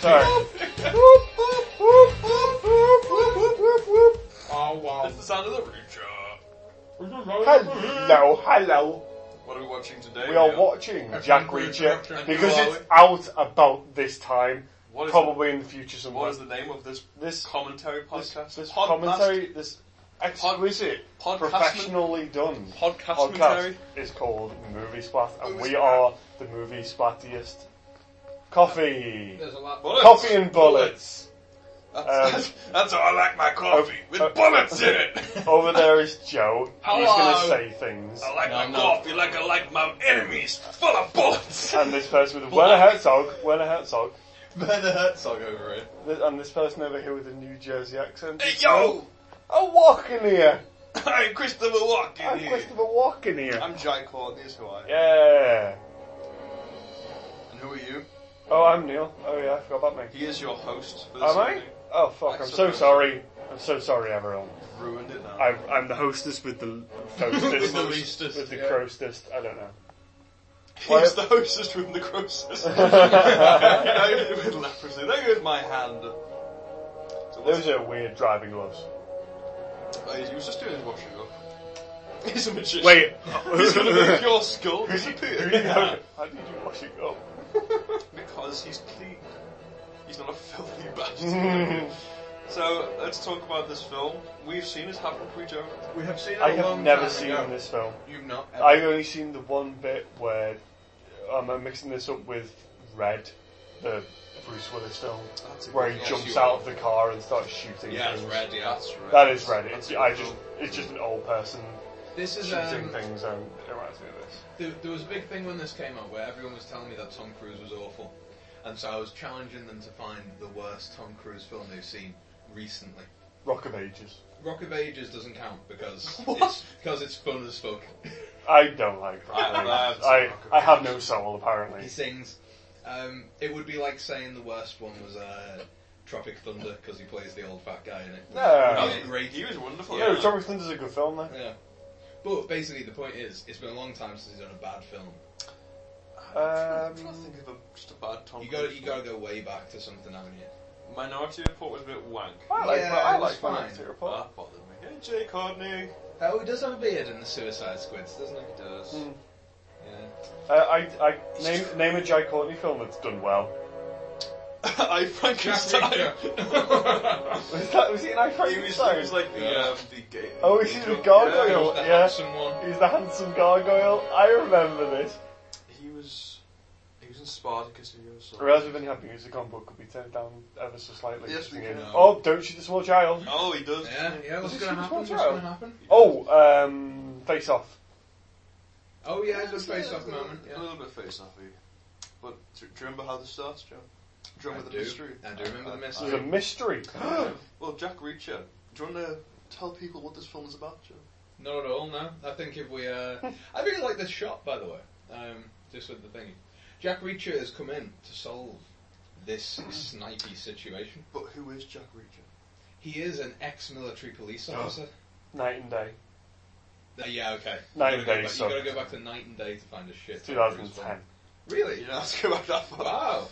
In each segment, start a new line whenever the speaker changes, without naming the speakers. Sorry.
Oh wow.
That's the sound of the Rucha.
Hello, hello.
What are we watching today?
We are
Neil?
watching Jack Reacher because
Who are
it's out about this time,
What is,
probably in the future
the, what
somewhere.
is the name of this
This
commentary
this,
podcast?
this
Podmas-
commentary, this exquisite,
Podcastman-
professionally done
Podcast
podcast
commentary?
is called Movie Splat, and
Movie
we
Splat.
are the movie splattiest. Coffee,
There's a lot.
Bullets.
coffee and bullets.
That's,
Um,
that's, that's how I like my coffee.
oh,
with
oh.
bullets in it.
Over there is Joe. He's gonna
Hello.
say things.
I like
No,
my
no.
coffee like I like my enemies. Full of bullets.
And this person with a Werner Herzog, Werner Herzog,
Werner Herzog over it.
th- and this person over here with a New Jersey accent.
Hey yo!
I'm walking here.
I'm Christopher Walken
I'm
here.
Christopher Walken here.
I'm Jai Courtney, is who I am.
Yeah.
And who are you?
Oh, I'm Neil. Oh yeah, I forgot about me.
He is your host for this
Am I?
evening.
Oh fuck, I'm so sorry. I'm so sorry, everyone.
Ruined it now.
I'm, I'm the hostess with the hostess.
With the leastest,
With the
yeah.
crowstest. I don't know.
He's the hostess with the grossest. with leprosy. There goes my hand. So what's-
Those are weird driving gloves.
Oh, he was just doing his washing up. He's a magician.
Wait.
He's gonna make your skull
How
disappear.
did you wash it up?
because he's clean. He's not a filthy bastard. so, let's talk about this film. We've seen it, haven't we, Joe?
We have seen it
I
a
have
long
never
time
seen
ago.
this film.
You've not. Ever.
I've only seen the one bit where um, I'm mixing this up with Red, the Bruce Willis film,
That's a
where
good
he
guess,
jumps
you
out of the car and starts shooting.
Yeah, it's
things.
red. Yeah.
That's right.
That is Red.
That's
It's,
a good
I just
film.
it's just an old person
This is
shooting
um.
things, and it reminds me of this.
There, there was a big thing when this came out where everyone was telling me that Tom Cruise was awful, and so I was challenging them to find the worst Tom Cruise film they've seen recently.
Rock of Ages.
Rock of Ages doesn't count because
What?
it's because it's fun as fuck.
I don't like Rock
I
of
love
Ages. I,
Rock of
I have no soul apparently.
He sings. Um, it would be like saying the worst one was uh, Tropic Thunder because he plays the old fat guy in it.
That
No,
was great. He was wonderful.
Oh, no, Tropic Thunder's a good film though.
Yeah. But basically, the point is, it's been a long time since he's done a bad film.
I'm
Um,
trying to think of a, just a bad Tom.
You got
Cruise
you got to go way back to something, haven't you?
film. Minority Report was a bit wank.
I like
Yeah,
I
it was
like Minority
fine.
Report.
That bothered me. Hey, Jay Courtney.
Oh, he does have a beard in the Suicide Squids, doesn't he?
He does.
Hmm. Uh,
Yeah.
I, I name name a Jai Courtney film that's done well.
I Frankenstein.
Jack
Was that was he in I
he, was, he was like the,
Yeah.
um, the gay.
Oh, he's the
He
gargoyle.
was the
Yeah.
handsome one.
He's the handsome gargoyle. I remember this.
He was. He was in Spartacus. He was. uh,
I realise we've only had music on, but could we turn it down ever so slightly?
Yes, we
Singing,
can.
Oh, don't shoot the small child.
Oh, he does.
Yeah, yeah. What's
Does he
going to
shoot
happen? What's
his
going to
arms
happen?
Oh, um, face off.
Oh yeah, it's a face-off
Yeah,
moment.
A
Yeah.
little bit face offy. But do, do you remember how this starts, Joe? Do you remember
I
the
do.
mystery?
I do remember the
There's a
mystery.
mystery.
Well, Jack Reacher. Do you want to tell people what this film is about, Joe?
Not at all. No, I think if we, uh, I really like this shot by the way. Um, just with the thing, Jack Reacher has come in to solve this snipey situation.
But who is Jack Reacher?
He is an ex-military police
Oh.
officer.
Night and day.
Uh, yeah, okay.
Night
you
and
gotta
day
go back-
sucked.
You gotta go back to night and day to find a shit.
2010.
Really?
Yeah, let's go back that far.
Wow.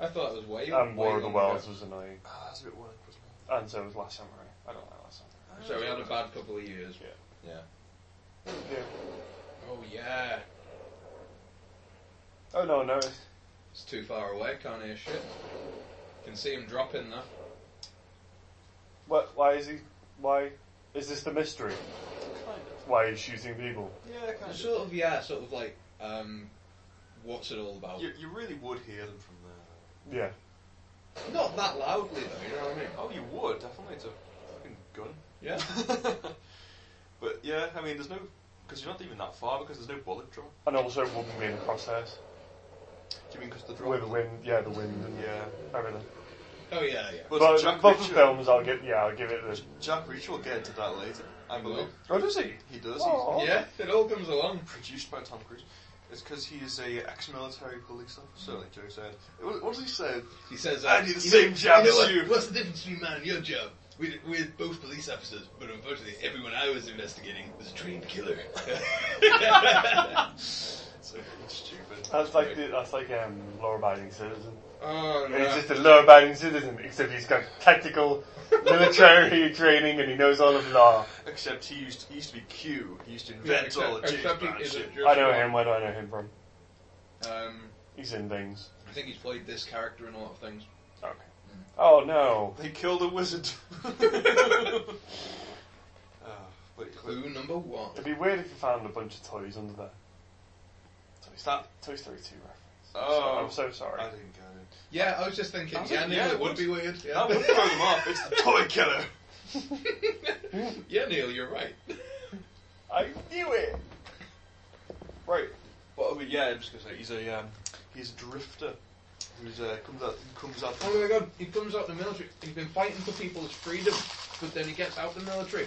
I thought it was way.
And
way
War of the
long
Worlds
ago.
was annoying.
Ah, that's a bit wank, wasn't it?
And so was Last Samurai. I don't like Last Samurai.
Oh, So we had a bad couple of years.
Yeah.
Yeah.
Yeah.
Oh yeah.
Oh no, I noticed.
It's too far away. Can't hear shit. Can see him dropping though.
What, why is he? Why is this the mystery?
Kind
Why he's shooting people?
of. Yeah, kind of.
Sort of, yeah, sort of like, um, what's it all about?
You, you really would hear them from there.
Yeah.
Not that loudly, though, you know what I mean?
Oh, you would definitely. It's a fucking
Yeah.
gun. but yeah, I mean, there's no because you're not even that far because there's no bullet drop.
And also it wouldn't be in the crosshairs.
Do you mean because the drop?
With the wind, yeah, the wind and
Yeah.
everything.
Oh, yeah, yeah.
But,
but
Jack
both
Reacher.
films, I'll give yeah, I'll give it the.
Jack Reacher will get into that later. I
He
believe
Oh, does he?
he does.
Oh.
He's
Yeah, it all comes along.
produced by Tom Cruise. It's because he is a ex-military police officer, like Joe said. What, what does he say?
He says, uh,
I need the
you
same
know-
job
you
as
know what-
you.
What's the difference between mine and your job? We're, we're both police officers, but unfortunately, everyone I was investigating was a trained killer.
It's so fucking stupid.
That's like the, that's like um, law-abiding citizen.
Oh
And he's
no!
just a law-abiding citizen, except he's got tactical military training and he knows all of law.
Except he used he used to be Q. He used to
Yeah,
invent all
except,
the James
except he
Bond
is
shit.
I know him. Where do I know him from?
Um,
He's in things.
I think he's played this character in a lot of things.
Okay. Oh no.
They killed a wizard. uh, wait, wait.
Clue number one.
It'd be weird if you found a bunch of toys under there.
Is that?
Toy Story 2 reference.
Oh,
I'm so sorry.
I didn't get it.
Yeah, I was just thinking.
I was
yeah,
like,
Neil,
yeah,
it
it
would
would-
be weird. Yeah.
That would throw them off. It's the toy killer.
yeah, Neil, you're right.
I knew it!
Right. Well, I mean, yeah, I'm just gonna say he's a um, he's a drifter who's uh, comes out comes out.
Oh my god, he comes out of the military. He's been fighting for people's freedom, but then he gets out of the military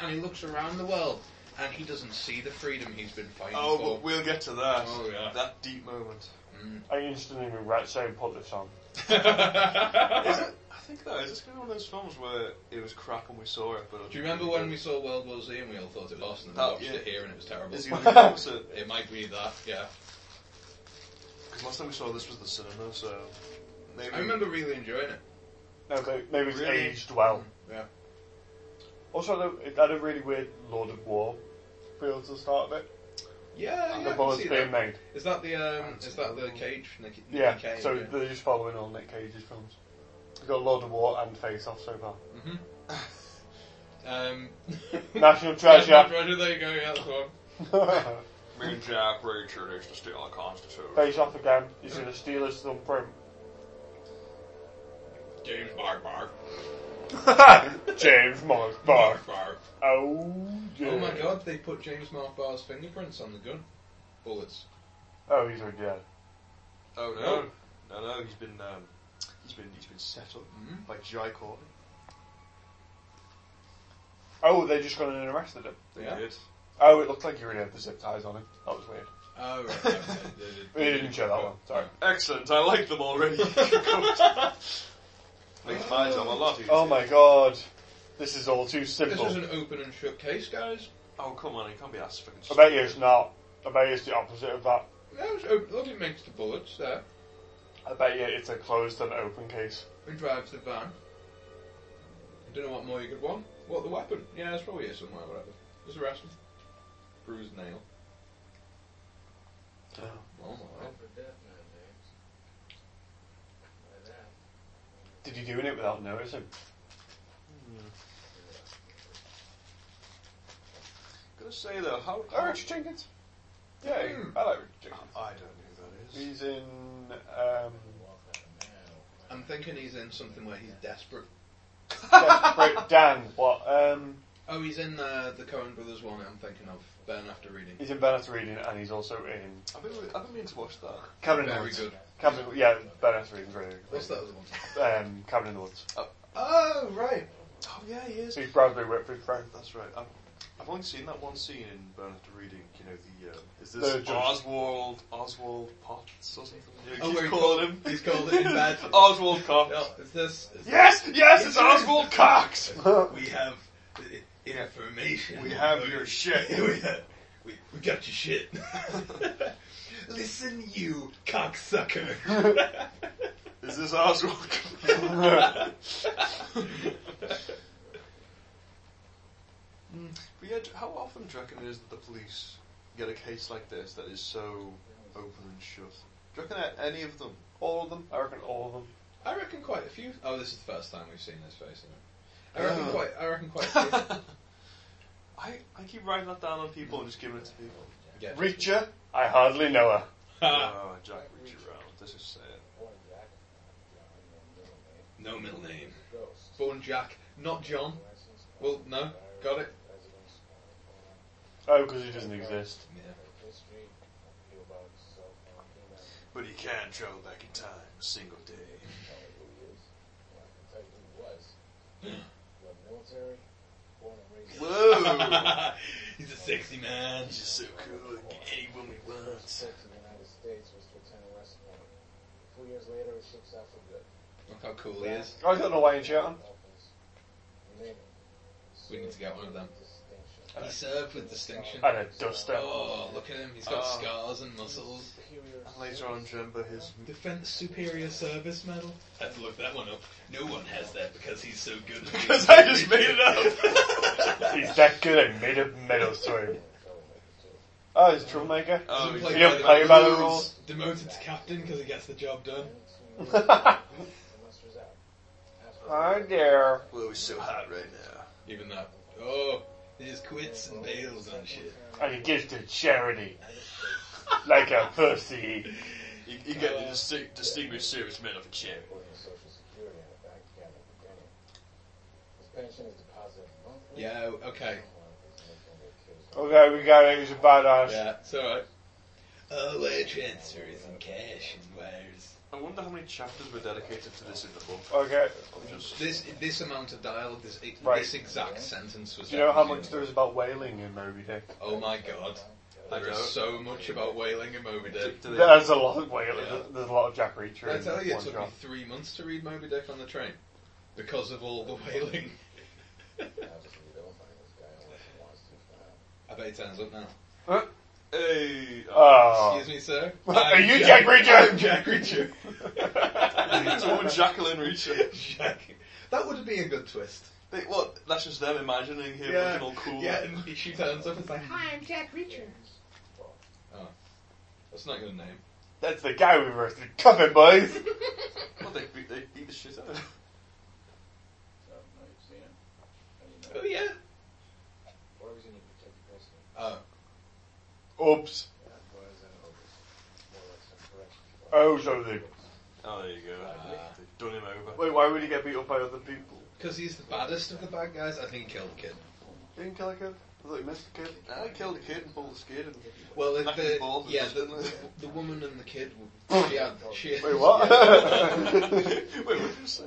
and he looks around the world and he doesn't see the freedom he's been fighting
Oh,
for.
but we'll get to that.
Oh, yeah.
That deep moment.
I instantly regret saying put this on.
Is it? I think that is. It's been one of those films where it was crap when we saw it, but
Do you remember when we saw World War Z and we all thought it lost and then
That-
we watched
Oh, yeah.
it here and it was terrible?
Is he going to
It might be that, yeah.
Because last time we saw this was the cinema, so maybe.
I remember really enjoying it.
No, but maybe it's
Really?
aged well.
Yeah.
Also, though, it had a really weird Lord of War feel to the start of it.
Oh, Yeah, yeah,
the
I can
bullets
see
being
that.
made.
Is that the um, is that the cage? Nick, Nick
Yeah,
Cage,
so
yeah.
they're just following all Nick Cage's films. We've got Lord of War and Face Off so far.
Mm-hmm. um,
National Treasure!
Treasure, There you go. Yeah, that's the one.
Me and Jack were introduced to Steel and Constitution.
Face Off again. He's going to steal his thumbprint.
James Bark Bark
James Mark Barr.
Bark.
Oh, yeah.
Oh my god, they put James Mark Barr's fingerprints on the gun bullets.
Oh, he's already dead.
Oh no, no, no. He's been um, he's been he's been set up
Mhm.
by Jai Courtney.
Oh, they just gone in and arrested him.
They
Yeah.
did.
Oh, it looked like he already had the zip ties on him. That was weird.
Oh right, okay.
We didn't show that one. Sorry.
Excellent. I like them already. Makes my job a lot easier.
Oh my god. This is all too
This
simple.
was an open and shut case, guys.
Oh come on, he can't be asked fucking.
I bet you it's not. I bet you it's the opposite of that.
That was open. Look, it makes the bullets there.
I bet you it's a closed and open case.
He drives the van. I don't know what more you could want. What the weapon? Yeah, it's probably here somewhere. Whatever. Just arrest him. Bruised nail. Oh my god.
Did you doing it without noticing?
gonna say though, how?
Oh, Richard Jenkins. Yeah,
Hmm.
I like Richard Jenkins.
I don't know who that is.
He's in. Um,
I'm thinking he's in something where he's desperate.
Desperate Dan. What? Um,
Oh, he's in uh, the Coen Brothers one. I'm thinking of Burn After Reading.
he's in Bennett's Reading, and he's also in
I've been, I've been meaning to watch that.
Cabin in the
Very
Woods.
good.
Cabin, yeah, Bennett's Reading's really good.
What's that other one?
Um, Cabin in the Woods.
Oh right.
Oh yeah, he is.
He's Bradley Whitford's friend.
That's right. I've, I've only seen that one scene in Bernard Reading. You know the uh, is
The
this
judge.
Oswald Oswald Potts or something? Yeah,
Oh,
he's
where he
called
called-
him.
he's called it in bed.
Oswald Cox.
No, is this? Is
Yes, yes, it's Oswald Cox.
We have uh, information.
We have your shit.
we, have, we, we got your shit. Listen, you cocksucker.
Is this Oswald? Cox? But yeah, how often do you reckon it is that the police get a case like this that is so open and shut? Do you reckon that any of them?
All of them? I reckon all of them.
I reckon quite a few. Oh, this is the first time we've seen this face. Isn't it? I reckon
Oh.
quite. I reckon quite. A few.
I, I keep writing that down on people and just giving it to people.
Yeah. Uh,
Reacher? I hardly know her.
oh, Jack reach around. This is sad.
No middle name. Born Jack, not John. Well, no, got it.
Oh, because he doesn't exist.
But he can travel back in time a single day. Whoa!
He's a sexy man.
He's just so cool. He can get any woman he wants.
Look how cool he is.
I got an Hawaiian shirt on.
We need to get one of them. He served with distinction.
and a duster.
Oh, look at him. He's got
Oh.
scars and muscles.
And later on, do you remember his
Defense Superior Service Medal. Had to look that one up. No one has that because he's so good. at
Because
being
I
a
just
reacher.
made it up.
He's that good at made up medals to him. Oh, he's a troublemaker.
Oh,
Doesn't
yeah, play by the rules.
Demoted to captain because he gets the job done.
Oh,
Hi there.
Well, he's so hot right now.
Even that. Oh, he just quits and bails on shit.
And he gives to charity. Like a pussy.
You, you get the disti- distinguished servicemen of a chair.
Yeah, okay.
Okay, we got it. He's a badass.
Yeah, it's alright. Oh, wire transfers and cash and wires.
I wonder how many chapters were dedicated to this in the book.
Okay.
I'm just
This this amount of dialogue, this it,
Right.
this exact sentence was.
Do you know how much
definitely-
there is about whaling in Moby Dick?
Oh my god!
I
There is
don't.
so much about whaling in Moby Dick.
Do they-
There's a lot of whaling.
Yeah.
There's a lot of Jack Reacher
I
in
tell you, it
one
took me
shot.
three months to read Moby Dick on the train because of all the whaling. I bet he turns up now.
Hey,
Oh.
Excuse me, sir.
Are
I'm
you Jack Reacher?
I'm Jack Reacher.
it's all Jacqueline Reacher.
Jack. That would be a good twist.
They, what? That's just them imagining him looking all cool.
Yeah, and he- she turns up and is like, "Hi, I'm Jack Reacher." Oh, that's not your name.
That's the guy we roasted. Come in, boys.
Well, they beat, they beat the shit out of him.
Oh yeah. Oh,
Oops. Oh, so they.
Oh, there you go.
Ah.
They've done him over.
Wait, why would he get beat up by other people?
because he's the baddest of the bad guys. I think he killed the kid.
He didn't kill a kid. I thought he missed a kid.
I killed a kid and pulled the skin and
Well, if
Knocked
the
his balls with
yeah,
his-
the, the, the woman and the kid, were- she had she.
Wait, what?
Wait, what did you say?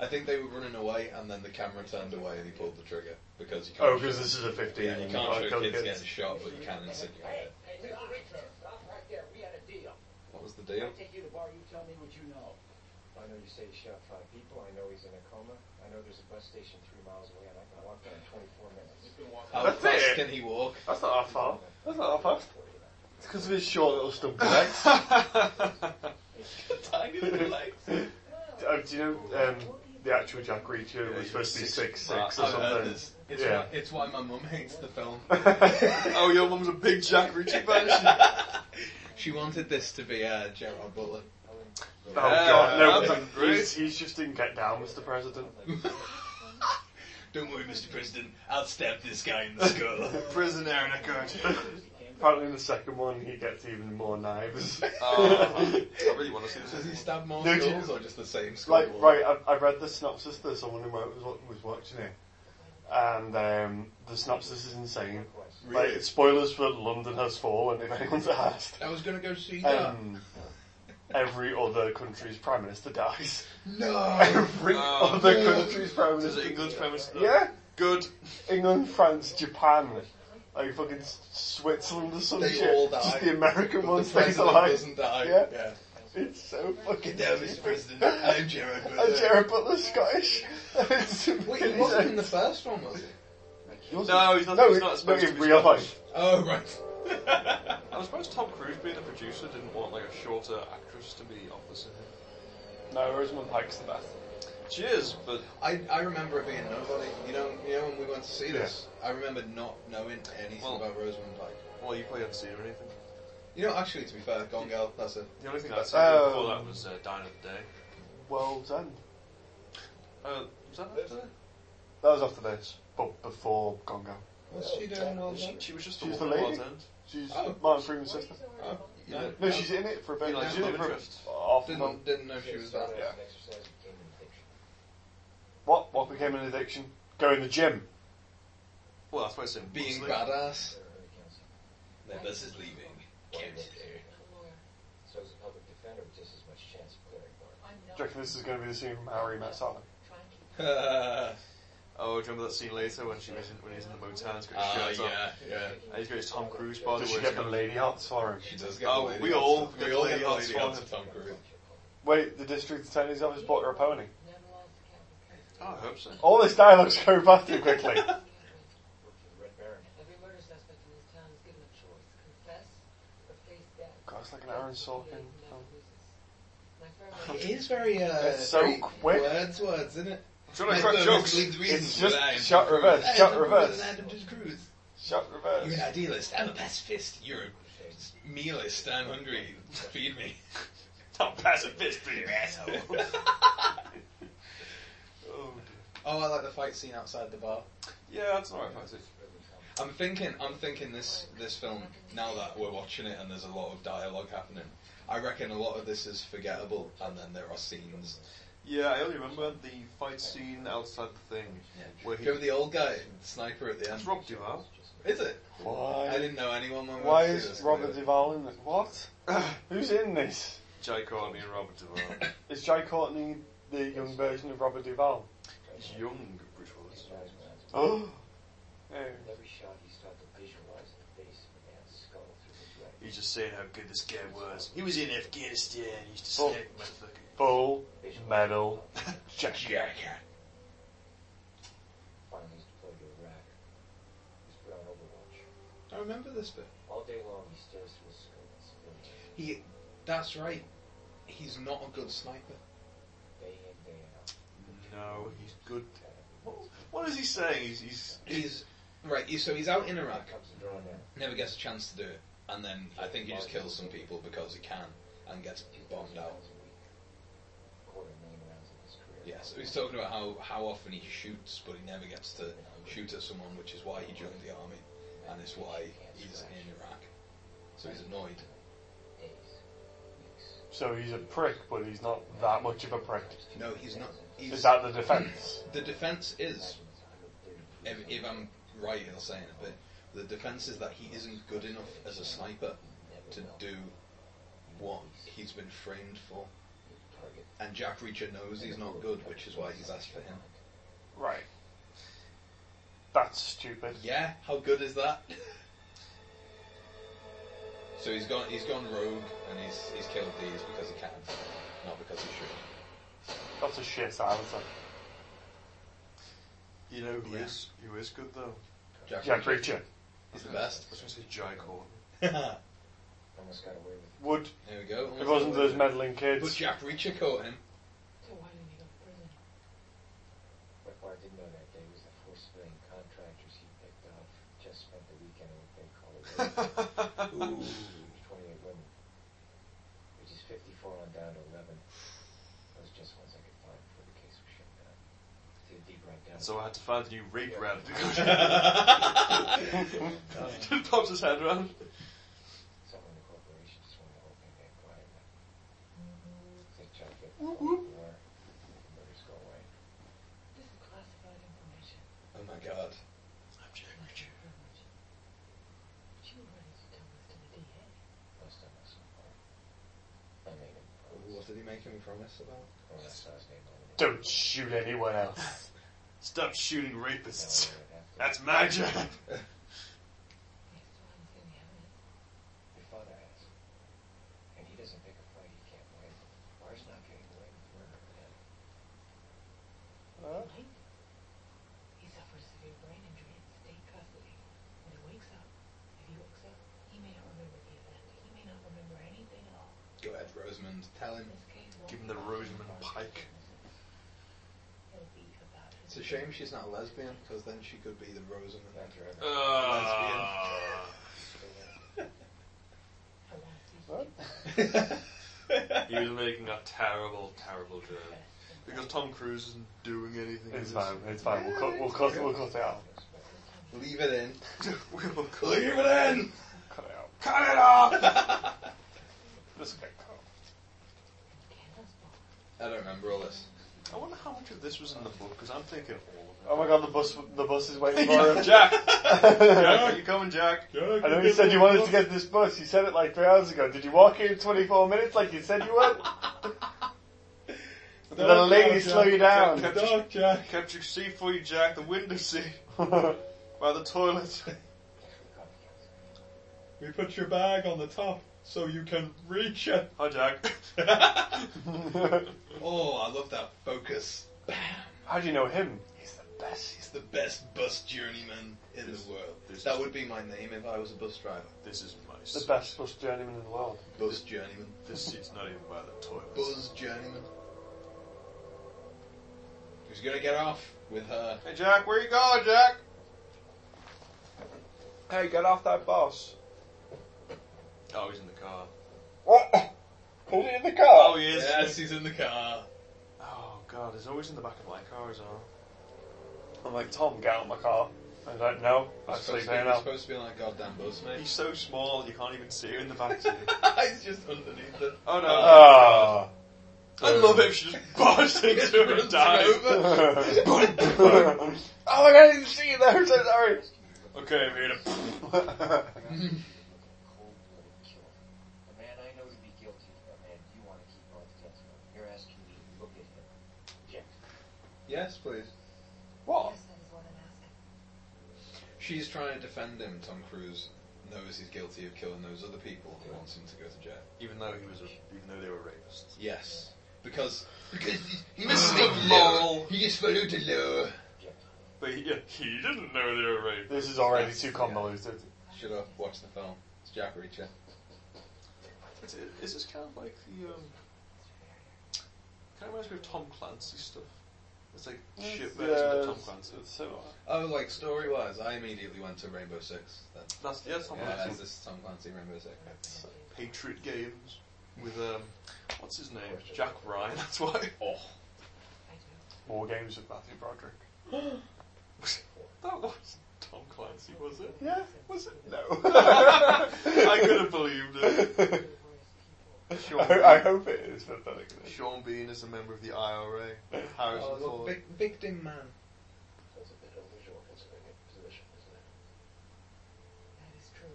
I think they were running away, and then the camera turned away, and he pulled the trigger because you can't.
oh, because this is a 15.
yeah, you
and
can't show
kill
kids
kids.
getting shot, but you can insinuate
Hey,
it.
hey, Mr. Reacher, stop right there. We had a deal.
What was the
I
deal?
take you to bar, you tell me what you know.
I know you say he shot five people. I know he's in a coma. I know there's a bus station three miles away, and I can walk there in 24 minutes.
How
That's
fast
it.
can he walk?
That's not that far. That's not that fast. It's because of his short little stumpy legs.
Tiny little legs.
Oh, do you know um, the actual Jack Reacher
Yeah,
was supposed to be
six-
six,
Right,
six or
I've heard
something.
this. It's,
Yeah.
why, it's why my mum hates the film.
oh, your mum's a big Jack Reacher fan. She,
She wanted this to be uh, Gerard Butler.
Oh god, no,
that's
he's-
great.
he's, he's just in Get Down, Mr. President.
Don't worry, Mr. President. I'll stab this guy in the skull.
prisoner in a guard.
Apparently in the second one he gets even more knives.
Oh, I really want to see
Does he
this.
stab more
No, do-
skulls or just the same skull?
like, right, I, I read the synopsis that someone who wrote was, wa- was watching it. And um, the synopsis is insane.
Really?
Like, spoilers for London Has Fallen, if anyone's asked.
I was gonna go see that.
Um, every other country's prime minister dies.
no!
Every
Oh,
other
no.
country's prime
Is
minister.
it England's prime minister?
Yeah,
Good.
England, France, Japan, like fucking S- Switzerland or some
They
shit.
all die.
Just the American
the
one stays
president
alive.
doesn't die.
Yeah.
yeah.
It's so fucking
No, Mr.
stupid.
President, I'm Gerard Butler.
And Oh, Gerard Butler's Scottish. It's
Wait, he
amazing.
wasn't in the first one, was he?
He wasn't-
No, he's not.
no,
he's
it-
not
no,
supposed to
in
be
real
Scottish.
life.
Oh, right.
I was surprised Tom Cruise, being a producer, didn't want like a shorter actress to be opposite him.
No, Rosamund Pike's the best.
She is, but
I, I remember it being nobody. You know, you know when we went to see this, I remember not knowing anything
Well-
about Rosamund Pike.
well, you probably haven't seen her or anything.
You know, actually, to be fair, Gone Girl, that's it.
The only thing I'd seen
Oh.
before that was uh, Dine of the Day.
World's End.
Uh, was that after that?
That was after this, but before Gongo.
What's she doing all
She,
that?
she was just
She was
the
the
one at
lady?
World's End.
She's
Oh.
Martin Freeman's sister.
Oh, you know,
No, she's in it for a bit.
You know,
she's
she's
in it
of
for
interest.
half a month.
didn't, didn't know she was that.
Started as an exercise became an addiction.
What? What became an addiction? Go in the gym.
Well, that's why it's in
Being
Busley.
badass.
Her early counseling.
The bus is leaving.
So as a public defender, with just as much chance of clearing bar.
Do you reckon this is going to be the scene from Harry Met Sally?
Ah,
Oh, do you remember that scene later when she was in, when he's in the Motown, he's got his shirt on,
Ah, yeah, yeah.
and he's got his Tom Cruise body.
Does
where
she
he's
get the
got-
lady hearts for him?
She does get
Oh,
the lady
we
odds.
all get
we all
the
get
lady
lots of
odds
odds
for
of Tom Cruise.
Wait, the district attorney's office bought her a pony.
Oh, I hope so.
All this dialogue's going past too quickly. it's like an Aaron Sorkin film.
It is very. Uh,
It's so
very
quick.
Words, words, isn't it?
Do you want to crack jokes?
It's just shot reverse, shot reverse.
Adam just Cruz.
Shot
You're an
reverse.
idealist. I'm a pacifist. You're a mealist. I'm hungry. Feed me.
I'm pacifist, you asshole.
Oh,
Oh, I like the fight scene outside the bar.
Yeah, that's alright, fancy.
I'm thinking, I'm thinking this this film now that we're watching it and there's a lot of dialogue happening. I reckon a lot of this is forgettable, and then there are scenes.
Yeah, I only remember the fight scene outside the thing where he.
Remember the old guy sniper at the end?
That's Rob Duval.
Is it?
dear.
I
Why?
didn't know anyone when we
Why
went to
is
this.
Robert Duvall in this? What? Who's in this?
Jai Courtney and Robert Duval.
Is Jai Courtney the young version of Robert Duvall?
Young Bruce Willis.
Oh.
With every shot, he started to visualize the face of a man's skull through the dread.
He's just saying how good this guy was. He was in Afghanistan. He used to
Oh.
snipe motherfucker.
Full
Visualize
metal
the skull
jacket.
Jacket.
Finally deployed to Iraq. He's put on overwatch.
I remember this bit.
All day long, he stares through a scope at civilians,
He, that's right. He's not a good sniper.
day in, day out.
No, he's good. What, what is he saying? He's, he's
He's right. He, so he's out in Iraq,
Comes a drone in.
never gets a chance to do it, and then I think he just kills some people because he can, and gets bombed out.
rounds a week. Quarter million rounds in his career.
Yeah, so he's talking about how, how often he shoots, but he never gets to shoot at someone, which is why he joined the army, and it's why he's in Iraq. So he's annoyed.
Days, weeks.
So he's a prick, but he's not that much of a prick.
No, he's not.
Is
He's,
that the defence?
the defense is,
Imagine it's 130 feet.
if, if I'm right in saying it, but the defense is that he isn't good enough as a sniper
Never
to
will.
do what he's been framed for.
Target.
And Jack Reacher knows he's not good, which is why he's asked for him.
right. That's stupid.
Yeah, how good is that? so he's gone he's gone rogue and he's he's killed these because he can, not because he should.
That's a shit answer.
you know who
Yeah.
is who is good though.
Jack Reacher.
He's the best.
I was gonna say Jai Courtney.
there
Almost got away with
Would
we go.
it wasn't those meddling
But
kids?
Jack Reacher caught him.
it. What part I didn't know that day was the four civilian contractors he picked up just spent the weekend in what they call a raid.
Ooh.
There's 28 women, which is 54 on down to 11. Those just ones I could find before the case was shut down. Did a deep right down.
And so I had to find a new rape round to go to. Just pops his head around.
Someone in the corporation just wanted the whole thing to quiet now. They tried to get
Whoop,
the
whoop.
war. The murders go away.
Oh my god.
I'm Jack Reacher.
Most of us I made him promise.
What did he make him promise about?
Or I saw his name on it.
Don't shoot anyone else.
Stop shooting
Now
rapists.
I know it after.
That's my job.
Your father has. And he doesn't pick a fight he can't win. Mars not getting away with murder. man.
Uh,
He suffers severe brain injury in state custody. When he wakes up, if he wakes up, he may not remember the event. He may not remember anything at all.
Go ahead, Rosamund. Tell him.
This case won't
Give him
be
the
about
Rosamund
his
Pike.
innocence. It'll be about his
It's a shame she's not a lesbian, because then she could be the Rosamund.
After I
Uh,
I want to see
what?
he was making a terrible, terrible joke. Because Tom Cruise isn't doing anything.
It's
in
fine. It's fine. We'll cut. We'll cut. We'll cut it out.
Leave it in.
this. we will cut
Leave it in!
Cut it out.
Cut it off!
This will get cut.
Candace Bowman.
I don't remember all this.
I wonder how much of this was in the book, because I'm thinking all
Oh my god, the bus. The bus is waiting for
of
him.
it. Jack! Jack, you coming, Jack?
I know you said you wanted to get this bus. You said it like three hours ago. Did you walk here in 24 minutes like you said you would? Did the lady slow you down?
Dog, Jack. Kept your seat for you, Jack. The window seat. By the toilet.
We put your bag on the top so you can reach it.
Hi, Jack.
Oh, I love that focus.
How do you know him?
He's the best. He's the best bus journeyman in the world.
this
That
is-
would be my name if I was a bus driver.
This is my.
The
s-
best bus journeyman in the world.
Bus journeyman.
This seat's not even by the toilet.
Buzz journeyman. Who's gonna get off with her?
Hey Jack, where you going, Jack? Hey, get off that bus. Oh, he's in the car.
What? Is it in the car?
Oh, he is.
Yes, he's in the car.
Oh God, he's always in the back of my car as well.
I'm like, Tom, get out of my car. I was like, no, I
He's supposed,
sleep
to be,
here
he's
now.
supposed to be like goddamn bus mate.
He's so small you can't even see him in the back seat.
he's just underneath it. Uh,
Oh no!
Ah.
I love it if she just busts
Just
into him and
runs
dies.
over.
oh my god, I didn't see you there, I'm so sorry.
Okay, I'm here to.
Cold-blooded killer. A man I know to be guilty, a man you want to keep on the death row. You're asking me to look at him. Jack.
Yes, please.
what?
Yes, that is what I'm asking.
She's trying to defend him. Tom Cruise knows he's guilty of killing those other people and wants him to go to jail.
Even though he was, a, even though they were rapists.
Yes, because because he
was
the
the
law.
law.
He just followed the law.
But he, yeah, he didn't know they were rapists.
This is already too convoluted.
Should have watched the film. It's Jack Reacher.
Is, is this kind of like the um? Kind of reminds me of Tom Clancy stuff. It's like shit version of Tom Clancy.
It's similar.
Oh, like story wise, I immediately went to Rainbow Six. Then.
That's yeah, Tom
Yeah,
Clancy.
is this Tom Clancy Rainbow Six?
It's like Patriot Games with um, what's his name? Jack Ryan. That's why. Oh,
I do.
War games with Matthew Broderick.
that was Tom Clancy, was it?
Yeah, was it? No.
I could have believed it.
The worst people.
Sean Bean,
I, I hope it is pathetic.
Sean Bean is a member of the IRA. Harrison
Oh, look,
Ford.
big, victim man.
That's a bit unusual considering your position, isn't it?
That is true.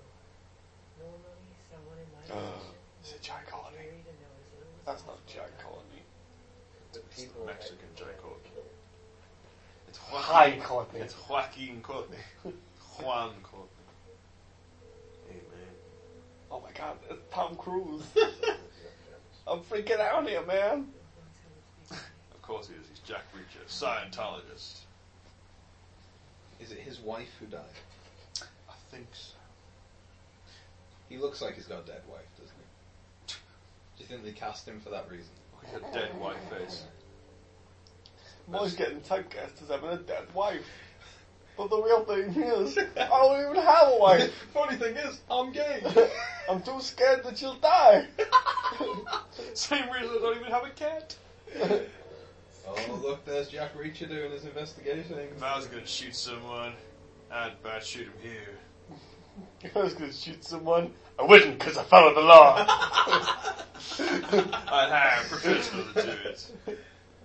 Normally, someone in my
Ugh,
position
is it
would
Jack
be
Hardy?
worried and know as little as
That's not
possible
Jack
about
Courtney.
The people that
Mexican
you
Jack
want to
Orton.
kill
It's
Hi,
Joaquin.
Courtney.
It's Joaquin Courtney. Juan Courtney. Hey man.
Oh my god, it's Tom Cruise. I'm freaking out here, man.
ones who would speak to me.
Of course he is. He's Jack Reacher, Scientologist.
Is it his wife who died?
I think so.
He looks like he's got a dead wife, doesn't he? Do you think they cast him for that reason?
He's a dead white face.
I'm always getting typecast as having a dead wife. But the real thing is, I don't even have a wife.
Funny thing is, I'm gay.
I'm too scared that she'll die.
Same reason I don't even have a cat.
oh, look, there's Jack Reacher doing his investigation.
If I was gonna shoot someone, I'd bad shoot him here.
I was gonna shoot someone. I wouldn't because I follow the law.
I'd hire a professional to do it.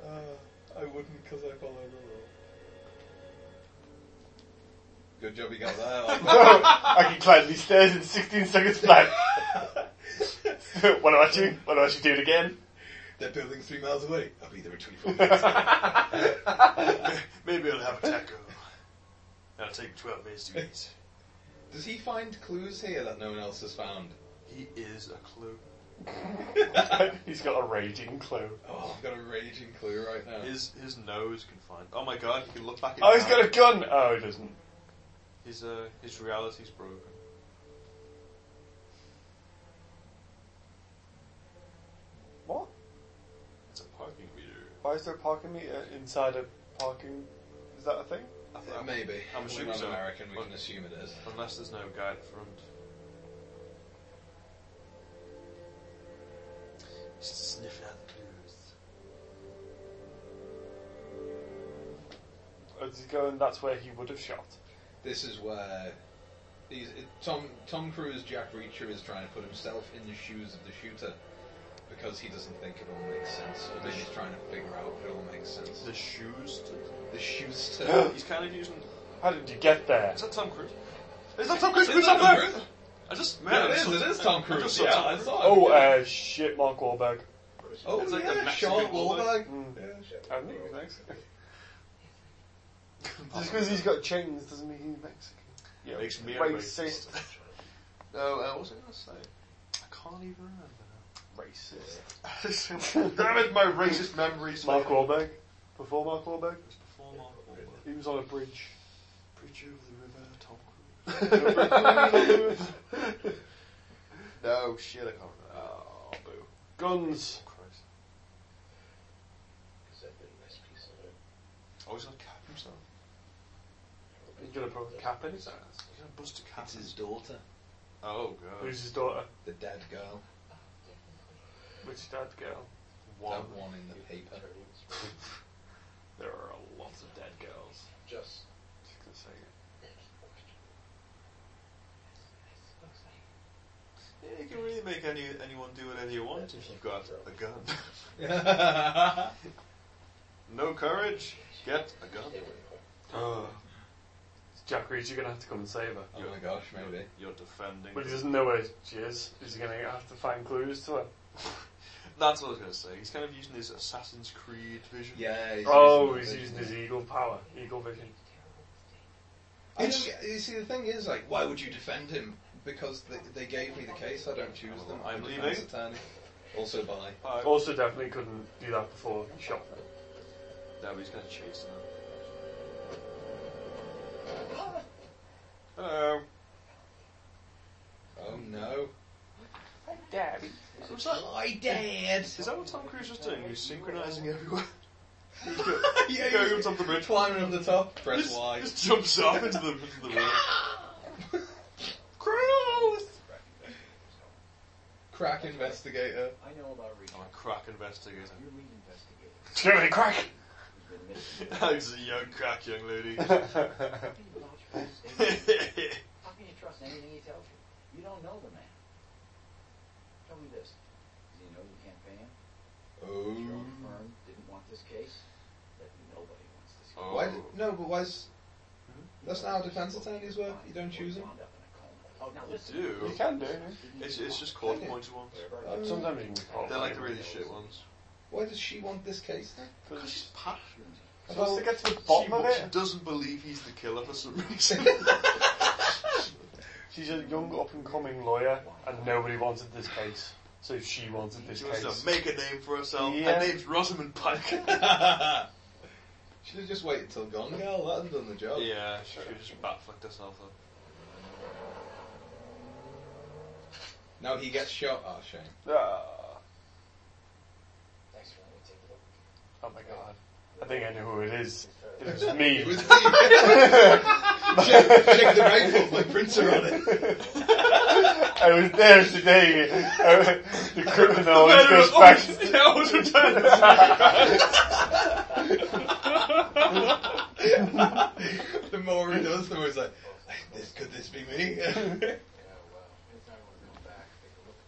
Uh, I wouldn't because I follow the law. Good job you got that.
I can climb these stairs in 16 seconds flat. what about you? What about you do it again?
They're building three miles away. I'll be there in 24 minutes.
Maybe I'll have a taco. That'll take 12 minutes to eat.
Does he find clues here that no one else has found?
He is a clue.
He's got a raging clue.
Oh, I've got a raging clue right now.
His his nose can find. Oh my god, he can look back. in
Oh, he's
time.
got a gun. Oh, he doesn't.
His uh, his reality's broken.
What?
It's a parking meter.
Why is there a parking meter inside a parking? Is that a thing?
I
Uh,
thought-
maybe.
I'm
We're
assuming
not
so.
American, we
Well-
can assume it is.
Unless there's no guy at the front. Just sniffing out the clues.
Or does he go and that's where he would have shot?
This is where he's, it, Tom Tom Cruise, Jack Reacher, is trying to put himself in the shoes of the shooter because he doesn't think it all makes sense. Or maybe he's trying to figure out if it all makes sense.
The shoes.
The shooter.
He's kind of using.
How did you get there?
Is that Tom Cruise? Is that Tom Cruise?
Is
Is
that
that
Tom
Cruise?
Cruise?
I just
Yeah,
I
it is.
just-
It is Tom
I
Cruise.
just saw
Yeah,
Tom
I
Cruise.
saw it.
Oh, uh, shit, Mark Wahlberg.
oh,
It's like
yeah,
the Mexican
Sean
Wahlberg.
Wahlberg.
Mm.
Yeah.
I think he's Mexican. Just because he's got chains doesn't mean he's Mexican. Yeah,
Makes me a
racist.
No, uh, what was I gonna say? I can't even remember
Racist.
now. Damn it, my racist memories.
Mark Wahlberg. Before Mark Wahlberg,
It was before Mark Wahlberg.
he He was on a bridge.
Preacher of the River, Tom Cruise.
no,
shit, I can't remember.
Oh, boo. Guns.
Christ.
Because that'd been a nice piece of it.
Oh, he's gonna cap himself.
He's gonna put a cap in
He's
his
gonna he's gonna bust a cap.
It's his daughter,
Oh, God.
Who's his daughter?
the dead girl,
Which dad girl?
one?
that one in the paper.
There are a lot of dead girls.
Just
Just gonna say it.
I suppose I
Yeah, you can really make any anyone do whatever you want if you've got a gun. no courage, get a gun.
Oh. Jack Reacher gonna have to come and save her.
oh my gosh, maybe.
You're defending.
But he doesn't know where she is. Is he gonna have to find clues to her?
That's what I was going to say. He's kind of using his Assassin's Creed vision.
Yeah. He's
oh,
using
he's
the
using
vision.
his eagle power, eagle vision.
I don't get- you see, the thing is, like, why would you defend him? Because they, they gave me the case. I don't choose them.
I'm
The defense
leaving.
Attorney. Also, bye.
Uh,
Also, definitely couldn't do that before he shot. her.
no, but he's going to chase him. Hello.
Oh no.
What's that?
I did.
Is that what Tom Cruise was doing? He was synchronising everywhere. He was go-
yeah,
going
you
up to the bridge.
climbing up the top. Press
just,
Y.
just jumps off into the, into the room. Cruise!
Crack investigator.
I know about Reacher.
I'm a crack investigator.
You're lead investigator.
It's gonna be crack.
You've been missing.
Alex is a young crack young lady.
Pretty large for a statement.
Why
How can you trust anything he tells you? You don't know the man. Tell me this. Does he know you can't pay him?
Oh.
Your own firm didn't want this case? That nobody wants this case.
Mm. Oh.
Why? did- No, but why's? That's not how defense attorneys work. You don't choose them.
Wound up in a coma. Oh, now
You
listen.
do.
You can do.
It's, it's just court appointed ones.
Um,
Sometimes you can be caught.
They're like the really shit ones.
Why does she want this case then?
Because she's passionate.
Supposed to
Well,
get to the
She,
bottom of
she
it.
doesn't believe he's the killer for some reason.
She's a young, up and coming lawyer, and nobody wanted this case, so she wanted this
she wants
case.
to make a name for herself.
Yeah.
Her name's Rosamund Pike.
Should have just waited till Gone Girl. That'd have done the job.
yeah, she could just bat fucked herself up.
Now he gets shot. Oh, shame.
Ah,
thanks for letting me take a look.
oh my god! I think I know who it is. It's me.
It was me. check, check the rifle. My prints are on it.
I was there today. I- the criminal always
Murderer
goes back.
always- yeah, always returns.
The more he does, the more he's like, this, could this be me?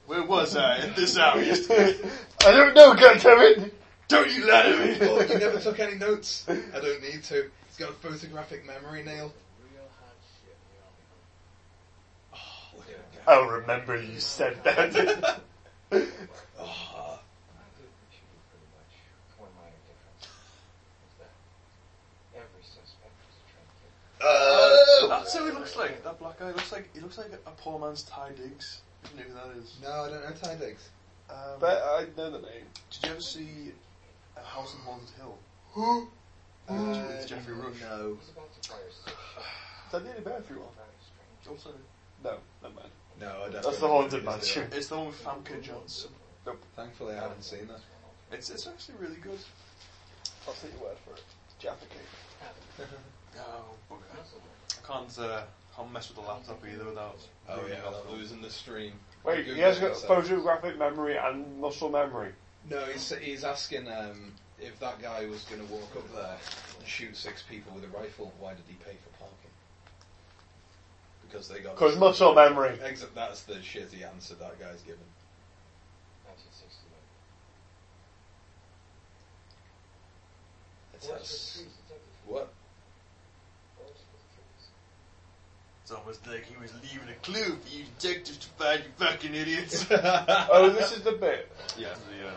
Where was I at this hour yesterday?
I don't know, goddammit!
Don't you lie to me!
oh, you never took any notes. I don't need to. He's got a photographic memory nail. Oh, look at him go.
I'll remember you said that.
Oh,
I did what you do pretty much. One minor difference is that every suspect was a trained kid.
Uh, Oh!
That's who he looks like. That black guy looks like he looks like a poor man's Ty Diggs. If you know who that is.
No, I don't know tie digs.
Um,
I know the name.
did you ever see A House on Haunted Hill?
Uh,
It's Jeffrey Rush.
No.
He's about to fire six
Did I do the bathroom one?
rounds
Oh,
trained.
sorry.
No, never mind.
No, I definitely
That's the
didn't
haunted
do
mansion.
it.
It's the one with Famke Johnson.
Thankfully, I haven't seen that.
It's it's actually really good.
I'll take your word for it. Jaffa cake.
Oh, okay. I can't uh, can't mess with the laptop either without.
Oh
ruining
yeah,
it
without
all.
losing the stream.
Wait,
Googling
he has got
himself.
photographic memory and muscle memory.
No, he's, he's asking um, if that guy was going to walk up there and shoot six people with a rifle, why did he pay for parking? Because they got.
Because muscle memory.
Except that's the shitty answer that guy's given.
1961.
It's us. What?
It's almost like he was leaving a clue for you detectives to find, you fucking idiots.
Oh, this is the bit.
yeah, the um,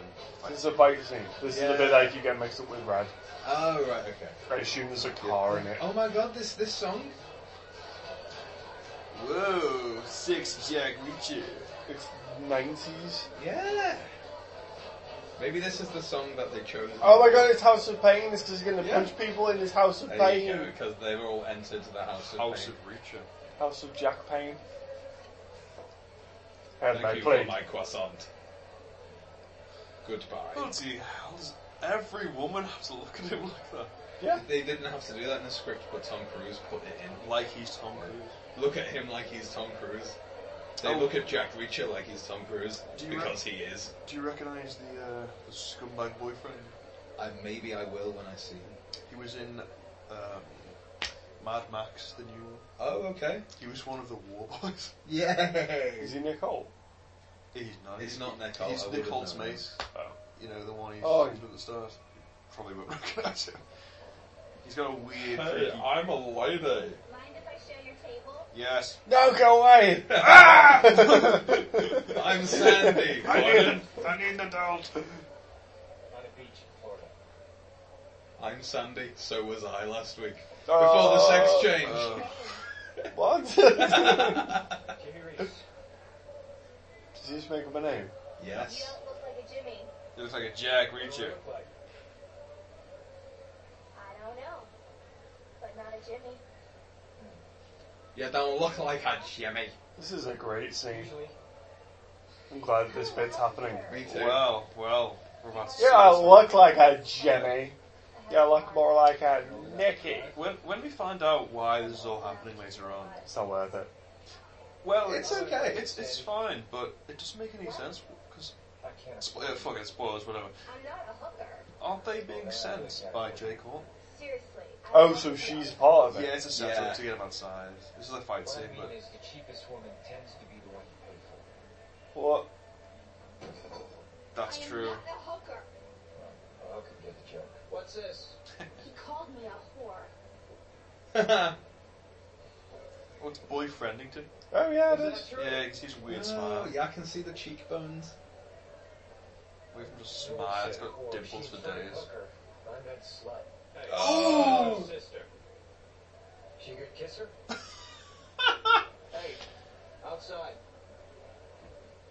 This is a bike scene. This is
Yeah.
the bit that you get mixed up with Red.
Oh right, okay.
I assume there's a car in it.
Oh my god, this this song.
whoa, six Jack Reacher.
It's 90s.
Yeah. Maybe this is the song that they chose.
Oh my god, it's House of Pain. It's because he's going to
Yeah.
punch people in his House of
There you
Pain.
go, because they've all entered the House of
House
Pain.
of Reacher.
House of Jack Pain. And
Thank
they
you
played.
for my croissant. Goodbye.
Bloody hell, does every woman have to look at him like that?
Yeah.
They didn't have to do that in the script, but Tom Cruise put it in.
Like he's Tom Cruise.
Look at him like he's Tom Cruise. They
Oh.
look at Jack Reacher like he's Tom Cruise
Do you re-
because he is.
Do you recognise the, uh, the scumbag boyfriend?
I, maybe I will when I see him.
He was in um, Mad Max, the new one.
Oh, okay.
He was one of the war boys.
Yay!
Is he Nicole?
He's not.
It's not Nicole,
He's
I would've
Nicole's
known.
mate. You know, the one he's
Oh.
oh. at the start. Probably won't recognise him. He's got a weird. freaky-
I'm a lady.
Mind if I share your table?
Yes.
No, go away! Ah!
I'm Sandy.
I
Gordon.
need, I need an adult.
On a beach in Florida.
I'm Sandy. So was I last week. Before
Oh.
the sex change.
Uh,
What? Does
Jimmy Reese.
he just make up a name?
You
yes.
don't look like a Jimmy.
he looks like a Jack
What do you
Reacher.
look like?
I don't know. But not a Jimmy.
You don't look like a Jimmy.
This is a great scene.
Usually,
I'm glad this bit's happening.
Me too.
Well, well, we're about to
Yeah,
see
I
this.
look like a Jenny. Yeah, I look more like a Nikki.
When, when we find out why this is all happening later on,
It's not worth it.
well, uh,
It's okay.
It's it's fine, but it doesn't make any sense because
I can't.
uh, fuck it, spoilers, whatever.
I'm not a hooker.
Aren't they being sent by Jake Hall?
Seriously. I
Oh,
don't
so
look
she's
like
part of
Yeah,
it.
it's a setup
Yeah.
to get him outside. This is a fight
What
scene,
I mean
but
is the cheapest woman tends to be the one you pay for.
What?
that's
I am
true.
not a hooker.
Well, I could Oh, get the joke.
What's this?
He called me a whore.
What's boyfriending to?
Oh yeah, it
Is
is.
that true?
Yeah, 'cause he's a weird smile.
Oh, yeah, I can see the cheekbones.
We can Uh, just smile. It's got dimples for days.
I'm that slut.
Hey,
Oh.
sister.
She could kiss her?
Hey, outside.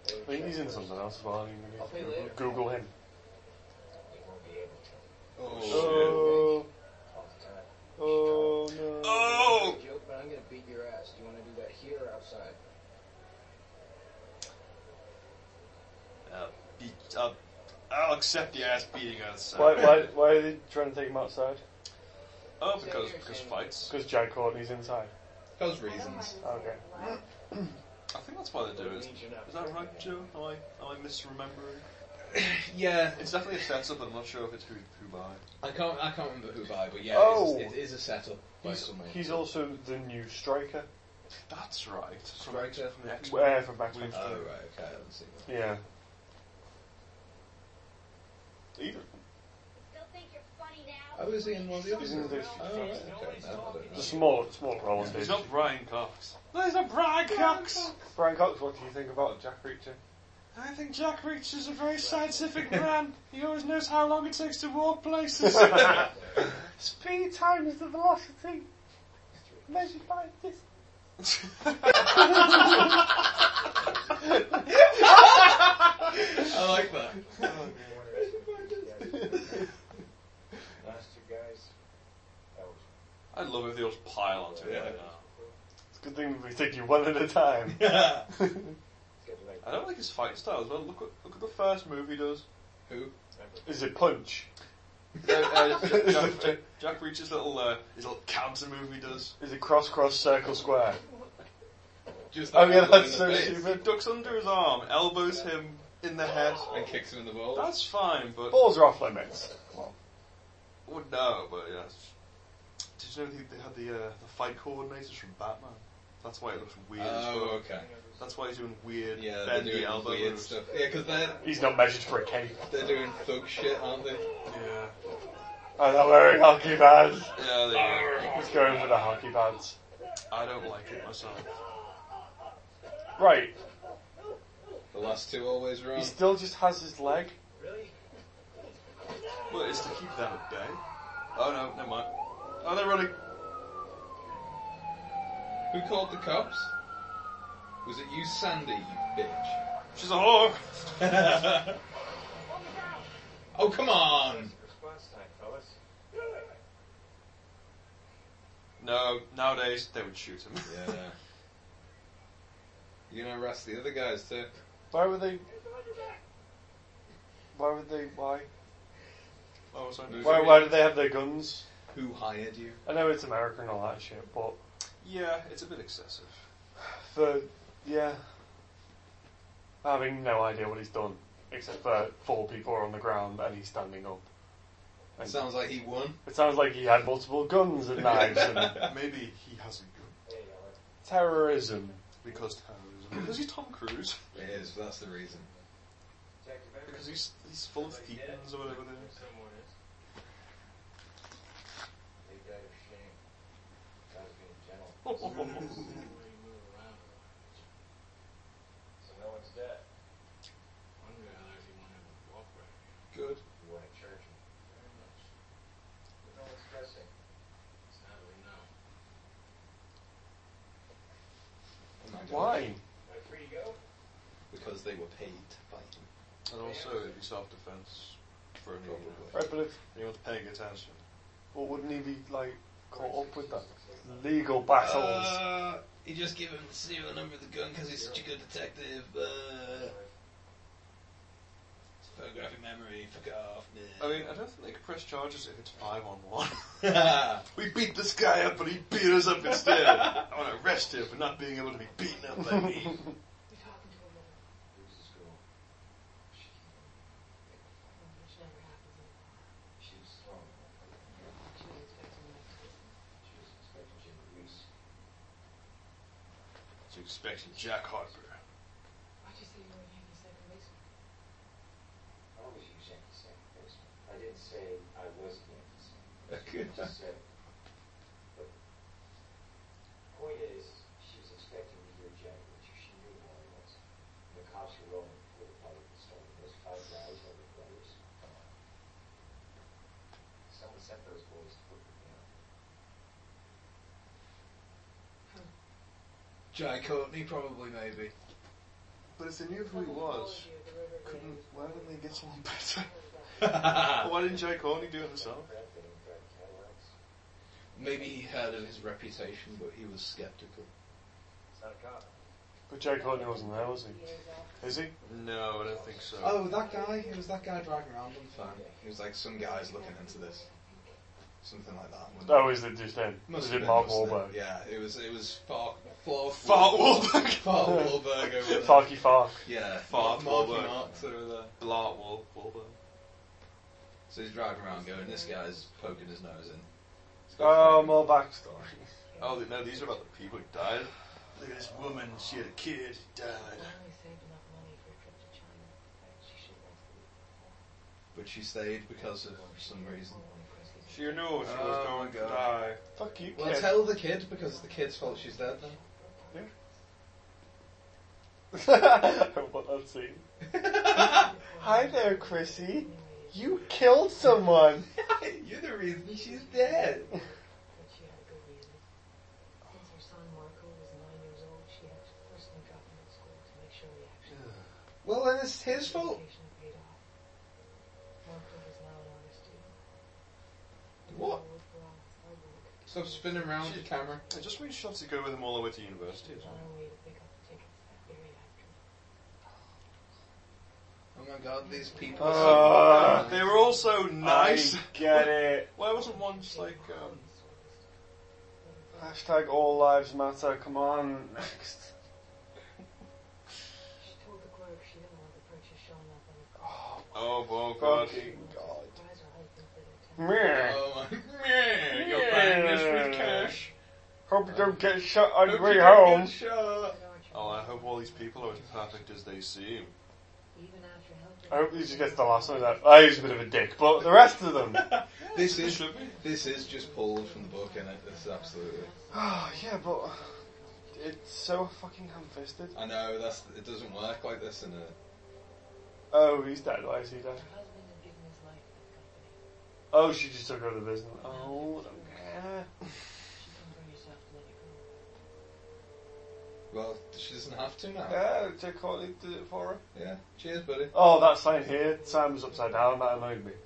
They
I think he's in
reject her.
something else. Well, I mean,
I'll pay
Google,
later.
Google him.
You won't be able to
Oh,
Oh,
all the time.
oh no.
Oh!
Joke, but I'm gonna beat your ass. Do you want to do that here or outside?
Uh, be, uh, I'll accept the ass beating outside.
Why, why, why are they trying to take him outside?
Oh, because because fights.
Because Jack Courtney's inside.
Those
I don't
reasons.
mind
Okay.
losing a lot.
I think that's why they do it.
Means you're not
Is that right, Joe? Am I am I misremembering?
Yeah,
It's definitely a setup. I'm not sure if it's who who by.
I can't. I can't remember who by, but yeah,
Oh.
it, is, it is a setup by
He's,
someone.
he's also the new striker.
That's right. From-
Striker?
from the X-
Where from Max
We've-
Payne.
Oh right, okay, I haven't seen that.
Yeah. Even
Still think you're funny now?
Oh, is he in one of the others?
He's in the-
Oh, right, okay. No, I don't know.
the small, small role in
He's
this.
not Brian Cox. No, he's not Brian Cox.
Brian Cox, what do you think about Jack Reacher?
I think Jack Reach is a very scientific man. He always knows how long it takes to walk places.
Speed times the velocity measured by distance.
I like that.
Last two guys, that was
I love if they all just pile onto it
Yeah.
right now.
It's a good thing we take you one at a time.
good like
I don't like his fight style as well. Look what look at the first movie he does.
Who?
Is it punch?
Uh, uh, Jack, Jack, Jack Reacher's little uh, his little counter move he does.
Is it cross, cross, circle, square?
Just
Oh yeah,
that one in
that's
the
so
face.
He
stupid.
ducks under his arm, elbows him in the head.
And kicks him in the balls.
That's fine, but
Oh.
Balls are off limits.
well, no, but yeah. it's- Did you know they, they had the uh, the fight coordinators from Batman? That's why it looks weird. as well.
Oh, okay.
That's why he's doing weird
Yeah, they're
bendy
doing
elbow
weird
moves.
stuff. Yeah, because they're,
He's not measured for a cape.
they're doing thug shit, aren't they?
Yeah,
I'm not wearing hockey pads.
yeah, they do.
He's going for the hockey pads.
I don't like it myself.
Right,
The last two always wrong.
he still just has his leg.
Really?
Well, it's to keep them at bay. Oh no, never mind. Oh, they're running.
Who called the cops? Was it you, Sandy, you bitch?
She's a hog.
What was I?
Oh, come on!
Response time, fellas.
No, nowadays they would shoot him.
Yeah. You're gonna arrest the other guys too.
Why were they? Why would they? Why?
What was Oh, I?
Move.
Why? Why do they have their guns?
Who hired you?
I know it's America and all that shit, but
Yeah, it's a bit excessive.
for yeah, having no idea what he's done except for four people are on the ground and he's standing up.
It sounds like he won.
It sounds like he had multiple guns and knives and
Maybe he has a gun
terrorism.
because terrorism. Because he's Tom Cruise.
It is. That's the reason.
Because he's he's full of demons or whatever. They are.
They died of shame. God was being gentle. So no one's dead.
Good.
You want to charge me? Very much. But no one's pressing.
I'm not doing
Why?
Am I free to go?
it. Because they were paid to fight him.
And also, it'd be self-defense for a normal way.
Right, but if
Anyone's paying attention.
well, wouldn't he be like caught up with that legal battles?
Uh, he just gave him the serial number of the gun because he's such a good detective. Uh, photographic memory. Fuck off, man.
I mean, I don't think they could press charges if it's five on one.
I
we beat this guy up, but he beat us up instead. I want to arrest him for not being able to be beaten up by me.
You're talking to a woman.
Bruce is cool. She,
Which never happens.
she was strong.
She was expecting me to
She was expecting Jim Reese.
So expecting Jack Harper.
Why'd you say you were in Yankees second baseman?
I always use Yankee second baseman. I didn't say I was Yankee second baseman. I just said. But point is, she was expecting to hear Jack Reacher. She knew who I was. And the cops were rolling before the fight even started. Those five guys are the brothers. Come on. Someone sent those boys to put me down.
Jai Courtney, probably, maybe.
But if they knew who he was, couldn't why didn't they get someone better? why didn't Jack Horney do it himself?
Crap, they didn't drive Cadillacs.
maybe he heard of his reputation, but he was skeptical.
It's not a cop.
But Jake Courtney wasn't there, was he? Is he?
No, I don't think so.
Oh, that guy? It was that guy driving around on the phone. He was like, some guy's looking into this. Something like that. wasn't it?
No, Oh, is it just him?
Must
Is
have
it
been,
Mark
must've been.
Wahlberg?
Yeah, it was it was Far Far
Fart Wahlberg.
Far Wahlberg over there.
Farky Fark.
Yeah,
Fart
Marky
Wahlberg.
Marks over there.
Blart Wal- Wahlberg.
So he's driving around going, this guy's poking his nose in. It's got
Oh, more backstory.
Oh, no, these are about the people who died. Look at this woman, she had a kid, she died.
I only saved enough money for a trip to China. She should have left it.
But she stayed because of some reason.
She knew she was
Oh
going
my
to
God.
die.
Fuck you,
Well,
kid.
tell the kid because the kid's fault she's dead then.
I want that scene. Hi there, Chrissy. You killed someone.
You're the reason she's dead.
But she had a good reason. Since her son Marco was nine years old, she had to personally drop him at school to make sure the action
Well, then it's his fault.
education paid off. Marco is now an honor student.
What?
I work for all his hard work.
Stop spinning around the camera.
I just mean she had to go with him all the way to university.
She was on her way to pick up the tickets that very afternoon.
Oh my god, these people.
Uh,
so-
They were all so nice.
I get it.
Why wasn't one just like, um,
Hashtag all lives matter. Come on, next.
She told the clerk she didn't want the purchase showing up on the
oh, oh god.
Fucking god.
Surprise her husband for their time.
Meh.
Oh my. Meh, You're
Yeah.
buying this with cash.
Hope you don't get shot on your
Hope
way
you don't
home.
get shot.
Oh, I hope all these people are as perfect as they seem.
Even after helping
I hope he just gets the last one. That I was a bit of a dick, but the rest of them.
This is this is just pulled from the book, and it? This is absolutely.
Oh, yeah, but it's so fucking ham-fisted.
I know that's it doesn't work like this uh, in a.
Oh, he's dead. Why is he dead?
her husband had given his life to the
Oh,
company.
she just took over the business. Oh, okay.
She couldn't bring herself to let it go.
Well, she doesn't have to now.
Yeah, Jack Courtney did it for her.
Yeah. Cheers, buddy.
Oh, that sign here. Sam's upside down. That annoyed me.
so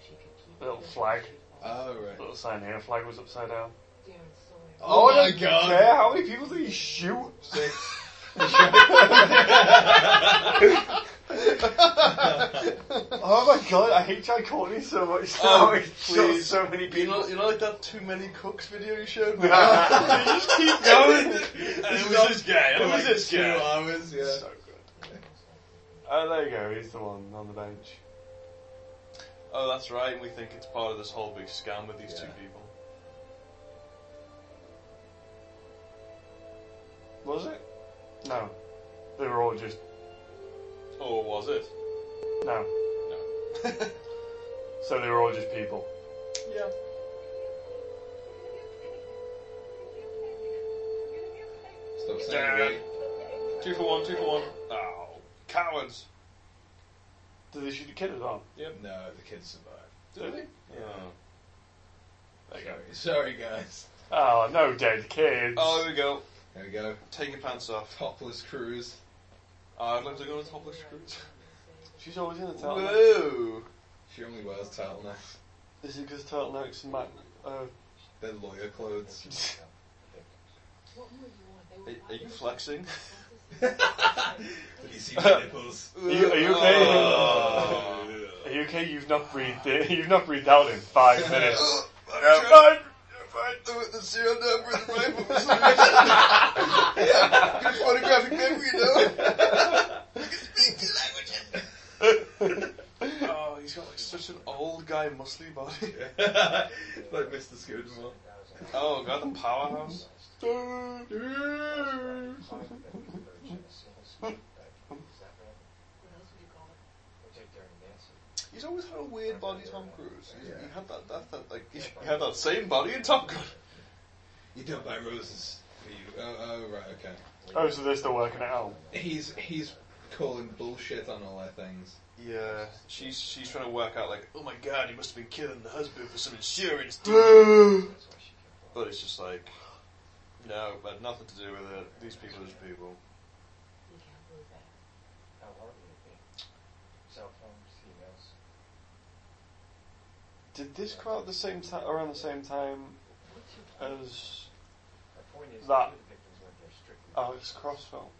she could keep
Little
it.
flag.
Oh, right.
Little sign here. Flag was upside down.
Darren Sawyer.
Oh,
I
my
don't
God.
Care. How many people do you shoot?
Six.
Oh my god, I hate Jack Courtney so much.
Oh,
now. He shot
please.
so many
You
people.
know, you know, like that too many cooks video you showed me.
You just keep going.
And it was this guy.
It
It was this
two
guy.
hours, yeah.
So good. Oh, there you go. He's the one on the bench.
Oh, that's right. And we think it's part of this whole big scam with these two
Yeah.
people.
Was it? No. They were all just
Or was it?
no.
No.
So they were all just people.
yeah.
Stop
Yeah.
saying wait.
Two for one. Two for one. Oh, cowards.
Did they shoot a kid as well?
No, the kids survived.
Did they?
Oh. There you go.
Sorry, sorry guys.
Oh, no dead kids.
Oh, here we go.
There we go.
Take your pants off. Uh,
Topless cruise.
I'd like to go to topless cruise.
She's always in a turtleneck.
Whoa.
She only wears turtlenecks.
This is because turtlenecks and Mac. Uh,
They're lawyer clothes.
What more do you want? They
Are, are
were
you flexing?
Did you see my nipples? Oh.
are, you, are
Oh.
you okay? Are you okay? You've not breathed. In, you've not breathed out in five minutes.
Oh.
I'm trying, I'm trying to do it this year, number in the Bible. yeah, good photographic memory, you know. Oh, he's got like such an old guy, muscly body.
like Mr. Scudamore.
Oh, God, the powerhouse.
What else would you call it?
He's always had a weird body, Tom Cruise. He's, He
Yeah.
had that, that, that, like, he had that same body in Top Gun.
You don't buy roses for you. Oh, oh right, okay.
oh, so they're still working it out.
He's he's calling bullshit on all their things.
Yeah, she's she's trying to work out like, oh my god, he must have been killing the husband for some insurance. deal." but it's just like, no, had nothing to do with it. These people are just people.
You can't prove that.
How hard would it be? Cell phones, emails.
Did this come out the same time around the same time
What's your plan?
as
My point is,
That-
the victims weren't there strictly.
Alex Cross film?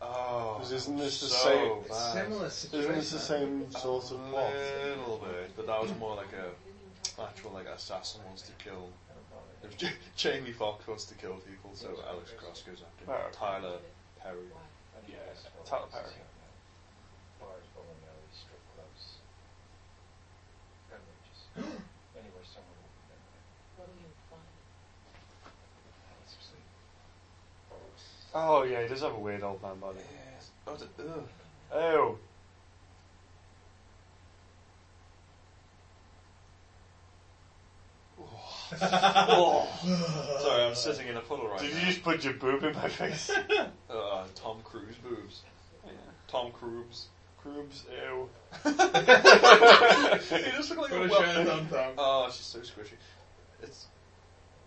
Oh,
'Cause isn't this the
so
same-
It's
bad.
similar
Isn't
situation.
this the same sort of plot?
A little bit, but that was more like a
You didn't even talk about
actual like assassin wants to kill. It was J- Jamie Foxx wants to kill people, so Alex Cross goes after him.
Oh.
Tyler Perry.
why.
Yeah,
Tyler Perry.
Bars, bowling alleys, strip clubs. Gun ranges. Anywhere someone would be there.
What will you find?
Alex was asleep.
Oh yeah, he does have a weird old man body.
Yes. Oh, d- ugh.
Oh,
Oh.
Sorry, I'm sitting in a puddle right
did
now.
you just put your boob in my face?
Uh, Tom Cruise boobs. Tom Cruise.
Croobs, ew.
he just looked like
Put a
a well.
shirt on, Tom.
Oh, she's so squishy. It's.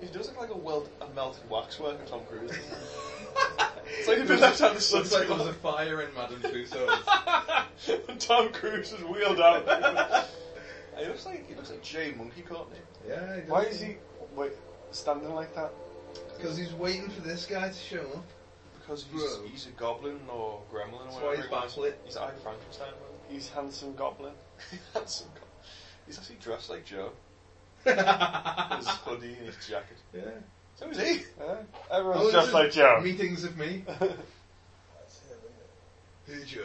he does look like a weld, a melted waxwork of Tom Cruise. doesn't he? it's like he'd been left out in the
Looks like there was
sun.
a fire in Madame Tussauds.
and Tom Cruise is wheeled out. he looks like he looks like Jay Monkey eh? Courtney.
yeah.
Why is he wait standing like that?
Because he's waiting for this guy to show up.
Because he's,
Bro.
he's a goblin or gremlin
That's
or
why
whatever.
he's
he was.
backlit.
He's Iron Frankenstein. wasn't
He's handsome goblin.
he? Handsome goblin. He's actually dressed like Joe.
yeah.
His hoodie and his jacket. So is he.
Yeah?
Oh,
Everyone's
this
just
is
like Joe.
Meetings of me. Hey Joe.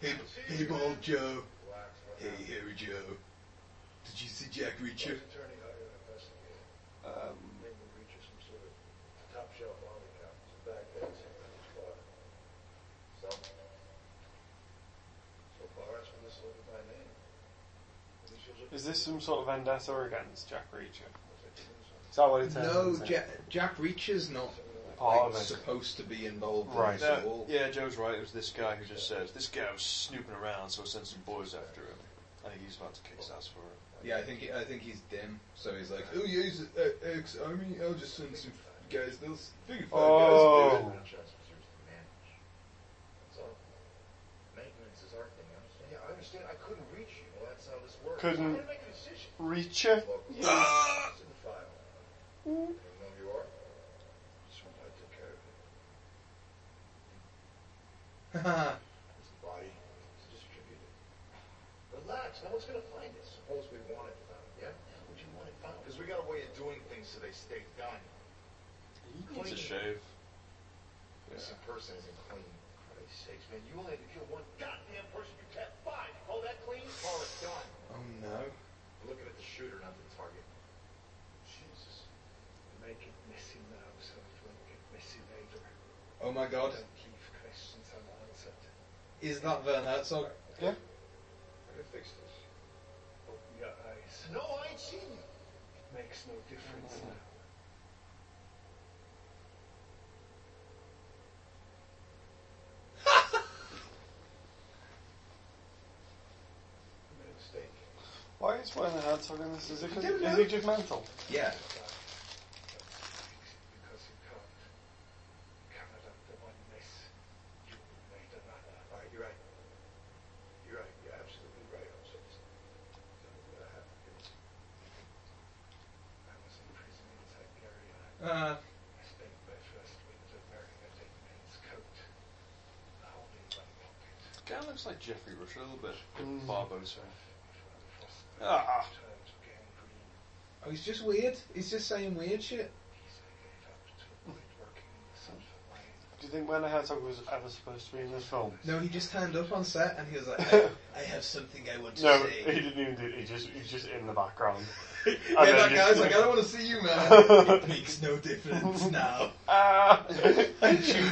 Hey, hey bald Joe. Hey hairy Joe. Did you see Jack Reacher?
Um, is this some sort of vendetta against Jack Reacher? Is that what Oh, it is?
No, Jack, Jack Reacher's not
Part
like,
of it.
supposed to be involved
Right.
in this at
No,
all.
yeah, Joe's right. It was this guy who just says, This guy was snooping around, so I sent some boys after him. I think he's about to kick his ass for it.
Yeah, I think I think he's dim, so he's like, oh yeah, he's uh, ex-army. I'll just send some guys does. Big fat
Oh.
guys
franchise reserves to manage. That's all. Maintenance is our thing. I understand. Yeah, I understand. I couldn't reach you. Well, that's how this works.
Couldn't.
I had to make a decision.
Reach ya.
Look, it's in the file. You know who you are. Just want to take care of it.
do. it.
It's the body. It's distributed. Relax. No one's gonna find it. Suppose we want it found. Yeah. How would you want it found? Because we got a way of doing things so they stay done.
He needs a shave.
This person isn't clean. For Christ's sakes, man, you only had to kill one goddamn person. You kept five. Call that clean? Call it done.
oh no.
We're looking at the shooter, not the target. Jesus.
Make it messy now so it won't get messy later.
Oh my god.
Don't leave questions unanswered.
Is that Vern Herzog?
I'm gonna fix this.
Open your eyes.
No, I ain't seen you.
It makes no difference now.
I made a mistake.
Why is wearing a hat so in this? Is it, cause, is it just mental?
Yeah.
Because you can't cover up the one mess. You made another.
All right, you're right. You're right. You're absolutely right. I'm so just. I'm gonna have to fix it.
I was in prison in Siberia.
Uh,
I spent my first winter wearing a dead man's coat. Hole in my pocket.
Guy looks like Jeffrey Rush a little bit.
Mm.
Barbosa.
Before the frostbite
Ah.
turned gangrene.
oh, he's just weird. He's just saying weird shit.
Peace I gave up to avoid working in the sulfur mine.
Do you think Werner Herzog was ever supposed to be in this film?
No, he just turned up on set and he was like, I, I have something I want to
No, he
say.
didn't even do it. He just, he's just in the background.
yeah,
I know,
that
you-
guy's like, I don't want to see you, man. it makes no difference now.
Ah!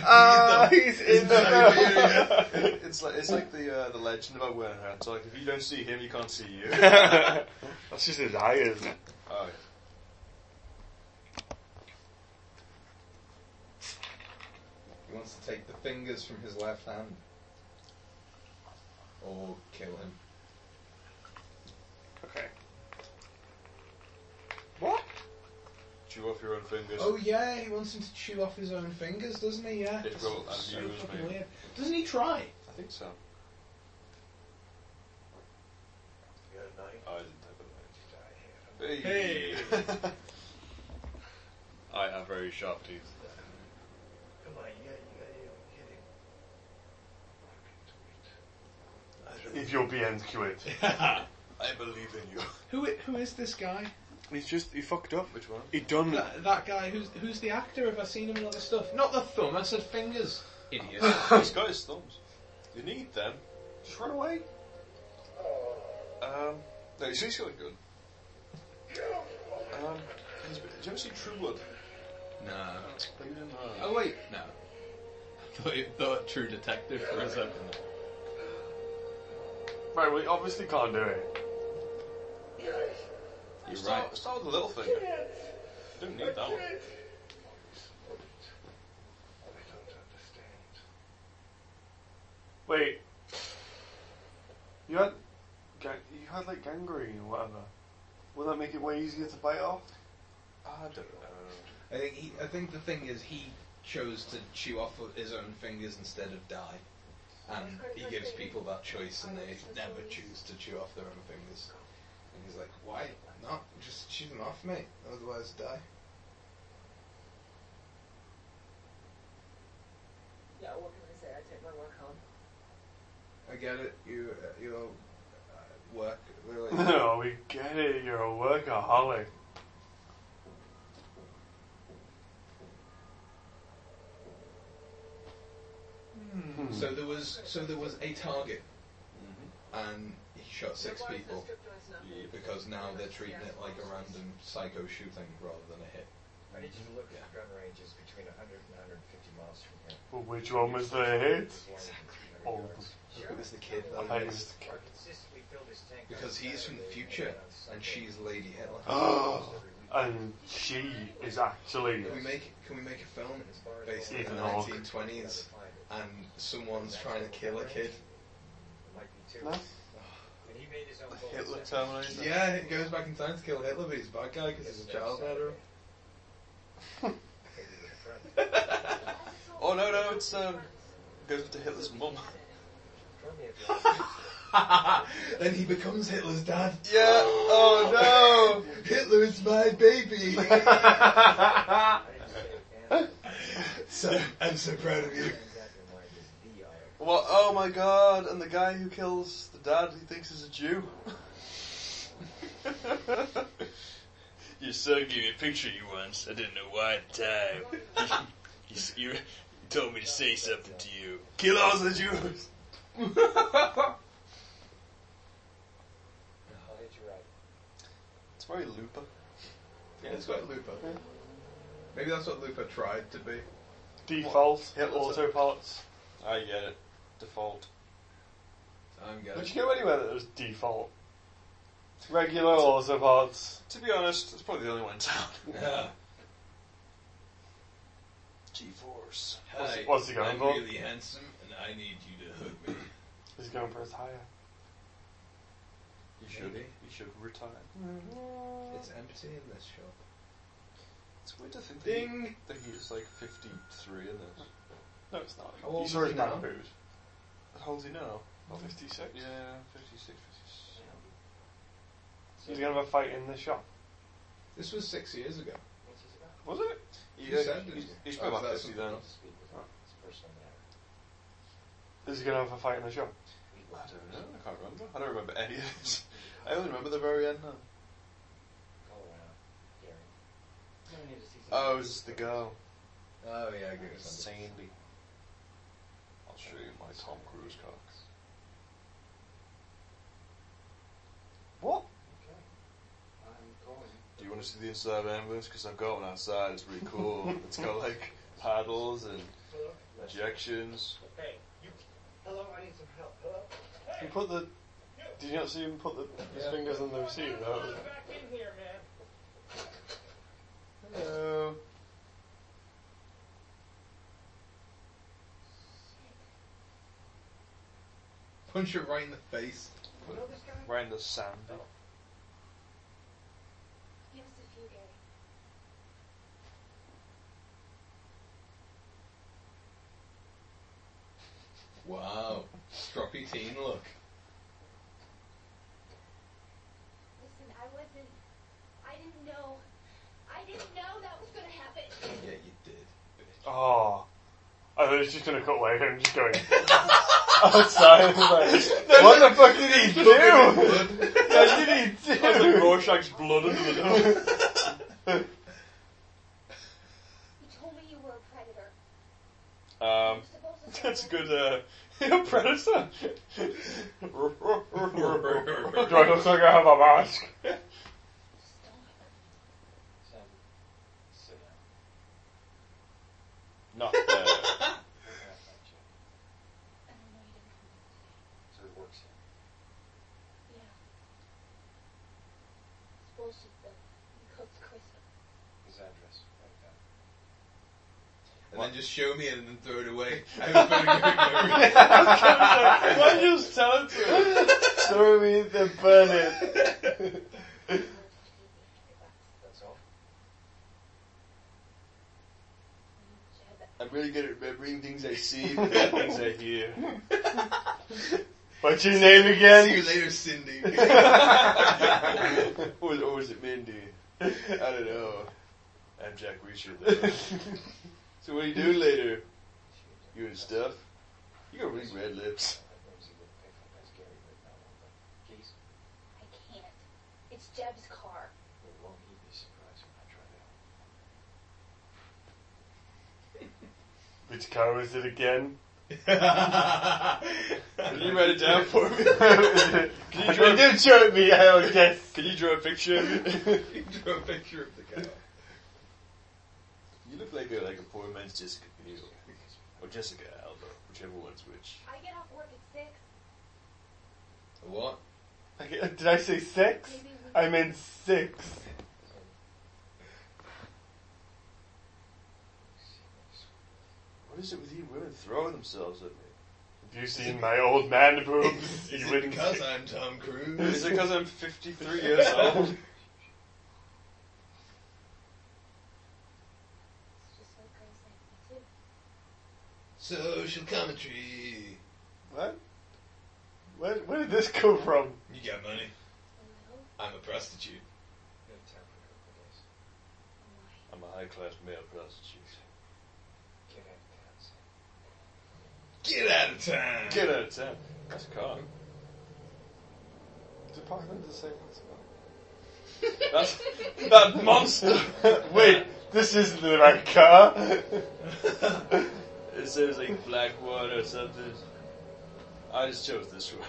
Ah,
he's in
the It's like it's like the uh, the legend about Werner Herzog. If you don't see him, you can't see you.
That's just his eye, isn't it?
oh,
He wants to take the fingers from his left hand. Or kill him.
Okay.
What?
chew off your own fingers.
Oh yeah, he wants him to chew off his own fingers, doesn't he? Yeah.
It
It's
will, and
so
you as
fucking
me.
weird. Doesn't he try?
I think so.
You got a knife?
I didn't
I have.
have a Hey. I have very sharp teeth.
Come on, you got, you got, you got, get him. Walk into it.
If you'll be NQ'd.
I believe in you.
Who i- who is this guy?
He's just, he fucked up.
Which one?
He done it.
That, that guy who's who's the actor? Have I seen him in other stuff?
Not the thumb. I said fingers. Idiot.
He's got his thumbs. You need them.
Just run away.
Um, no, he's he's got a gun. Um, he's, did you ever see True Blood? Uh,
no.
He was in that.
Oh wait, no. Thought, it- thought True Detective for a second.
Right, well, he obviously can't do it.
You're
Start,
right.
start with the little finger. Don't need that one.
I don't understand.
Wait. You had, ga- you had like gangrene or whatever. Would that make it way easier to bite off?
I don't know.
I think he, I think the thing is he chose to chew off of his own fingers instead of die, and he gives people that choice, and they never choose to chew off their own fingers. And he's like, "Why not? Just chew them off, mate. Otherwise, die."
Yeah, what can I say? I take my work home.
I get it. You, uh, you're uh, work. Really.
No, we get it. You're a workaholic. Hmm.
So there was, so there was a target, and he shot six people because now they're treating it like a random psycho shooting rather than a hit.
I need you to look at the gun ranges between 100 and 150 miles from here.
But which one was the hit? Oh,
Look at this, the kid.
the highest.
Our consistently filled this tank on
Because he's from the
Saturday
future,
on
and
Sunday.
she's Lady Hitler.
Oh, and she is actually.
Can we make can we make a film based in
Even
the
Hawk.
nineteen twenties
Find it.
and someone's trying to kill a kid?
It might be two.
No?
And he made his own
The
goal.
Hitler Terminator.
Yeah, it goes back in time to kill Hitler, but he's a bad guy because he's a child murderer.
Maybe
Oh no, no, it's um, goes to Hitler's mum.
then he becomes Hitler's dad.
Yeah. Oh no.
Hitler is my baby. so I'm so proud of you.
Well, oh my god, and the guy who kills the dad he thinks is a Jew. Your son gave me a picture of you once. I didn't know why at the time. you, s- you, you told me to say something to you. Kill all the Jews! it's
I'll hit you right.
very Looper.
Yeah, it's quite Looper. Maybe that's what Looper tried to be.
Default,
Yeah, that's
autopilots.
I get it. Default.
I'm
Did
getting.
you go anywhere that there's default? Regular autopilots.
To be honest, it's probably the only one in town.
Yeah.
G-Force.
What's he-
Hi,
what's he going
I'm
for?
really handsome, and I need you to hug me.
He's going for his higher.
You should.
You should retire.
It's empty in this shop.
It's weird to think that, he,
Ding.
that he's like 53 in this.
No, it's not.
How old
you saw
is
his
he
man
now?
boobs.
How old is he now?
Oh, 56.
Yeah, 56, 56.
He's going to have a fight in the shop.
This was six years ago.
What's this about?
Was it?
You
Yeah,
said,
he's,
didn't you?
he's
Oh,
probably about
is that
50
something
then.
else?
Speak with him. It's a personal matter.
Is he going to have a fight in the shop?
We
I
will.
don't know, I can't remember. I don't remember any of this. I only remember the very end now.
Call around. Gary. You don't need to see
Oh,
Uh,
is this the girl?
Oh yeah, I agree with that.
Sandy. I'll show you my Tom Cruise cock.
What?
Okay. I'm calling.
Do you want to see the inside of an ambulance? Because I've got one outside, it's really cool. it's got like paddles and
Hello?
injections.
Hey, you. Hello, I need some help. Hello?
He put the. Did you not see him put the, his fingers in the receiver?
Back in here, man.
Hello.
Punch it right in the face.
You know this guy?
Right in the sand.
Give us a few, Gary.
Wow, stroppy teen look.
Listen, I wasn't. I didn't know. I didn't know that was gonna happen.
Yeah, you did.
Oh. I thought he was just going to cut away and just going. outside. and like, what the fuck did he do? what did he do?
There's like Rorschach's blood under the door.
You told me you were a predator.
Um,
You're supposed to.
that's a good, uh, you're a predator.
Do I look like I have a mask?
Just don't.
Sam, sit down.
Not there.
We're gonna have to check.
I don't know you didn't come back
So it works
today.
here.
Yeah. It's bullshit though. You cooked Christmas.
His address, right down.
And then just show me it and then throw it away. I have a photographic memory.
Why don't you just tell it to him? Throw me the burn it.
You were just eating your box.
That's all.
You should have
I'm really good at remembering things I see, but not things I hear.
What's your name
See you
again?
later, Cindy.
or, was- or was it Mindy? I don't know. I'm Jack Reacher. though. so what are you doing later? You and stuff? You got really red lips.
That Ramsey would pick up as Gary written out on the keys.
I can't. It's Jeb's car.
But won't he be surprised when I try to help?
Which car is it again?
Can you write it down for me?
Can
Can you
you
draw,
do show it me? I would guess.
can you draw a picture of it?
You Drew a picture of the guy.
You look like a, like a poor man's Jessica Biel. Or Jessica Alba, whichever one's which.
I get off work at six.
What?
Okay, uh, Did I say six?
Maybe we.
I meant six.
What is it with you women throwing themselves at me?
Have you seen my old man boobs?
Is
you
it
wouldn't.
because I'm Tom Cruise?
Is it because I'm 53 years old?
It's just what Grace likes me too.
Social commentary.
What? Where, where did this come from?
You get money. I'm a prostitute.
We have time for a couple days.
I'm a high class male prostitute.
Get out of town, Sam.
Get
Get out of town.
out of town. That's calm.
Did Parkland just say that's about?
That's that monster.
Wait, this isn't the right car.
It says like Blackwater or something. I just chose this one.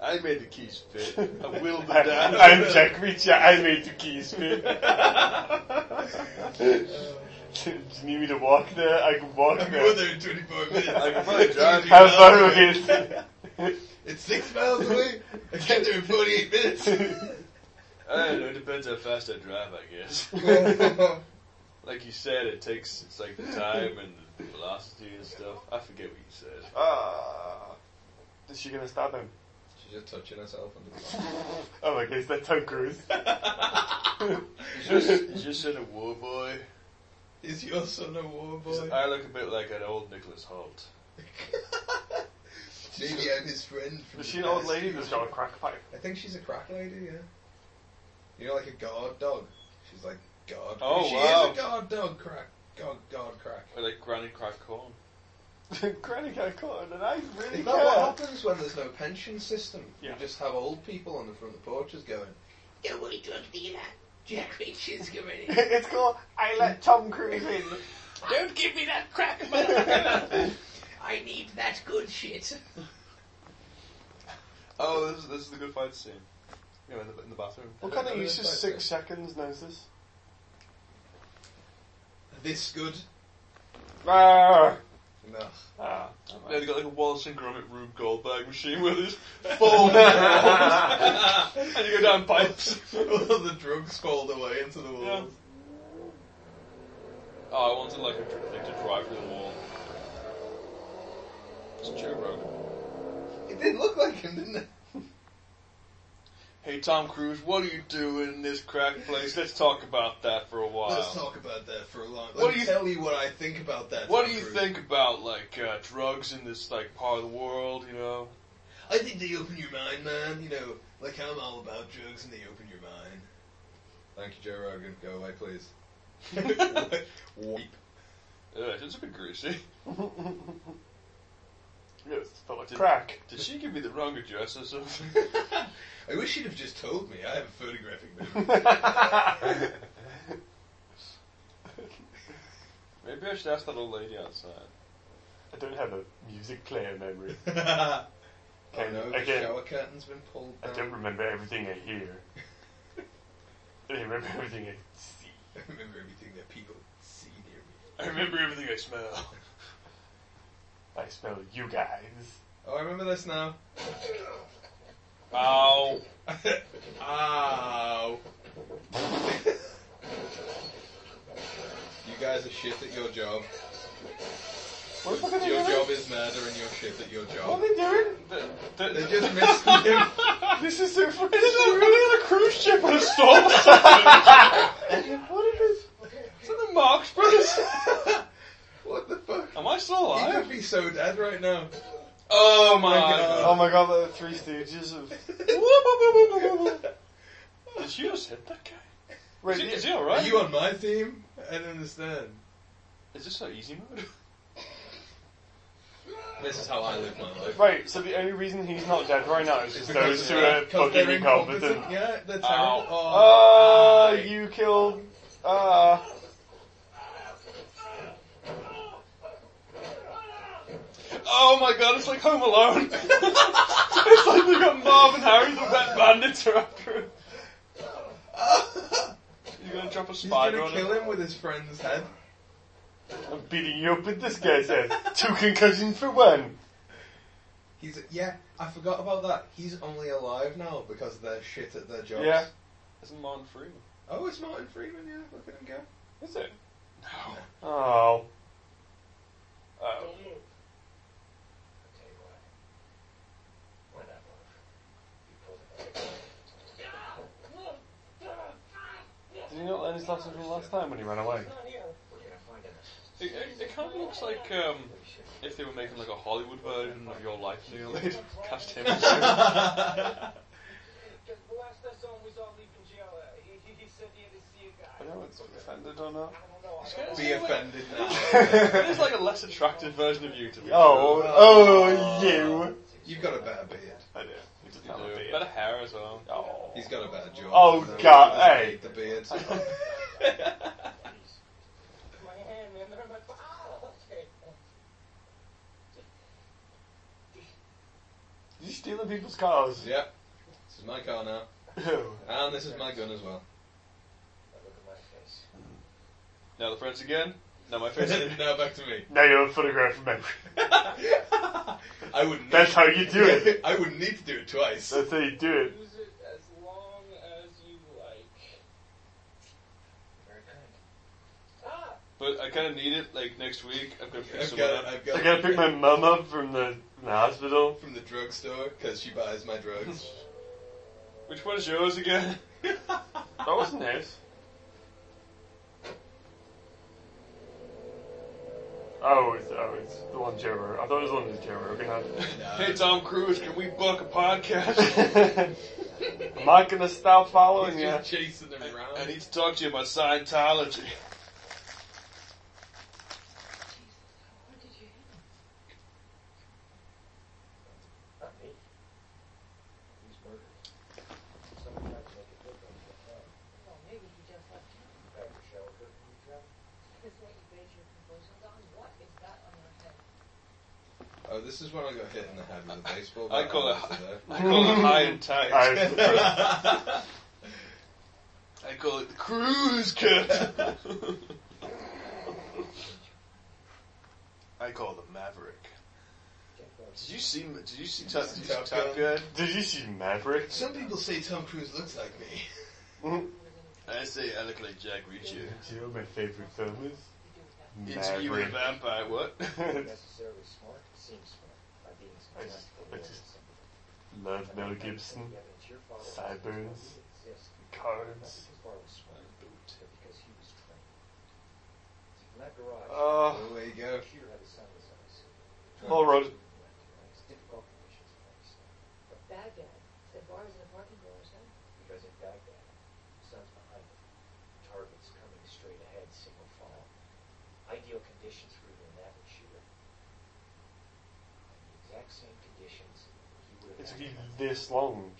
I made the keys fit. I willed them down.
I, am Jack Reacher. I made the keys fit. Do you need me to walk there? I can walk
I'm
there.
going there in 24 minutes.
I can probably drive you
How far away
It's six miles away. I get there in 48 minutes.
I don't know. It depends how fast I drive, I guess. Like you said, it takes it's like the time and the velocity and stuff. I forget what you said.
Ah, is she gonna stab him?
She's just touching herself on the
Oh my goodness, that's Tom Cruise.
You just, you just said a war boy.
Is your son a war boy?
I look a bit like an old Nicholas Holt.
Maybe I'm his friend from
Is
the
she an old
past.
lady that's got a crack pipe?
I think she's a crack lady, yeah. You know, like a guard dog. She's like guard.
Oh,
she
wow.
is a guard dog crack. God, guard crack.
Or like Granny Crack Corn.
Granny got caught in an I really
Is that what
care.
happens when there's no pension system?
Yeah.
You just have old people on the front of the porches going, "Don't worry, drug dealer. Jack Reacher's coming in.
it's called I Let Tom Cruise In.
Don't give me that crack, motherfucker. I need that good shit."
Oh, this, this is the good fight scene. You know, in the, in the bathroom.
What kind of uses six seconds notice?
This good?
Ah,
No.
ah.
Yeah, they got like a Wallace and Gromit Rube Goldberg machine with this full and you go down pipes.
All the drugs fall away into the walls.
Oh, I wanted like a dr- like to drive through the wall. It's Joe Rogan.
It did look like him, didn't it?
Hey Tom Cruise, what are you doing in this crack place? Let's talk about that for a while.
Let's talk about that for a long. Let
What
me
do you-
tell you what I think about that.
What do
Tom
you
Cruise.
think about like uh, drugs in this like part of the world? You know,
I think they open your mind, man. You know, like I'm all about drugs, and they open your mind. Thank you, Joe Rogan. Go away, please. Weep.
Ugh, it's a bit greasy.
Yes, felt like
Did-
crack.
Did she give me the wrong address or something?
I wish she'd have just told me. I have a photographic memory.
Maybe I should ask that old lady outside.
I don't have a music player memory.
oh
Okay,
no, the
again.
shower curtain's been pulled
I
down.
don't remember everything I hear. I don't remember everything I see.
I remember everything that people see near me.
I remember everything I smell.
I smell you guys.
Oh, I remember this now.
Ow.
Ow. you guys are shit at your job.
What the fuck are they
Your
doing?
job is murder and you're shit at your
What
job.
are they doing?
The,
They
the,
just missed you.
Ah,
This is so funny. This is really on a cruise ship
the storm
What is
Is that the Marx Brothers?
What the fuck?
Am I still
You could
alive?
be so dead right now.
Oh my
Oh
god.
my god, the Three Stooges of...
Did she just hit that guy?
Wait,
is, he,
you-
is he
Are
alright?
you on my team? I don't understand.
Is this not easy mode?
This is how I live my life.
Right, so the only reason he's not dead right now is
It's
just
because
those
of
two
that.
are
'Cause
fucking
they're incompetent.
incompetent.
Yeah, they're terrible.
Ow.
Ah,
Oh, aye.
you killed. Ah.
Oh my god, it's like Home Alone. it's like they got Marv and Harry, the wet bandits are after him. You're gonna drop a
He's
spider
gonna
on
kill
him.
him with his friend's head.
I'm beating you up with this guy's head. Two concussions for one.
He's yeah, I forgot about that. He's only alive now because they're shit at their jobs.
Yeah.
Isn't Martin Freeman?
Oh, it's Martin Freeman. Yeah, look at him go.
Is it?
No.
Oh.
Oh.
I'll tell you what. Why not move? You pull the trigger.
Did he not learn his lesson from last time when he ran away?
We're gonna find him.
It, it, it kind of looks like um, if they were making like a Hollywood version of Your Life, Neil. They'd cast him. as Superman.
Because the last I saw him was all leaving jail. Uh, he, he, he said he had to see a guy.
I know it's offended or not.
I
gonna
don't
Be
know.
offended now.
It's like a less attractive version of you to be.
Oh, oh, you.
You've got a better beard.
I do. He doesn't have
oh,
a beard. Better hair as well.
Oh.
He's got a better jaw.
Oh,
He doesn't
God, hey.
need The beard.
My hand, man. They're in my bottle. Okay.
You stealing people's cars?
yep. This is my car now, and this is my gun as well.
Now look at my face.
Now the friends again. Now my face. again.
now back to me.
now you're a photograph of memory.
I would. Need
That's how you do it.
I would need to do it twice.
That's how you do it.
Use it as long as you like.
Very good.
Ah!
But I kind of need it. Like next week, I'm gonna pick
I've
someone
got.
up.
I've got.
I gotta pick my mum up from the, from the hospital.
from the drugstore because she buys my drugs.
Which one is yours again?
That wasn't his. Oh, it's, oh, it's the one Joe Rogan. I thought it was the one with Joe Rogan. had.
Hey Tom Cruise, can we book a podcast?
I'm not gonna stop following
He's
you.
just chasing them around.
I need to talk to you about Scientology.
Jesus, how hard did you hit him?
Not me. He was murdered. Somebody tried to make it look like a
Oh,
crime.
Well, maybe he just left town.
Back to shower curtain, you tell me.
Is what you base your conclusions on? What is that on your head?
oh, this is when I got hit in the head with a baseball
I
bat.
call it.
Today.
I call it high and tight.
I was depressed.
I call it the cruise cut. I call it the Maverick. Did you see? Did you see? Top, did you see
Top
Top
Gun?
Gun?
Did you see Maverick?
Some people say Tom Cruise looks like me.
I say I look like Jack Reacher.
Do you know what my favorite film is?
It's you and a vampire. What?
Maverick.
Necessarily smart, seems smart. By being
I
smart.
just, I just love Mel Gibson, sideburns, cards.
Because he was trained. In that garage,
Oh,
Oh, there you go.
Peter had a son in his eyes.
Paul Rudd.
It's difficult conditions for his son.
But Baghdad said bars in the parking garage, huh?
Because in Baghdad, sun's behind them. Targets coming straight ahead, single file. Ideal conditions for even an average shooter. The exact same conditions he would have
It took
had
you
to have
this long.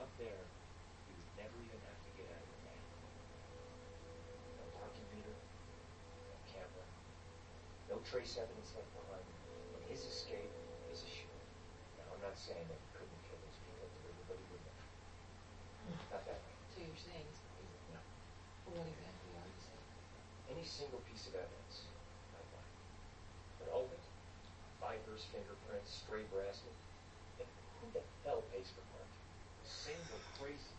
up there. He would never even have to get out of the van. No parking meter, no camera, no trace evidence left behind. And his escape is a shooting. Now, I'm not saying that he couldn't kill those people, but he wouldn't have. Not that way.
So you're saying it's not easy.
No.
But what exactly are you saying?
any single piece of evidence. Not mine. But all of it. Fibers, fingerprints, stray brass. And who the hell pays for parking? Same with crazy.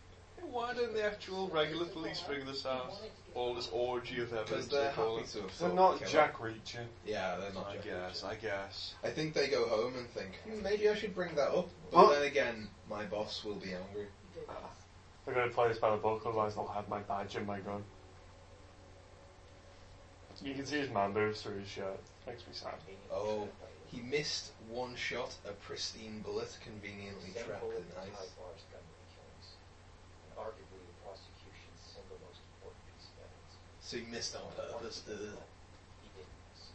Why didn't the actual regular police figure this out? All this orgy of evidence.
Because they're
they call
happy
it.
to have
They're
thought
not
to kill
Jack Reacher.
him. Yeah, they're not
I
Jack.
guess. I guess.
I think they go home and think, hmm, maybe I should bring that up. But
Oh.
Well-
then again, my boss will be angry.
You did this.
They're gonna play this by the book, otherwise they'll have my badge and my gun. You can see his man moves through his shirt. Makes me sad.
Oh, he missed one shot, a pristine bullet conveniently trapped in ice.
Bars, gunman killings. And arguably the prosecution's single most important piece of evidence.
So he missed on purpose. Uh, Ugh.
He didn't miss.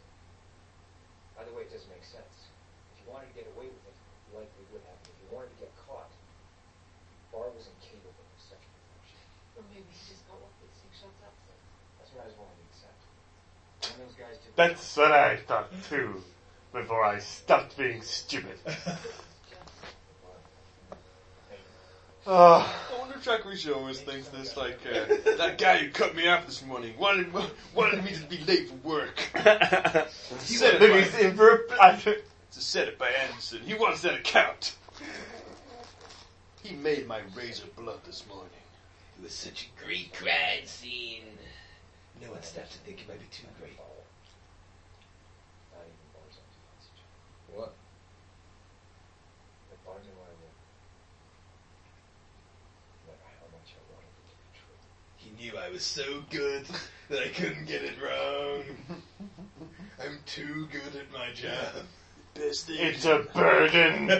By the way, it doesn't make sense. If you wanted to get away with it, you likely would have. If you wanted to get caught, Barr was incapable of such a production.
Or maybe he just got one with six shots out since.
That's what I was willing to accept. When those guys did
That's what I thought too, before I stopped being stupid. Ugh.
I wonder if Jack Reacher always thinks this, like, uh, that guy who cut me off this morning wanted, wanted me to be late for work.
He
said
went-
it
he's in for a- I think-
It's a setup by Anderson. He wants that account. He made my razor blood this morning.
It was such a great crime scene. No one stopped to think it might be too great.
not even Barr's own message.
What?
But Barr knew I would. No matter how much I
He knew I
wanted it to be true.
I was so good that I couldn't get it wrong. I'm too good at my job.
Best thing
It's a burden.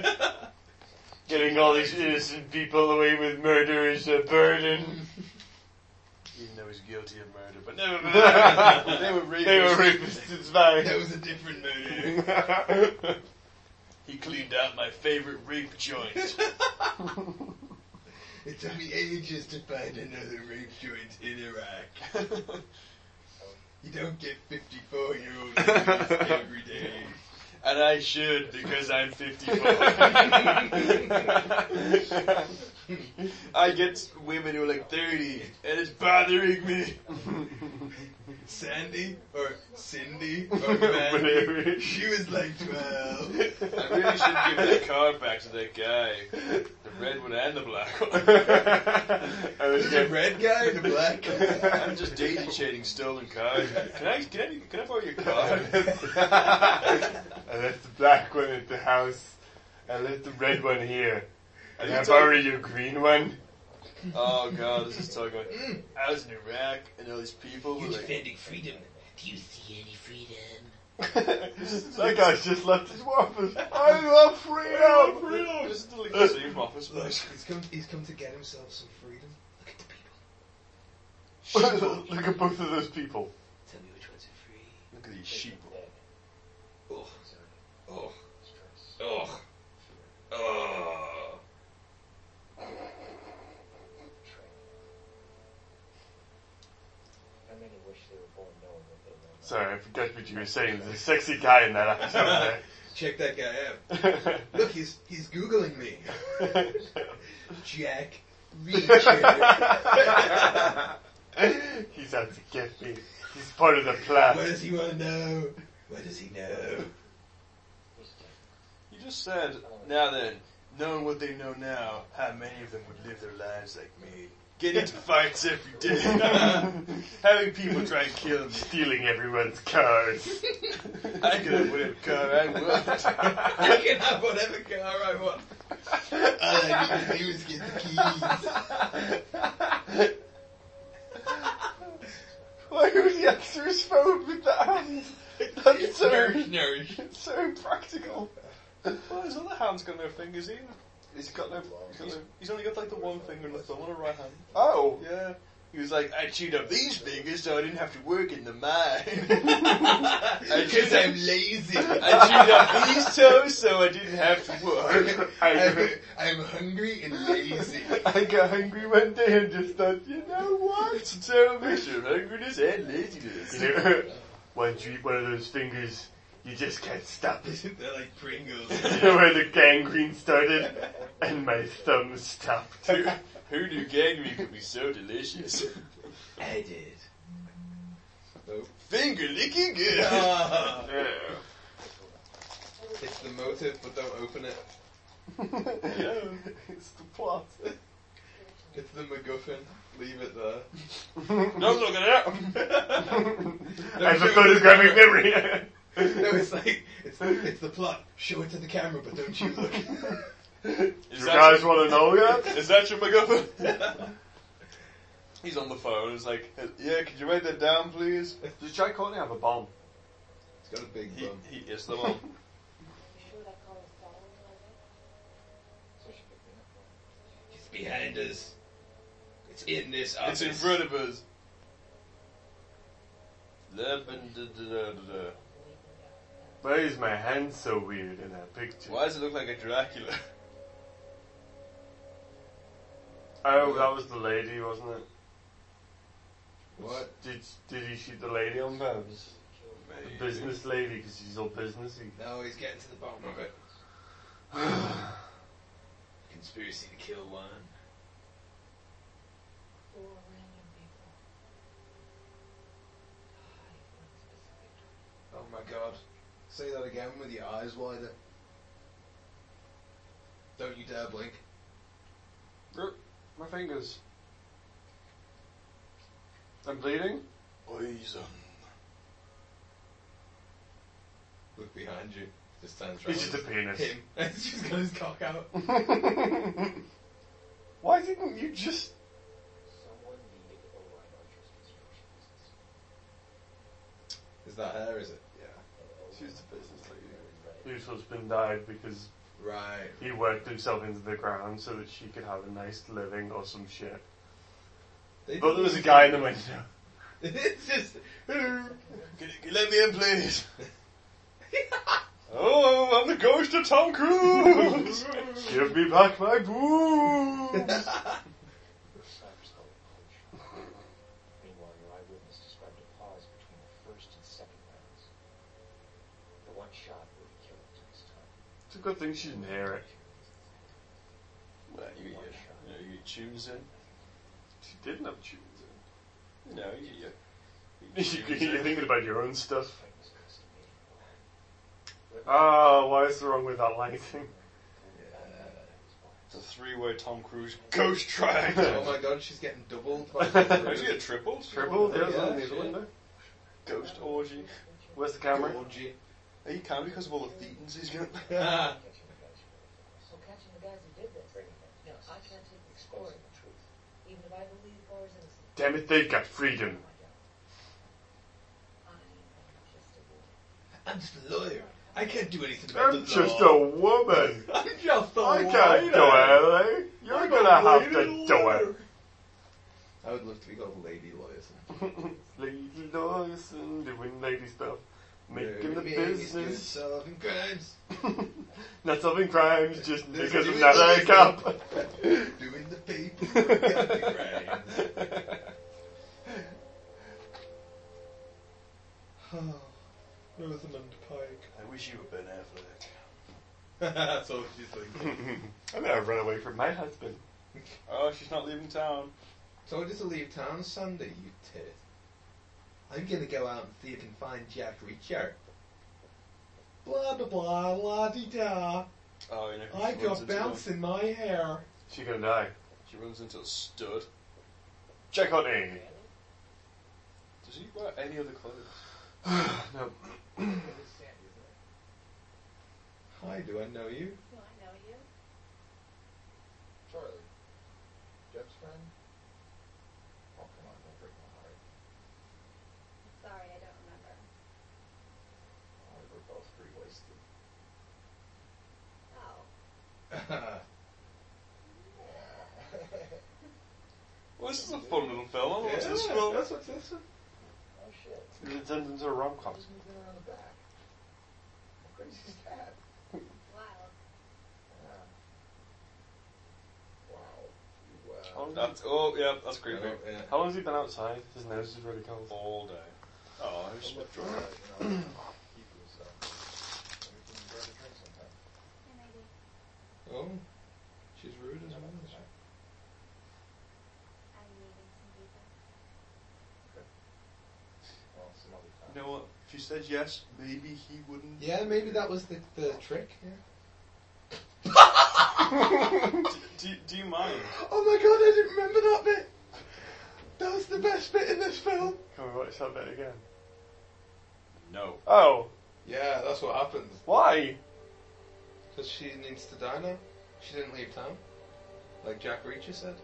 Getting all these innocent people away with murder is a burden.
Even though he's guilty of murder, but never mind. they were rapists.
They were rapists, it's
That
fine.
was a different murder.
That's
He cleaned out my favorite rape joint.
It took me ages to find another rape joint in Iraq. You don't get 54 year old every day.
and I should because I'm 54. I get women who are like 30, and it's bothering me.
Sandy or Cindy or Mandy, she was like 12.
I really should give that card back to that guy, the red one and the black one.
I was
Is it a
gonna-
red guy and a black guy?
I'm just daisy chaining stolen cards. Can I can I, can I borrow your card?
I left the black one at the house. I left the red one here.
Are
Can
you
I
talking-
borrow your green one?
Oh god, this is so good. Mm, I was in Iraq and all these people were like,
freedom.
Do you see any freedom?
That guy's just left his office. I love freedom!
This is the legal safe office place.
He's come, he's come to get himself some freedom. Look at the people.
Look at both of those people.
Tell me which ones are free.
Look at these sheep.
Oh, oh, oh, oh.
How many wish they were born knowing what they know? now?
Sorry, I forgot what you were saying. There's a sexy guy in that episode.
Check that guy out.
there.
Look, he's he's googling me. Jack Reacher.
He's out to get me. He's part of the plan.
what does he want to know? What does he know?
You just said, now then, knowing what they know now, how many of them would live their lives like me? Getting into fights every day. Having people try and kill me.
Stealing everyone's cars.
I could have whatever car I want.
I can have whatever car I want. All I need to do is get the keys.
Why was the extra's phone with the hand? That's so,
Nourish.
so practical.
Well, his other hand's got no fingers either. He's got no, he's, got no, he's only got like the one finger and the thumb on the right hand.
Oh.
Yeah. He was like, I chewed up these fingers so I didn't have to work in the mine. I
Because
chewed
I'm
up,
lazy.
I chewed up these toes so I didn't have to work.
I,
I'm, I'm hungry and lazy.
I got hungry one day and just thought, you know what?
It's a terrible mixture of hungriness and laziness.
You know, once you eat one of those fingers, you just can't stop it.
They're like Pringles.
You know where the gangrene started? And my thumb stopped.
Who, who knew gangrene could be so delicious?
I did.
Finger licking good.
It's the motive, but don't open it.
it's the plot.
It's the MacGuffin. Leave it there.
Don't look at that.
I have a photographic memory.
No, it's like it's the, it's the plot. Show it to the camera, but don't you look.
Do
Is that
you guys
your-
want to know that?
Is that your MacGuffin? He's on the phone. He's like, yeah, could you write that down, please?
Does Jai Courtney have a bomb?
It's got a big
He, he is the one.
You sure that car was stolen like that?
It's behind us. It's in this
It's in front of us. Da-ba-da-da-da-da.
Why is my hand so weird in that picture?
Why does it look like a Dracula?
Oh, that was the lady, wasn't it?
What?
Did did he shoot the lady on purpose? The business lady, because she's all businessy.
No, he's getting to the bottom of it. Conspiracy to kill one.
Four random people. Hide one specific target.
Oh my god. Say that again with your eyes wider. Don't you dare blink.
My fingers. I'm bleeding.
Poison.
Look behind you. This time's
It's just a penis.
Him. He's just got his cock out.
Why didn't you just?
Someone needed a line archer.
Is that her? Is it?
Yeah. She's the business lady. Whose husband died because
Right.
he worked himself into the ground so that she could have a nice living or some shit.
They
But
did-
there was a guy in the window.
it's just. Oh
Can you- can you let me in, please?
Oh, I'm the ghost of Tom Cruise! Give me back my boobs!
Meanwhile, your eyewitness described a pause between the first and second rounds. The one shot would have killed him this time.
It's a good thing she didn't hear it.
Well, you get your, you know, you get tunes in.
She didn't have tunes in.
You know, you get your- you get your tunes
You're
in.
thinking about your own stuff.
Frank was custom made for him.
Ah, why is there wrong with that lighting?
It's a three-way Tom Cruise ghost triangle.
oh my god, she's getting doubled. By
Is it a triple?
Triple?
Yeah,
There's one in the
shit.
window.
Ghost orgy.
Where's the camera?
Orgy.
Are you counting because of all the thetans he's got?
Ah,
So catching the guys who did this. No, I can't take the score,
Exposing the truth.
even if I believe Gore is innocent.
Damn it, they've got freedom.
I am just
I'm just a
a woman.
lawyer. I can't do anything about
I'm
the
just a
law.
woman.
I'm just a
I
lawyer.
can't do anything. You're
I'm
gonna
a
have
lady
to do it.
lawyer. I would love to be called Lady Lawyer.
Lady Lawson doing lady stuff. Making the
Lady Lawyer is good,
business.
Solving crimes.
Not solving crimes just because of
doing
that
the
I cap.
paper. Doing the paper. Solving crimes. Rosamund Pike.
I wish you were Ben Affleck.
That's all she's thinking.
I'm gonna run away from my husband.
Oh, she's not leaving town.
Told you to leave town, Sandy, you tit. I'm gonna go out and see if I can find Jack Reacher. Blah blah blah, la di da.
Oh, you know.
I
she runs
got
into
bounce in my hair.
She's gonna die.
a- She runs into a stud.
Check on Amy.
Does he wear any other clothes?
No.
Hi, do I know you?
No, I know you.
Charlie, Jeff's friend? Oh, come on, don't break my heart.
Sorry, I don't remember.
Oh, we're both pretty wasted.
Oh.
Well, this is a fun little film. What's
Yeah,
this film?
That's Oh, what's this one.
Oh, shit.
It turns into a rom com.
Who's moving around the back? How crazy is that?
Wild.
Yeah. Wow. You, uh,
Oh, that's, oh, yeah, that's
I
creepy.
don't- yeah.
How long has he been outside? His nose is really cold.
All day. Oh, I
I'm
was
not sure,
drunk.
you know, he was, um, we can grab a drink sometime.
Hey, maybe.
Oh, she's rude as well. isn't she?
I'm meeting some people.
Well, some other time.
You know what? She said yes. Maybe he wouldn't.
Yeah, maybe that was the, the trick. Yeah.
Do, do you mind?
Oh my god, I didn't remember that bit. That was the best bit in this film.
Can we watch that bit again?
No.
Oh,
Yeah, that's what happens.
why?
Because she needs to die now. She didn't leave town. Like Jack Reacher said.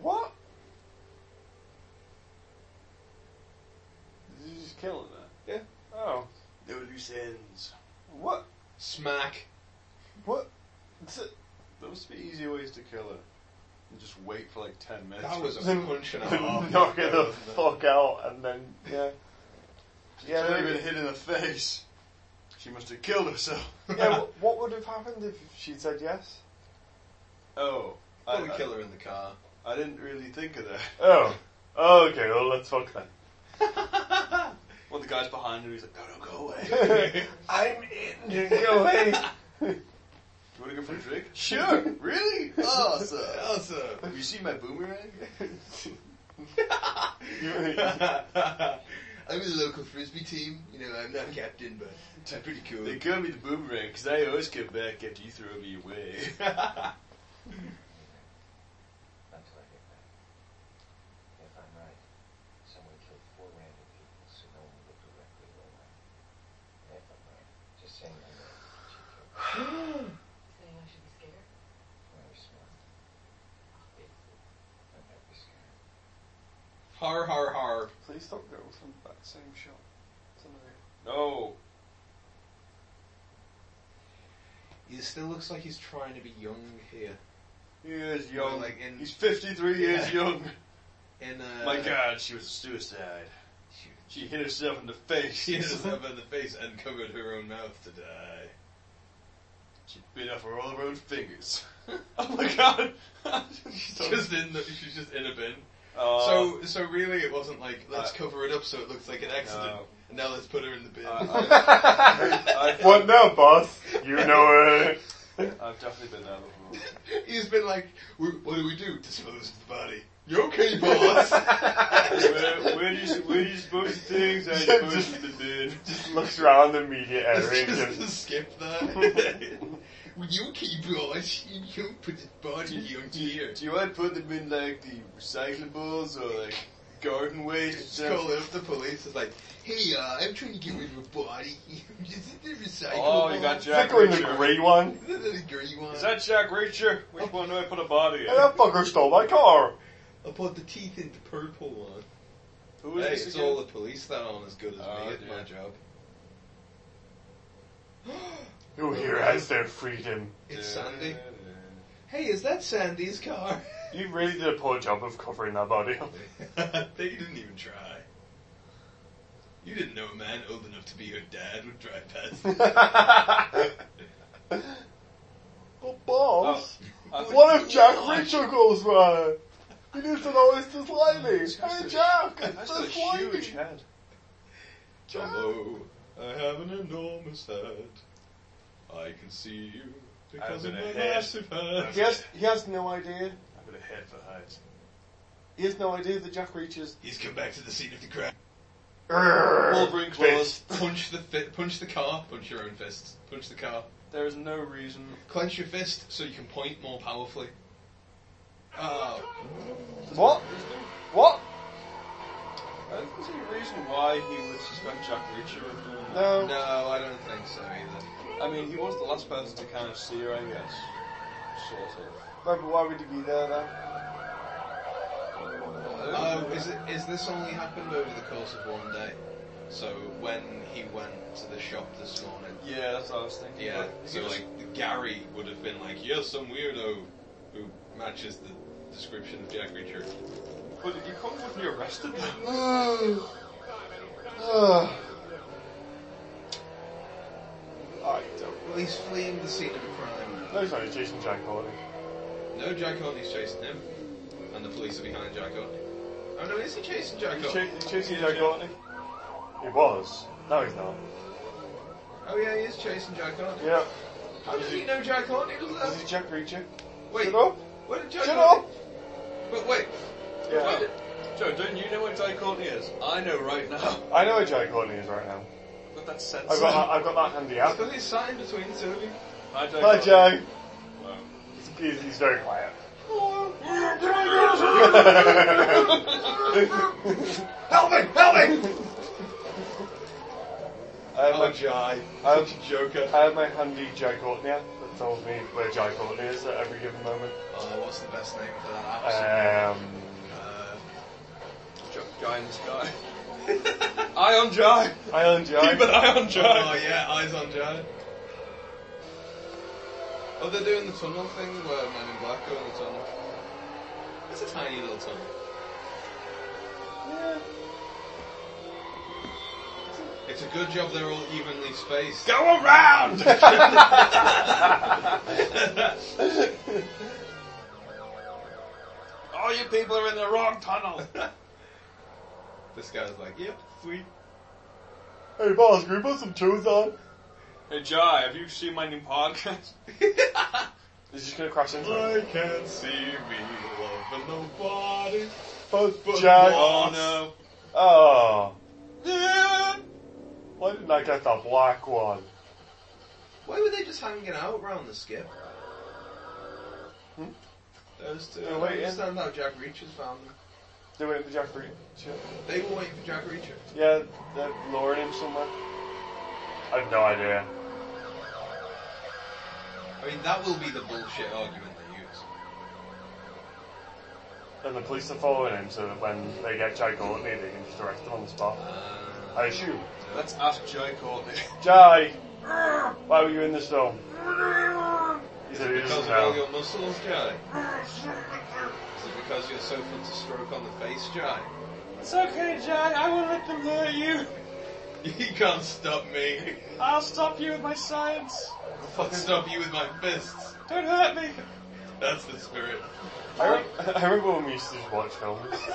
What? Did you just kill him there?
Yeah.
Oh.
No loose ends.
What?
Smack.
What? It's a-
There must be easier ways to kill her. And just wait for like ten minutes.
That was a
Then-
punch and a half.
Knock it the fuck out and then, yeah.
Yeah,
Yeah,
they've
maybe.
been hit in the face. She must have killed herself.
Yeah, wh- what would have happened if she'd said yes?
Oh, I,
Probably
I,
kill her in the car.
I didn't really think of that.
Oh. Okay, well, let's fuck then.
Well, the guy's behind her. He's like, no, no, Oh, go away. Do
I'm in. Go away.
you want to go for a drink? Sure. really?
Oh,
Awesome.
Awesome.
Have you seen my boomerang?
I'm in the local frisbee team. You know, I'm not captain, but I'm pretty cool.
They call me the boomerang because I always come back after you throw me away.
Not till I get back. If I'm right, someone killed four random people, so no one looked directly at my And if I'm right, just saying I know she
Saying
killed
I should be scared?
when I was smart. I'm not be scared.
Har har har.
Please They stopped girls from that same shot.
No.
He still looks like he's trying to be young here.
He is young.
Like in-
He's 53 years
Yeah.
young.
In uh,
My god, she was a suicide. She hit herself in the face.
she hit herself in the face and covered her own mouth to die.
She bit off her all her own fingers. oh my god!
just in the, she's just in a bin.
Uh,
so so really, it wasn't like let's
I-
cover it up so it looks like an
uh,
accident.
No. Uh,
And now let's put her in the bin.
I- I-
What now, boss? You know it.
I've definitely been there before.
He's been like, "We- what do we do? Dispose of the body. You okay, boss?
where, where, do you, where do you suppose the things I suppose
Just-
the bin?
Just looks around the media area and
just,
just,
skip that. Would you keep boss? You put the body on here.
Do you want to put them in like the recyclables or like garden waste? and
Just
stuff?
call up the police. It's like, hey, uh, I'm trying to get rid of a body. Is it the recyclable?
Oh, you got Jack
particularly the
Reacher.
grey one.
Is it the green one?
Is that Jack Reacher? Which one do I put a body
Hey,
in?
that fucker stole my car.
I put the teeth in the purple one.
Who is
hey,
this
it's
again?
all the police that aren't as good as
Oh,
me at my
dear.
job.
Who here has their freedom?
It's Sandy. Hey, is that Sandy's car?
You really did a poor job of covering that body up.
they didn't even try. You didn't know a man old enough to be your dad would drive past.
But Oh, boss,
Oh, I think-
what if Jack Reacher goes wrong? He needs to know it's just Limey. Hey Jack,
That's a
it's just
huge
Limey.
head.
Hello, I have an enormous head. I can see you because
I've been
of my
a head.
massive head.
Yes.
he has no idea.
I've got a head for height.
He has no idea that Jack Reacher's...
He's come back to the scene of the crime.
Wolverine claws.
Punch the fi- punch the car. Punch your own fists. Punch the car.
There is no reason.
Clench your fist so you can point more powerfully. Oh,
What? What?
I don't see Uh, a reason why he would suspect Jack Reacher of doing that.
No.
no, I don't think so either.
I mean, he was the last person to kind of see her, I guess. Sort of.
But why would he be there then?
Oh, is it? Is this only happened over the course of one day? So when he went to the shop this morning,
Yeah, that's what I was thinking.
yeah.
But he
So
was-
like Gary would have been like, "You're some weirdo who matches the description of Jack Reacher."
But you can't wouldn't you arrested them?
I don't.
Well, he's fleeing the scene of a crime.
No, sorry, Jason Jack Hardy.
No, Jack Hardy's chasing him, and the police are behind Jack Hardy. Oh no, is he chasing Jack
You
Hardy?
chasing, chasing Jack Hardy? He was. No, he's not.
Oh yeah, he is chasing Jack Hardy.
Yeah.
How does he know Jack Hardy was there?
Is he Jack Reacher?
Wait,
Shut up!
where did Jack
Shut
Hardy?
up!
But wait, where
Yeah.
did-
Joe, don't you know what Jack Courtney is? I know right now.
I know where Jack Hardy is right now.
I've got that sense.
I've got that, I've got that handy out.
Because he's sat in between the two of you.
Hi, Jack.
Hi,
Courtney.
Joe.
Wow.
He's, he's very quiet.
Help me! Help me!
I have,
Oh,
my,
Jai.
I
Such
have,
a joker.
I have my handy Jack Hardy that tells me where Jack Hardy is at every given moment.
Oh, what's the best name for that
Um,
app? Uh,
Jack Guy in the sky. I am Jai.
I own Jack.
Keep an eye on
oh,
Jai.
yeah, Eyes on Jai. Oh, they're doing the tunnel thing where Men in Black go in the tunnel. It's a tiny little tunnel.
Yeah.
It's a good job they're all evenly spaced.
Go around. All Oh, you people are in the wrong tunnel.
This guy's like, yep, sweet.
Hey, boss, can we put some tunes on?
hey, Jai, have you seen my new podcast?
He's just gonna crash into it.
I can't see me loving nobody.
But
But
Jack.
boss.
Oh
Oh.
no. Yeah.
Why didn't I get the black one?
Why were they just hanging out round the skip? Hmm? Those two.
They're
I
waiting.
understand how Jack Reacher's found them.
They went for Jack Reacher.
They were waiting for Jack Reacher.
Yeah, they're luring him somewhere. I have no idea.
I mean, that will be the bullshit argument they use.
And the police are following him so that when they get Jai Courtney, they can just arrest him on the spot. I assume.
Let's ask Jai Courtney.
Jai! Why were you in the storm? He said he
Because
doesn't
of all
know.
your muscles, Jai? Is it because you're so fun to stroke on the face, Jai?
It's okay, Jai. I won't let them hurt you.
You can't stop me.
I'll stop you with my science.
I'll fucking stop you with my fists.
Don't hurt me.
That's the spirit.
I, re- I remember when we used to just watch films.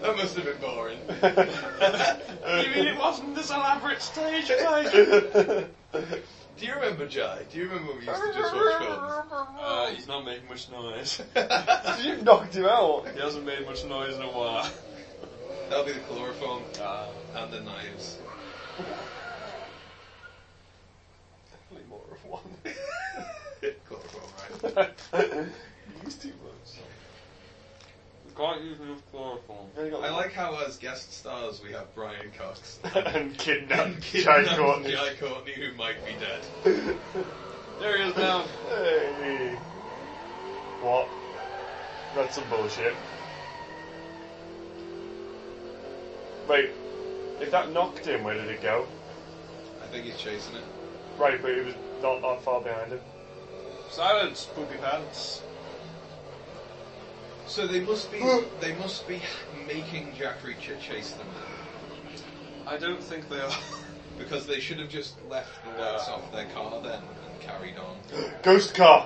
That must have been boring.
You mean it wasn't this elaborate stage play?
Uh,
Do you remember, Jai? Do you remember when we used to just watch films?
Uh, he's not making much noise.
You've knocked him out.
He hasn't made much noise in a while.
That'll be the chloroform
Uh,
and the knives.
Definitely more of one.
chloroform, right?
Use too much.
we can't use enough chloroform.
I like how as guest stars we have Brian Cox.
and kidnapped Jai
Kidnapped
Courtney.
Jai Courtney, who might be dead.
There he is now.
Hey. What? That's some bullshit. Wait, if that knocked him, where did it go?
I think he's chasing it.
Right, but it was not that far behind him.
Silence, poopy pants.
So they must be they must be making Jack Reacher chase them now.
I don't think they are.
Because they should have just left the lights off their car then and carried on.
Ghost car!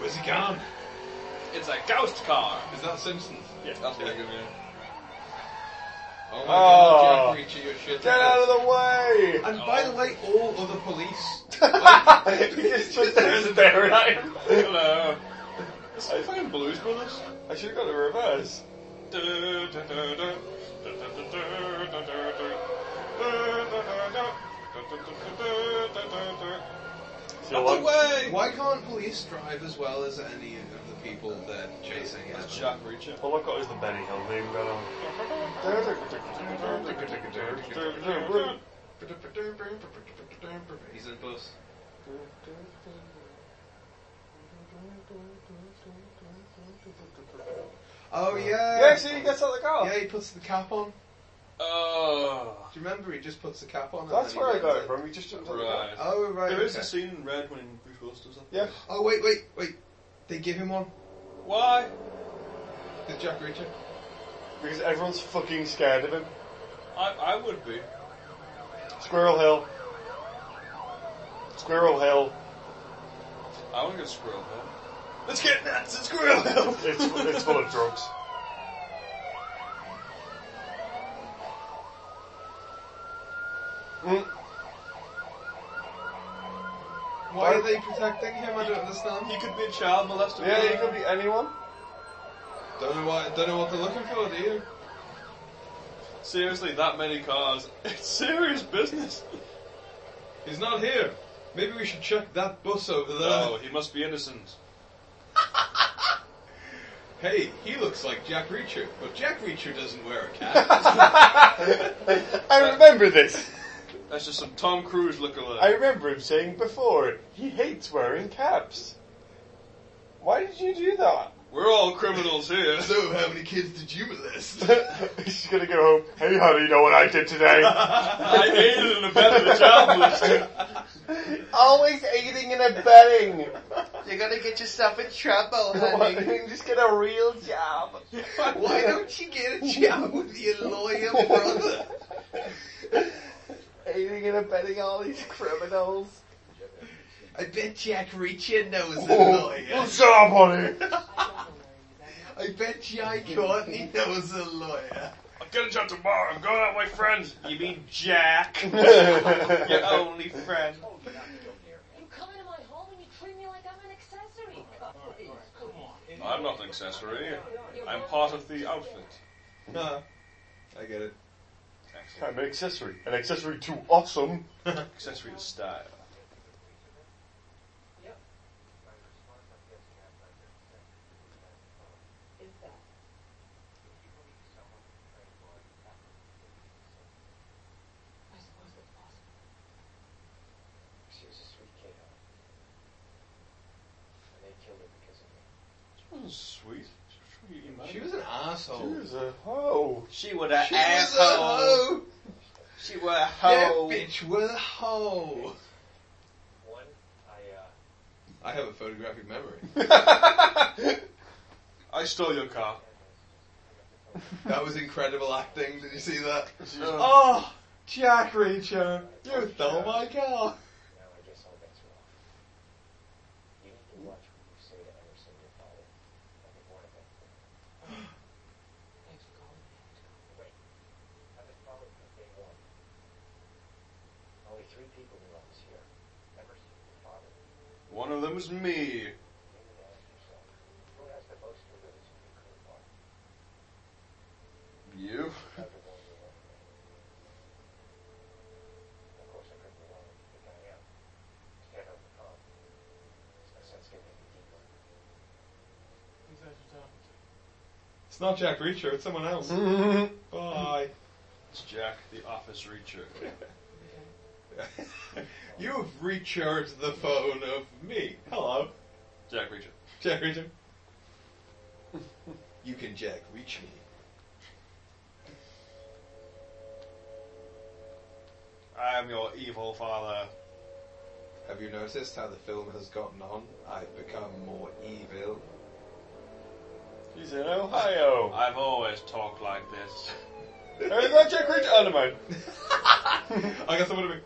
Where's he gone?
It's a ghost car.
Is that Simpson?
Yeah.
That's what I'm gonna
Oh my
Oh.
god, Jack Reacher, you're shit.
Get out of the way!
And by the way, all other police.
He's just there staring at him.
do. Hello. It's the fucking Blues Brothers.
I should have got the reverse. So
Up the
what?
way!
Why can't police drive as well as any of the people they're chasing?
That's Jack Reacher.
All I've got is the Benny Hill theme going on.
He's in a bus. Oh yeah.
Yeah, see, he gets out of the car.
Yeah, he puts the cap on.
Oh.
Do you remember? He just puts the cap on. and
That's
then he
where I got
runs
it from. He just jumped out of the car.
Right.
Oh right.
There is
okay.
a scene in Red when Bruce Willis does that.
Yeah.
Oh wait, wait, wait. They give him one.
Why?
Did Jack Reacher?
Because everyone's fucking scared of him.
I, I would be.
Squirrel Hill. Squirrel Hill.
I want to go Squirrel Hill. Let's get nuts at Squirrel Hill!
It's, it's full of drugs. Mm.
Why are they protecting him? I don't understand.
He could be a child molester.
Yeah, you could be anyone.
Don't know why. Don't know what they're looking for, do you?
Seriously, that many cars. It's serious business.
He's not here. Maybe we should check that bus over there.
No, Oh, he must be innocent.
Hey, he looks like Jack Reacher, but Jack Reacher doesn't wear a cap.
I remember this.
That's just some Tom Cruise
I
lookalike.
remember him saying before, he hates wearing caps. Why did you do that?
We're all criminals here.
so, how many kids did you molest?
He's gonna go home. Hey, honey, you know what I did today?
I aided and abetted a child molester.
Always aiding and abetting.
You're gonna get yourself in trouble, honey.
Just get a real job.
Why don't you get a job with your lawyer brother?
Aiding and abetting all these criminals.
I bet Jack Reacher knows a
Oh,
lawyer.
job, honey?
I bet Jai Courtney knows a lawyer.
I'm getting job tomorrow. I'm going out with my friends. You mean Jack? Your only friend.
You come into my home and you treat me like I'm an accessory. Please, come on.
I'm not an accessory. I'm part of the outfit.
no. I get it.
Excellent.
I'm an accessory. An accessory to awesome.
Accessory to style.
Is that? I suppose it's possible.
She was a sweet kid. huh? And they killed her because of me.
She was wasn't Hmm, sweet.
She was an asshole.
She was a hoe.
She was an
She was
asshole.
a hoe.
She was a
That
hoe.
bitch was a hoe.
One, I, uh,
I have a photographic memory.
I stole your car.
that was incredible acting. Did you see that? Oh,
Oh, Jack Reacher, you stole my
now
car.
I guess all bets are off. You need to watch what you say to Emerson, your father. I think one of them.
Thanks for calling.
Wait. I have a problem with day one. Only three people were on this here. Emerson, your father.
One of them was
Maybe
me.
you ask yourself, who has the most to lose if you could have won?
You?
Other than you won. Of course, I couldn't be wrong with the guy out. Can't help the problem. My sense getting even deeper.
It's not Jack Reacher, it's someone else. Bye.
It's Jack, the office reacher.
You've recharged the phone of me. Hello.
Jack Reacher.
Jack Reacher.
You can Jack reach me.
I am your evil father.
Have you noticed how the film has gotten on? I've become more evil.
He's in Ohio.
I've always talked like this.
Oh, is that Jack Reacher? Oh, never mind. I got someone to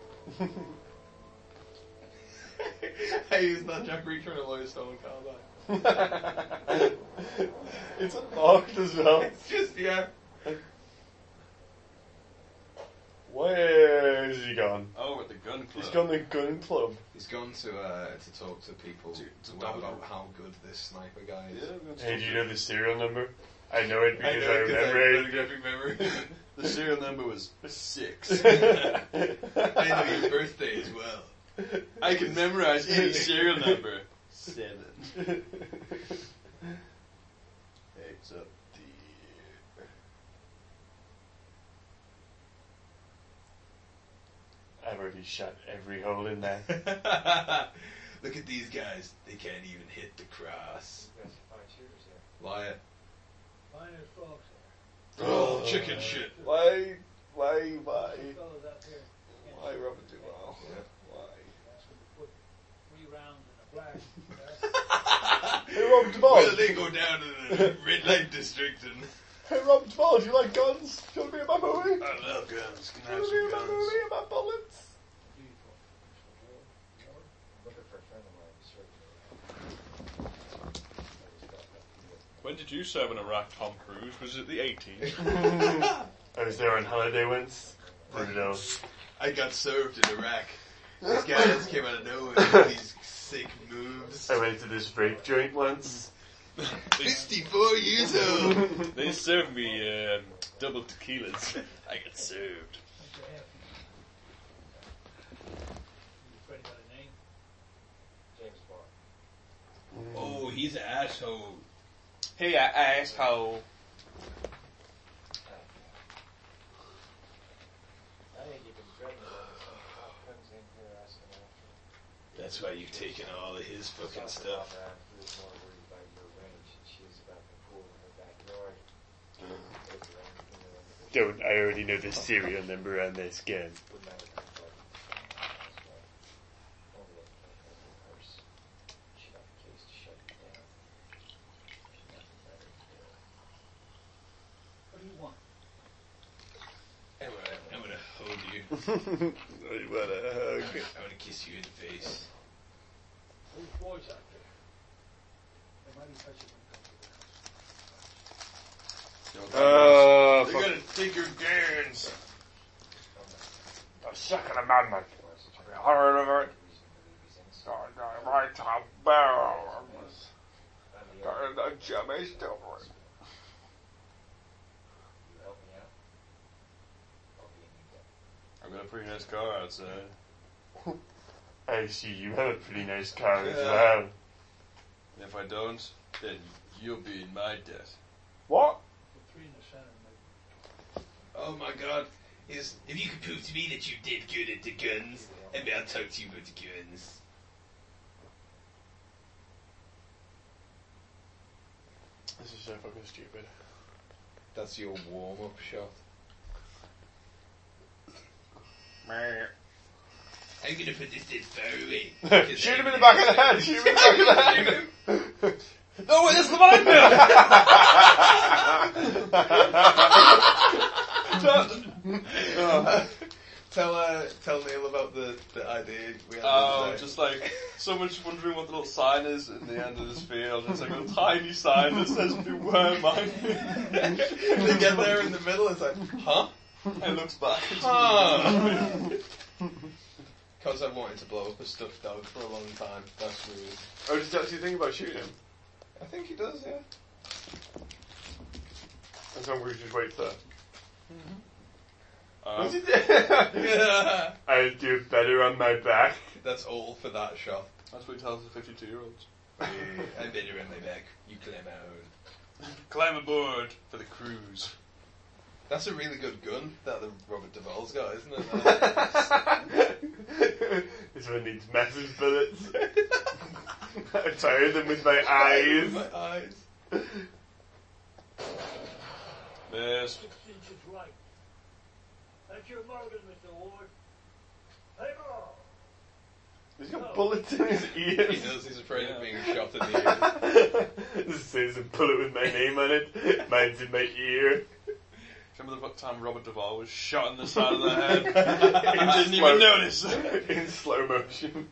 be.
I used that Jack Reacher and a low stolen car back.
it's unlocked as well.
It's just, yeah.
Where is he gone?
Oh, at the gun club.
He's gone the gun club.
He's gone to uh, to talk to people
To- to
about,
Dublin.
about how good this sniper guy
Yeah,
is.
we've got
Hey, do
some-
you know the serial number? I know it because I,
know, 'cause have
remember it.
photographic memory.
The serial number was six.
I know your birthday as well.
I can memorize any serial number. Seven. It's up the.
I've already shot every hole in there.
Look at these guys. They can't even hit the cross.
You guys can find shooters there.
Liar.
Mine is frogs there.
Oh, chicken shit.
Why? Why? Why?
Fellas up here.
Why Robert Duval? Why?
That's when you put three rounds in a black.
Hey Robert Duval!
Well, they go down to the red light district and
Hey Robert Duval, do you like guns? Do you want to be in my movie?
I love guns. Can I
Do you
have some
want to be in my
guns?
movie about bullets?
I'm looking for a friend of mine who's searching around. I was about to
When did you serve in Iraq, Tom Cruise? Was it the 80s?
I was there on holiday once. I don't know.
I got served in Iraq. These guys came out of nowhere with these sick moves.
I went to this vape joint once.
54 years old.
They served me um, double tequilas. I get served.
That's what happened. You afraid about a name?
James Bond.
Oh, he's an asshole.
Hey, I asshole.
I think you've been dreading that since Tom comes in here asking after you.
That's why you've taken all of his fucking
Something
stuff.
about that, He was more worried about your range than she was about the pool in her backyard.
Mm-hmm.
If you ran into her in the
Don't, I already know the serial number on this gun.
would not have been blood this way. Only it came from her purse. She got the case to shut it down. She got the letter to do it.
What do you want?
I'm gonna, I'm gonna hold you.
what a
I'm gonna kiss you in the face.
Those boys out there. They might be touching when it comes to the house.
Oh,
They're gonna take your guns.
The Second Amendment. I heard of it. The right to bear arms. The- the Jimmy Stewart.
You help me out, I'll be in your debt.
I've got a pretty nice car outside.
I see you have a pretty nice car as
Yeah.
well.
And if I don't, then you'll be in my debt.
What?
The three in the center make
Oh my god. He's, if you could prove to me that you did good at the guns, and I'll talk to you about the guns.
so fucking stupid.
That's your warm up shot.
I'm gonna put this dead far away.
Shoot him in the back of the head! Shoot him in the back of the head!
No, wait, that's the behind me!
Oh. tell uh, tell Neil about the, the idea we had. the
Oh,
other day.
just like someone's wondering what the little sign is in the end of this field. It's like a tiny sign that says "Beware mine."
they get there in the middle. It's like, huh?
and looks back.
Because I've wanted to blow up a stuffed dog for a long time. That's weird.
Oh, did you actually think about shooting him?
I think he does, yeah.
And so we just wait there.
Um,
Yeah.
I do better on my back.
That's all for that shot.
that's what he tells the fifty-two-year-olds.
I'm better in my back. You claim my own.
Climb aboard for the cruise.
That's a really good gun that the Robert Duvall's got, isn't it?
this one needs massive bullets. I tired them with my eyes.
My eyes.
Yes.
Six inches right. That's your bargain, Mr. Ward. Hang on.
He's got bullets in his
He
ears.
does. He's afraid
Yeah.
of being shot in the ear.
This says a bullet with my name on it. Mine's in my ear.
Remember the time Robert Duvall was shot in the side of the head?
In
didn't
slow-
even notice.
In slow motion.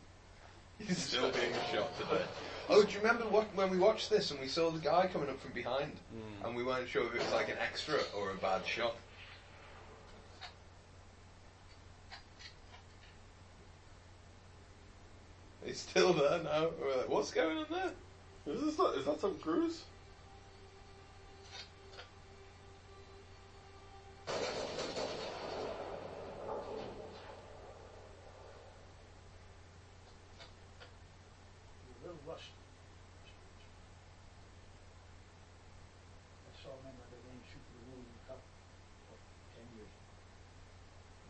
He's still being shot today. Oh, do you remember what, when we watched this and we saw the guy coming up from behind and we weren't sure if it was like an extra or a bad shot? He's still there now. We're like, what's going on there?
Is, this not, is that Tom Cruise?
You're a little rusty. I saw a member of the game shoot for the William Cup for ten years.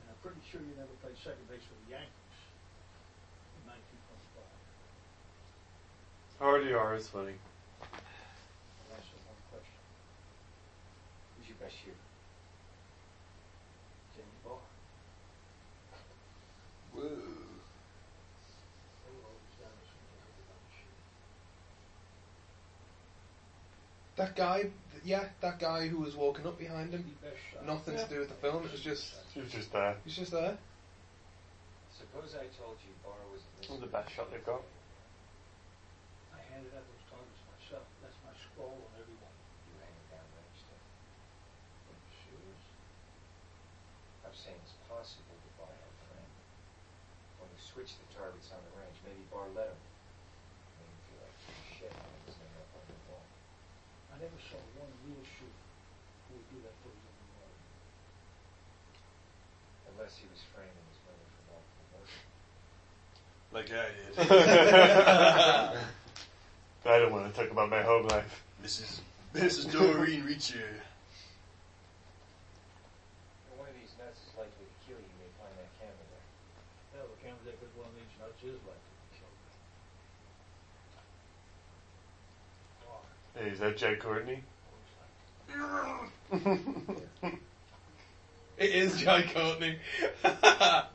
And I'm pretty sure you never played second base for the Yankees in nineteen twenty-five.
RDR is funny.
That's the one question.
Who's your best shooter? Jamie Barr.
Whoa.
They were always down as soon as everybody shoot.
That guy, yeah, that guy who was walking up behind him.
The best shot.
Nothing to do with the film. It was just,
He was just uh, there.
he's just there.
Suppose I told you Barr was the
This is the best shot they've got.
I handed out those targets myself. That's my scroll on everyone.
You ran it down range then.
Are you serious?
I'm saying it's possible to buy our friend. When we switched the targets on the range, maybe Barr let him. Made him feel like shit when he was hanging up on the wall.
I never saw one real shooter who would do that for his own right.
Unless he was framing his brother for multiple murder.
Like I did.
I don't want to talk about my home life.
Mrs. Mrs. Doreen Reacher.
And one of these nuts is likely to kill you when you find that camera there.
Hell, the camera that good one of these nuts is like to kill me. Bar,
Hey, is that Jack Courtney?
always like
It is Jai Courtney.
I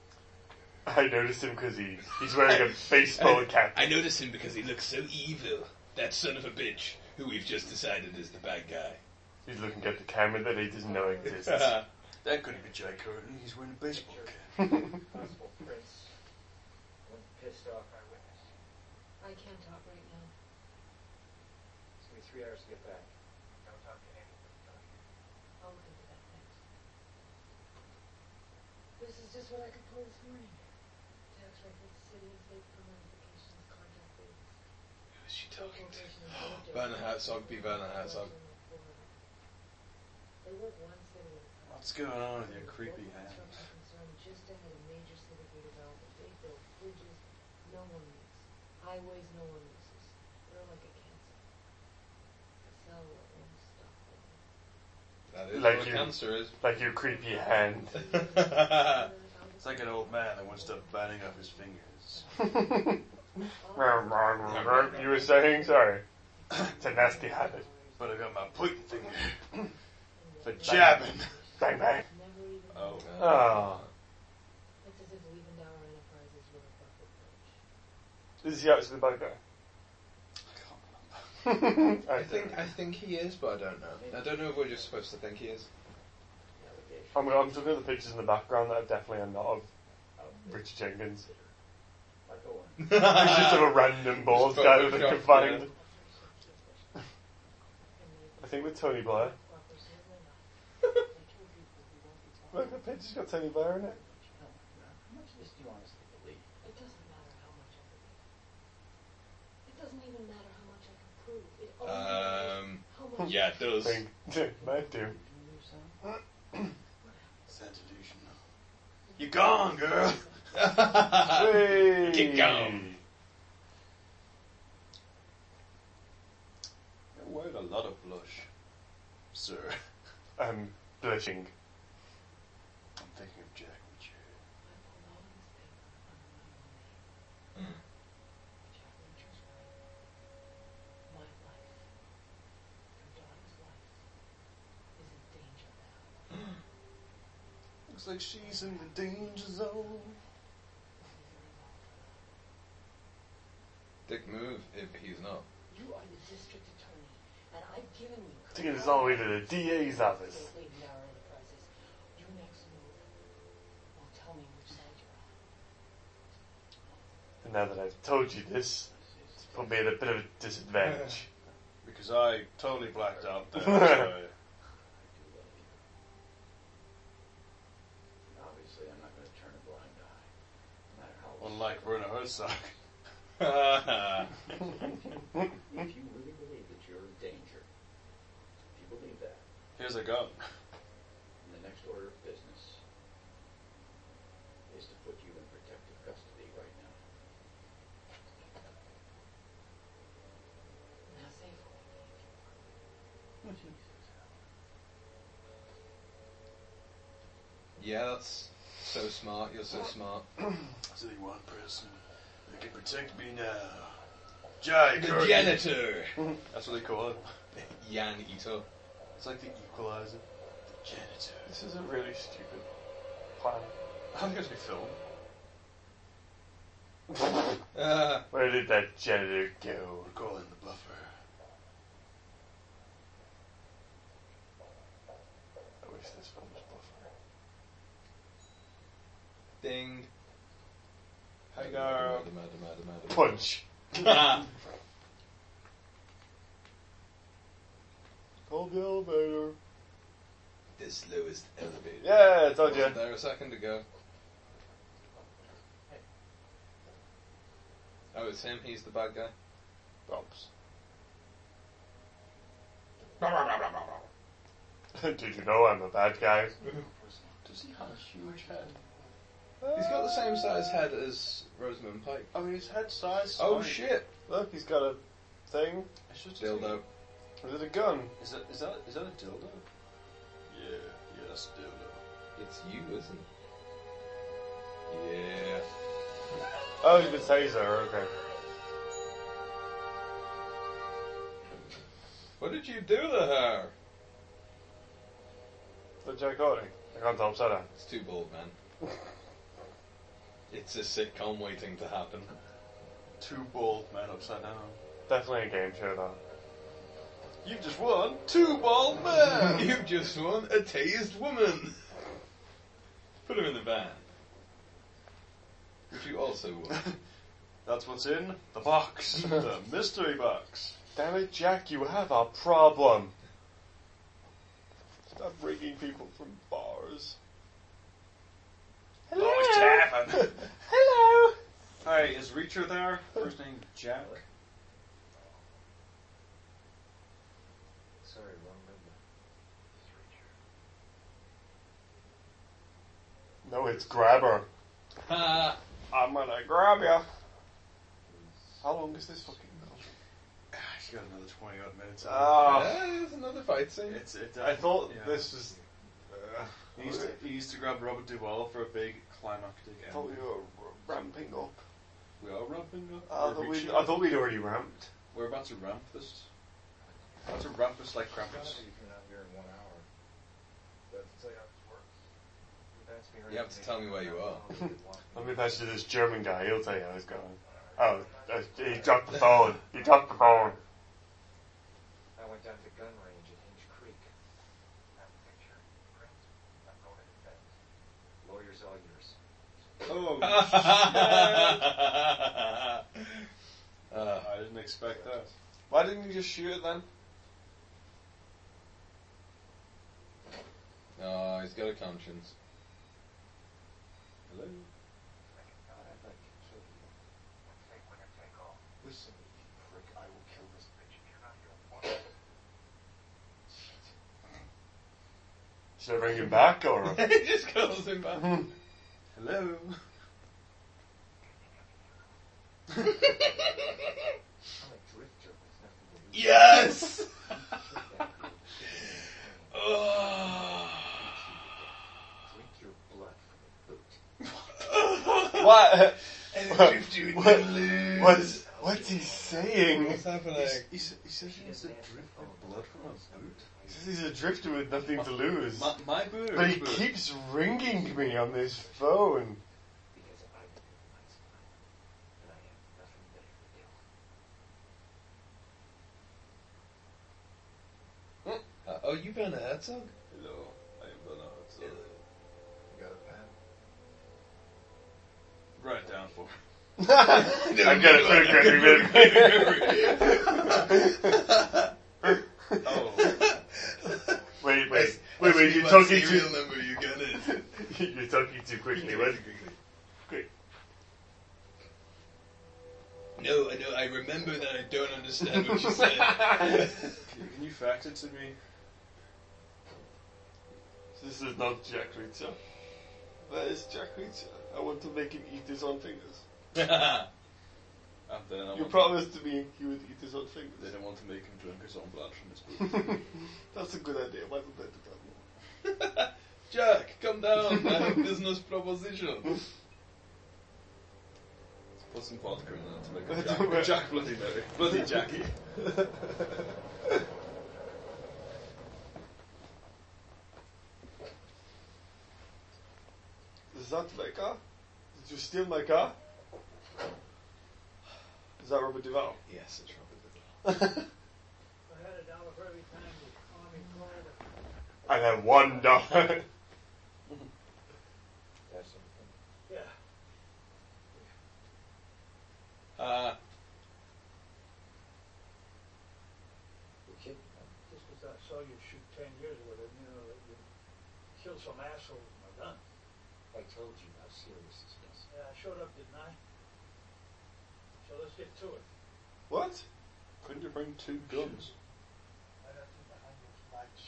noticed him because he, he's wearing a baseball cap.
I notice him because he looks so evil. That son of a bitch, who we've just decided is the bad guy.
He's looking at the camera that he doesn't know exists.
That couldn't be Jay Curtin. He's wearing a baseball cap.
Possible prints. One pissed off eyewitness.
I can't talk right now.
It's gonna be three hours to get back. Don't talk to anyone.
I'll look into that next. This is just what I could pull this morning. Tax records, city and state criminal notifications, contact dates.
Who's she talking
Werner Herzog be Werner Herzog.
They work one city at a time.
What's going on with your creepy hands?
Concern just ahead of major civic redevelopment. They build bridges no one needs. Highways no one uses. They're like a
That is
cancer. Sell what won't stop them.
Like
what
you.
cancer is.
Like your creepy hand.
It's like an old man that won't stop biting off his fingers.
you were saying? Sorry. It's a nasty habit.
But I got my point thing for jabbing.
Bang bang.
Oh.
Oh.
It's as if Weaving Dower Enterprises were a bucket coach.
Is he actually the bad guy?
I think I think he is, but I don't know. I don't know if we're just supposed to think he is.
I'm, gonna- I'm looking at the pictures in the background that are definitely are not of Richard Jenkins. it's just of a random bald guy that they can find. I think with Tony Blair. Look, the picture's got Tony Blair in it.
How much of this do you honestly believe?
It doesn't matter how much I believe. It doesn't even matter how much I can prove. It only matters
Um,
how much
yeah, it does.
Think, might do.
Sad delusion. You're gone, girl.
Hey.
Get gone.
You're wearing a lot of blush, sir.
I'm blushing.
I'm thinking of Jack Reacher.
Jack Reacher's life, my life, your daughter's life is in danger now.
Looks like she's in the danger zone.
Dick move if he's not.
You are the district attorney, and I've given you.
Taking this all the way to the DA's office.
Leaving our enterprises. Your next move will tell me which side you're on.
And now that I've told you this, it's put me at a bit of a disadvantage.
Because I totally blacked out there. so-
And obviously, I'm not going to turn a blind eye, no matter how.
Unlike Werner Herzog.
If you really believe that you're in danger, if you believe that,
Here's a gun.
then the next order of business is to put you in protective custody right now.
Now say for me if you are.
Yeah, that's so smart. You're so smart.
There's only one person that can protect me now. Jai
The
Courtney.
janitor,
That's what they call him.
Yan Ito.
It's like the equalizer. The janitor.
This is a really stupid plan.
I think it's a film.
Uh,
Where did that janitor go?
We're calling the buffer.
I wish this film was buffer.
ding.
Hey, girl.
Murder, murder, murder, murder.
Punch.
Ah,
Call the elevator.
this lowest elevator.
Yeah, I told you.
Wasn't there a second ago. Oh, it's him. He's the bad guy.
Bumps. Did you know I'm a bad guy?
Does he have a huge head?
He's got the same size head as Rosamund Pike.
I mean, his head size.
Oh
sorry.
shit!
Look, he's got a thing.
It's just a
Dildo.
Is it a gun?
Is that is that is that a dildo? Yeah, yeah, that's a dildo.
It's you, isn't it?
Oh, you could say so. Okay.
Yeah. What did you do to her?
The Jack Courtney. I can't tell upside down.
It's too bold, man. it's a sitcom waiting to happen.
Two bald men upside down.
Definitely a game show though.
You've just won two bald men.
You've just won a tased woman. Put her in the van. Which you also won.
that's what's in the box, the mystery box.
Damn it, Jack! You have a problem. Stop bringing people from bars. Hello.
Always tavern.
Hello.
Hi, is Reacher there? First name Jack.
Sorry, wrong number.
No, it's grabber.
Ah,
I'm gonna grab ya. How long is this fucking film?
She's Ah, got another twenty odd minutes.
Ah,
there's another fight scene.
it's it.
I thought
yeah.
this was. Uh,
He used, to, he used to grab Robert Duvall for a big climactic
I
end.
thought we were r- ramping up.
We are ramping up.
I
We're
thought, we,
reaching
I
up.
thought we'd already ramped.
We're about to ramp this. That's a Rumpus like Krampus.
You've been out here in one hour. That's the way I was working.
You have to tell me where you are.
Let me pass you this German guy, he'll tell you how it's going. Oh, uh, he dropped the phone. He dropped the phone.
I went down to the gun range at Hinge Creek. I have a picture, print. I'm going to defense. Lawyer's all yours.
Oh,
Uh,
I didn't expect that. Why didn't you just shoot it then?
no, Ah, he's got a conscience.
Hello?
Listen, you prick, I will kill this bitch if you're not here.
Should I bring him back or? Hmm.
he just calls him back.
Hello?
I'm a drifter with nothing to lose.
Yes! oh.
Drink your blood from a boot.
What?
And
What-
drift you in
what-
the loop.
What's what's he saying?
What's happening?
He, s- he says he gets a drip of blood from a boot.
He says He's a drifter with nothing to lose.
My, my boot or
But
his
he
boot?
keeps ringing me on this phone.
Because I live in my spine. And I
Uh,
have nothing better to do.
oh, you been a Herzog?
Hello. I am Bernard. So
You got a pen?
write it down for me.
I get it pretty quickly. man.
Oh.
That's-
wait, wait, wait,
that's
wait! You're
my
talking
serial
too.
number, you got it.
You're talking too quickly. What? Quick.
No, I know. I remember that. I don't understand what you said.
Can can you fax it to me?
This is not Jack Reacher. That is Jack Reacher. I want to make him eat his own fingers.
And then I
You
want
promised to me he would eat his own
They
fingers.
didn't want to make him drink his own blood from his boot.
That's a good idea. Why didn't I do that?
Jack, come down. I have a business proposition.
Put some vodka in that to make
Don't
a Jack, a
worry.
Jack bloody Mary. Bloody Jackie.
Is that my car? Did you steal my car? Is that Robert Duval?
Yes, it's Robert.
I had a dollar for every time you called me cold.
I have one dollar.
That's something.
Yeah.
Uh,
You kidding?
Just because I saw you shoot ten years with it, you know, that you killed some asshole with my gun.
I told you how serious this was.
Yeah, I showed up, didn't I? So let's get to it.
What?
Couldn't you bring two guns?
Right after behind those lights.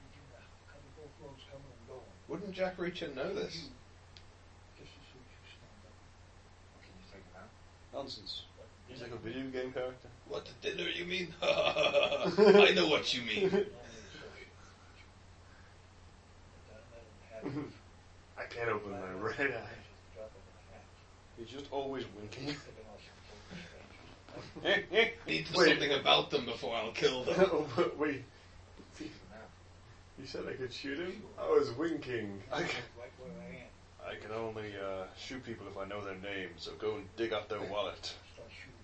Did you know how the both roads coming and going?
Wouldn't Jack Reacher know this?
Mm-hmm.
Just as soon as you stand up.
Can you take him out?
Nonsense. He's like a video game character.
what the dinner you mean? I know what you mean.
I can't open my right eye.
He's just always winking.
Need
Wait.
something about them before I'll kill them.
oh, but wait,
Take him out.
you said I could shoot him? I was winking.
I can,
Right where I am,
I can only uh, shoot people if I know their names, so go and dig up their wallet.
start shooting.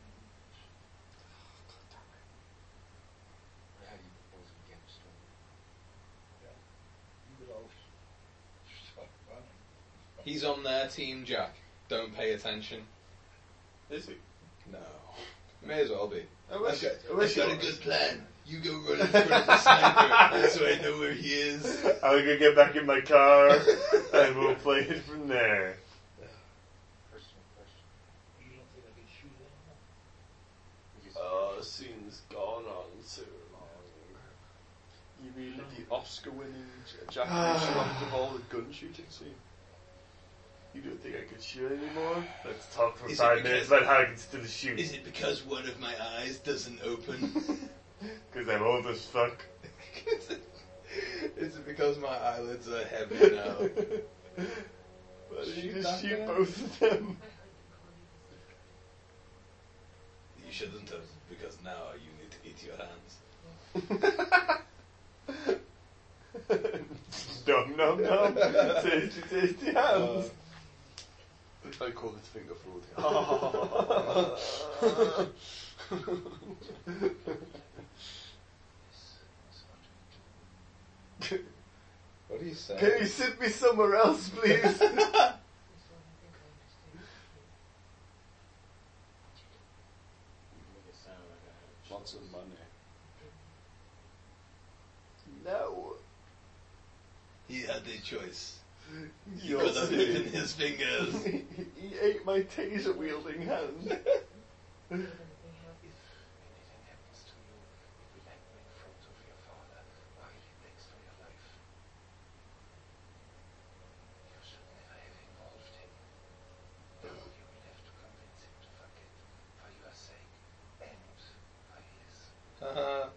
Or how do you propose we get him started?
You could always start running.
He's on their team, Jack. Don't pay attention.
Is he?
No. May as well be.
I
I've
wish,
got,
I wish
I've got
he
a
was.
good plan. You go run in front of the sniper so I know where he is.
I'm gonna get back in my car and we'll play it from there.
Personal question.
You don't think I could shoot anyone?
Because
Oh, the scene's gone on too long.
You mean
Oh.
the Oscar-winning J- Jack
Ah.
Reacher wanted to all the gun shooting scene?
You don't think I could shoot anymore? Let's talk for
Is it
five
because-
minutes about how I can still shoot.
Is it because one of my eyes doesn't open?
Because I'm old as fuck.
is, it, is it because my eyelids are heavy now?
Why don't you
Shoot
just
that
shoot
guy?
both of them?
I heard you call you this
You
shouldn't have, because now you need to eat your hands.
Dum dum dum. Tasty, tasty
Um,
Uh,
hands.
I call it finger food.
What are you saying?
Can you sit me somewhere else, please?
Lots of money.
no.
He had the choice. He
You're
could have bitten
serious.
his fingers.
he ate my taser wielding hand.
Uh-huh.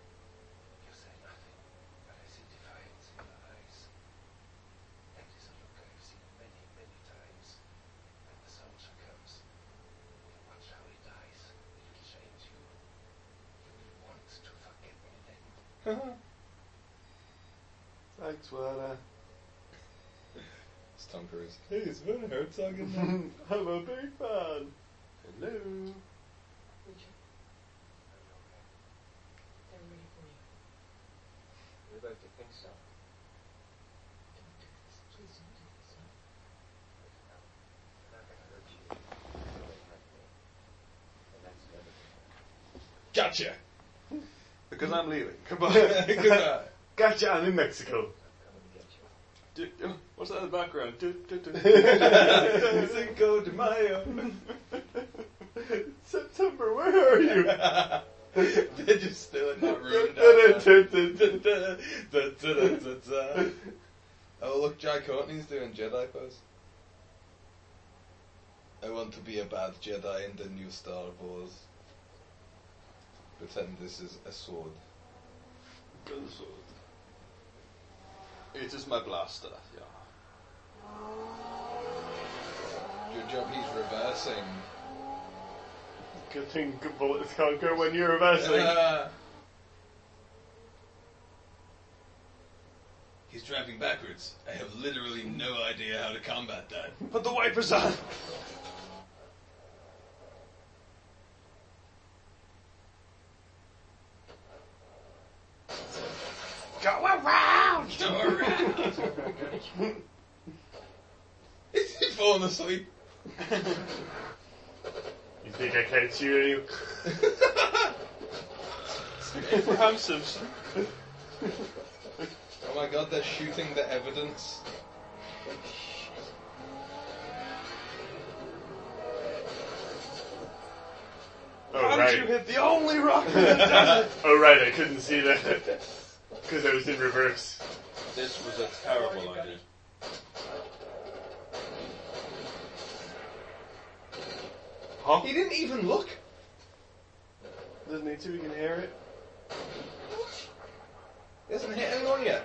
Thanks, Werner.
It's Tom Cruise.
Hey, it's Werner Herzog in there.
I'm a big fan.
Hello.
They're ready for you.
We like to think so.
Don't do this. Please don't do this. No.
Gotcha!
Because I'm leaving.
Goodbye.
Gotcha, I'm in Mexico.
Du- oh, What's that in the background? Du- du- du-
Cinco de Mayo.
September, where are you?
They're just still in that room.
Da-da-da-da-da. Oh, look, Jai Courtney's doing Jedi pose. I want to be a bad Jedi in the new Star Wars. Pretend this is a sword.
It is my blaster. Yeah.
Good job he's reversing.
Good thing good bullets can't go when you're
Uh,
reversing.
Ah.
He's driving backwards. I have literally no idea how to combat that.
Put the wipers on. Go around.
Go around. Is he falling asleep?
You think I can't shoot you?
Abraham Simpson.
Oh my god, they're shooting the evidence.
Oh,
How did you
right.
hit the only rock in the desert?
Oh, right, I couldn't see that. Because I was in reverse.
This was a terrible idea.
Huh?
He didn't even look.
Doesn't need to, we can hear it.
He hasn't hit anyone yet.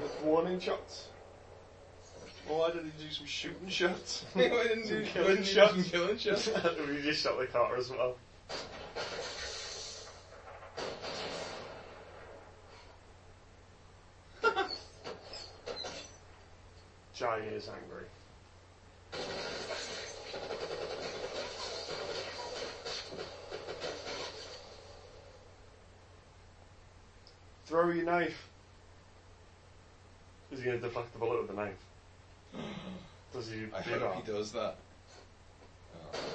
With warning shots.
Well, why did he do some shooting shots?
we didn't do
Killing
we didn't do
shots.
some killing shots.
we just shot the car as well. Jai is angry. Throw your knife. Is he going to deflect the bullet with the knife? Does he?
I
do
hope
that?
he does that.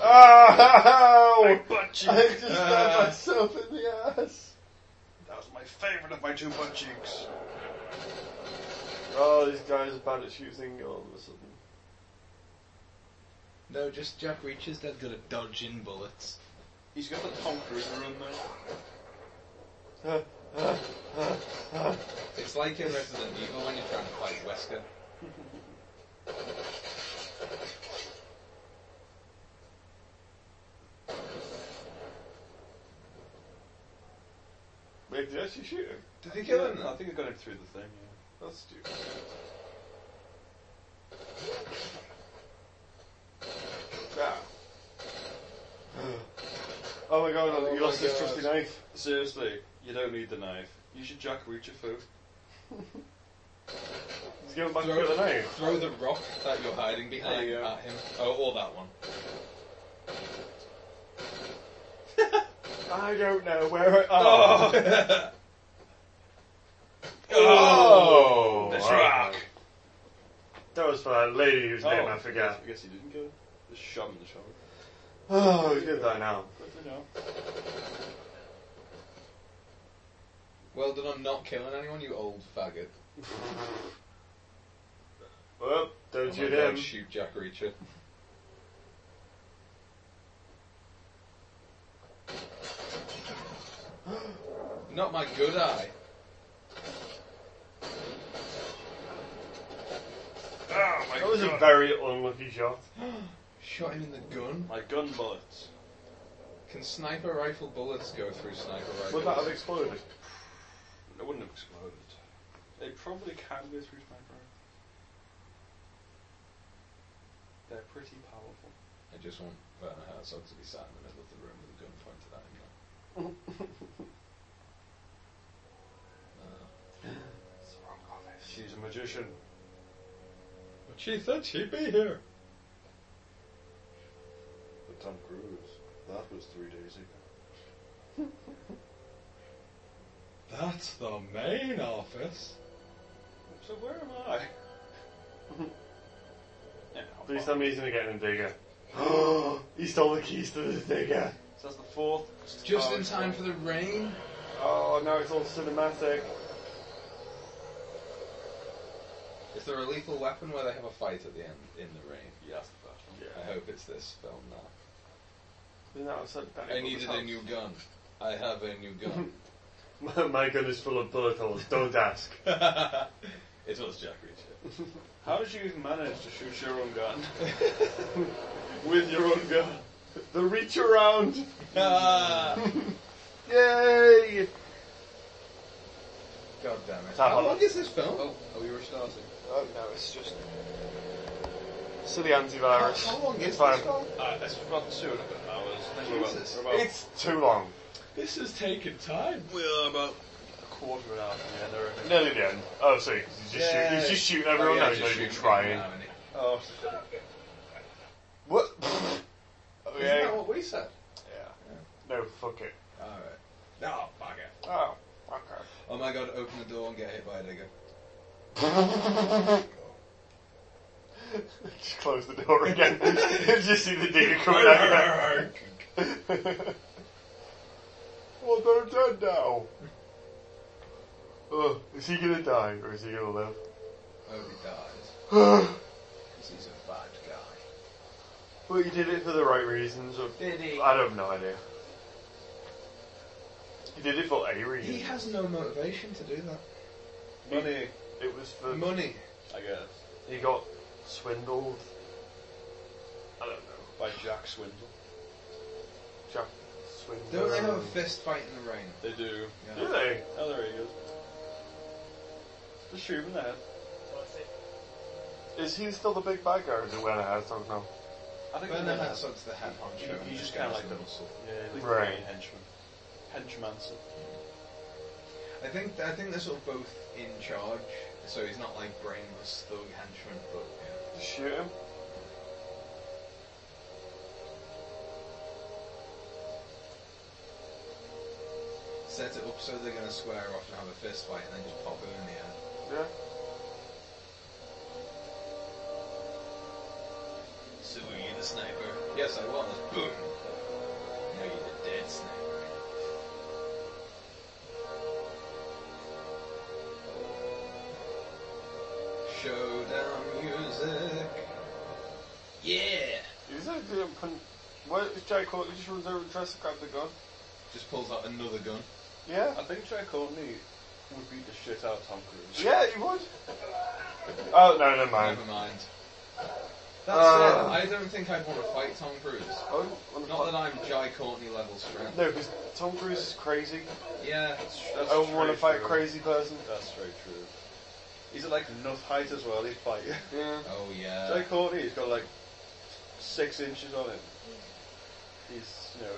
Oh!
butt
I just stabbed
Uh.
myself in the ass.
That was my favourite of my two butt cheeks.
Oh, these guys are bad at shooting all of a sudden.
No, just Jack reaches, they're gonna dodge in bullets.
He's got the Tom Cruise run there.
It's like in Resident Evil when you're trying to fight Wesker.
Wait, did I actually shoot him?
Did he kill him?
I think I got him through the thing.
That's stupid. Ah.
Oh my god,
Oh
you
my
lost this
God.
trusty knife. Seriously, you don't need the knife. You should Jack Reacher food. Let's give it back
Throw,
to the knife.
throw the rock that you're hiding
There
behind
you go.
at him. Oh, or that one.
I don't know where I
Oh!
am.
Oh,
That's
all
rock. That was for that lady whose name I forget.
I guess he didn't kill him. Just shove him in the shoulder.
Oh, we did that now.
Quickly now.
well done on not killing anyone, you old faggot.
Well, don't
Oh my
shoot
God,
him.
shoot Jack Reacher. Not my good eye.
Oh my
that was a
god.
very unlucky shot.
Shot him in the gun.
My gun bullets.
Can sniper rifle bullets go through sniper rifles?
Would that have exploded?
It wouldn't have exploded. They probably can go through sniper. rifles. They're pretty powerful.
I just want Werner Herzog to be sat in the middle of the room with a gun pointed at him.
It's the wrong office. She's a magician.
But she said she'd be here.
But Tom Cruise. That was three days ago.
That's the main office.
So where am I? yeah, I'll
Please
find-
tell me he's gonna get in a digger. he stole the keys to the digger.
So that's the fourth.
Just
Oh,
in
it's
time
fourth.
for the rain.
Oh, now it's all cinematic.
Is there a lethal weapon where they have a fight at the end in the rain?
Yes, that's one.
I hope it's this film now.
Isn't that upside down?
I needed a new gun. I have a new gun.
My, my gun is full of bullet holes. Don't ask.
it was Jack Reacher.
How did you even manage to shoot your own gun? With your own gun.
The reach around.
Ah,
Yay!
God damn it.
Tap
How
on
long
it.
is this film?
Oh, are we restarting?
Oh no, it's just silly
how,
antivirus.
how long
it's
is
fine.
this film?
Uh, it's about two and a bit hours. I think
Jesus.
We're about, we're about,
It's too long.
This has taken time.
we're about a quarter of an hour from the end, I reckon.
Nearly the end. Oh, sorry. He's just, shoot, he's just shooting everyone.
Oh, yeah,
now, he's
just
not even
shooting
trying.
now, isn't he?
Oh,
What?
Isn't
okay.
that what we said?
Yeah. No, fuck it.
Alright. No, fuck it.
Oh,
Oh my god, open the door and get hit by a digger.
okay. just close the door again. just see the digger coming out. well, they're dead now. Ugh, is he gonna die or is he gonna live?
Oh, he dies. Because he's a bad guy.
Well, you did it for the right reasons. Or,
Did he?
I have no idea. He did it for a reason.
He has no motivation to do that.
money,
It was for
Money.
I guess.
he got swindled. I don't know.
By Jack Swindle.
Jack swindled.
Don't they have a fist fight in the rain?
They do.
Do they?
Oh, there he goes. Just shoot him in the head.
Is he still the big bad guy or is it Werner Herzog now?
I think
Werner
the head.
Herzog's the head honcho.
You,
and
just
this
kind of like
guy's the
the
muscle.
Yeah, like
Right.
the main henchman. Henchmancer.
I think I think they're sort of both in charge, so he's not like brainless thug henchman, but yeah.
Just shoot him.
set it up so they're gonna swear off and have a fist fight and then just pop him in the air.
Yeah.
So were you the sniper? Yes, I was. Boom. No, you're the dead sniper. Showdown music. Yeah.
Is that the pun- Why is Jack Courtney just runs over and tries to grab the gun?
Just pulls out another gun.
Yeah.
I think Jack Courtney would beat the shit out of Tom Cruise.
Yeah, he would. Oh no, never mind.
Never mind. That's
Uh.
it. I don't think I'd want to fight Tom Cruise.
I wouldn't wanna
Not
fight-
that I'm Jai Courtney level strength.
Oh, No, because Tom Cruise is crazy.
Yeah.
That's
I don't want
very
to fight a
true.
crazy person.
That's very true. He's at like enough height as well, he'd fight you.
Yeah.
Oh yeah.
Jack Courtney, he's got like six inches on him. He's, you know,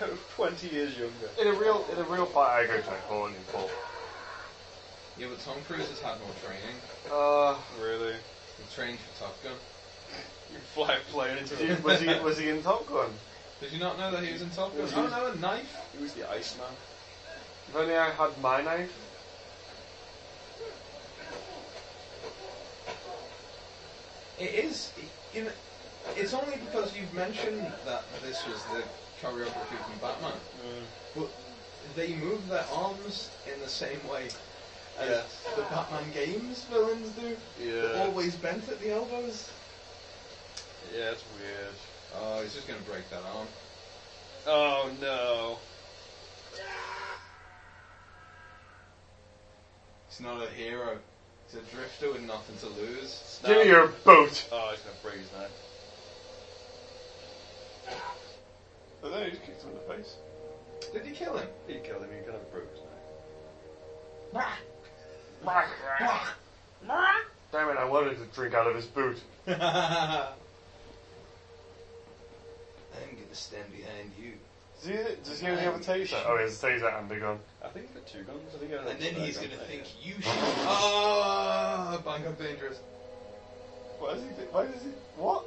Joe, twenty years younger. In a real, in a real fight, I go Jack Horn in full.
Yeah, but Tom Cruise has had more training.
Uh, really?
He trained for Top Gun.
You fly a plane into
Did he- was he was he in Top Gun?
Did you not know that he was in Top Gun?
Was he-
Oh no, a knife.
He was the Iceman.
If only I had my knife.
It is. it- In, it's only because you've mentioned that this was the choreography from Batman, but they move their arms in the same way as
Yes.
the Batman games villains do. They're
Yeah.
Always bent at the elbows.
Yeah, it's weird.
Oh, he's just gonna break that arm.
Oh no.
He's not a hero. He's a drifter with nothing to lose.
Give me your boat.
Oh, he's gonna break his neck. Oh no, he just kicked him in the face.
Did you kill him?
He killed him, he could have broke his neck.
Damn it! I wanted to drink out of his boot.
I'm gonna stand behind you.
Does he, does he only have a taser? Oh, he has a taser and a gun.
I think he's got two guns. I think he had
And then
another
he's
gun
gonna
there.
think you should. Ah, bang up dangerous.
What is he? do- Why does he? What?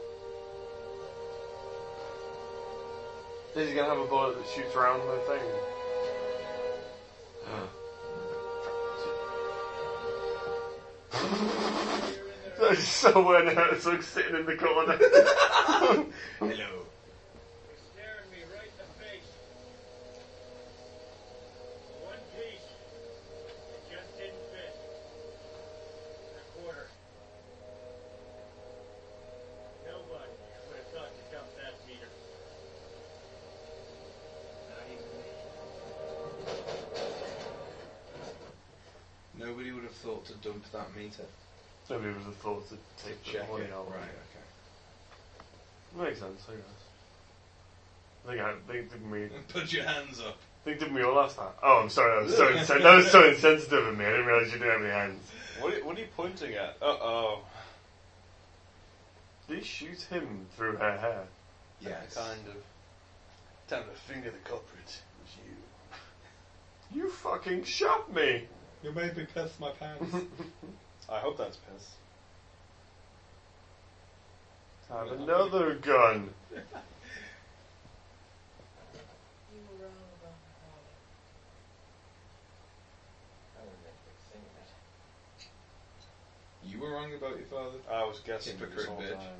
Is he gonna have a bullet that shoots around the thing? That's somewhere now. It's like sitting in the corner.
Hello.
Staring me right in the face. One piece. It just didn't fit. A quarter. Nobody would have thought to dump that meter. Not even me.
Nobody would have thought to dump that meter.
Nobody would have thought to take the
Check
money
it.
out.
Right. Okay.
Makes sense, I guess. I think I, they didn't we
Put your hands up.
they didn't we all last time. Oh, I'm sorry. That was so insen- that was so insensitive of me. I didn't realize you didn't have any hands.
What are, what are you pointing at? Uh oh.
Did he shoot him through her hair?
Yes.
Kind of. Time to finger the culprit. It was you.
You fucking shot me.
You made me piss my pants.
I hope that's piss.
Have another gun.
You were wrong about my father.
I wouldn't make a big thing of it.
you were wrong about your father.
I was guessing this
Hypocrite
whole
bitch.
time.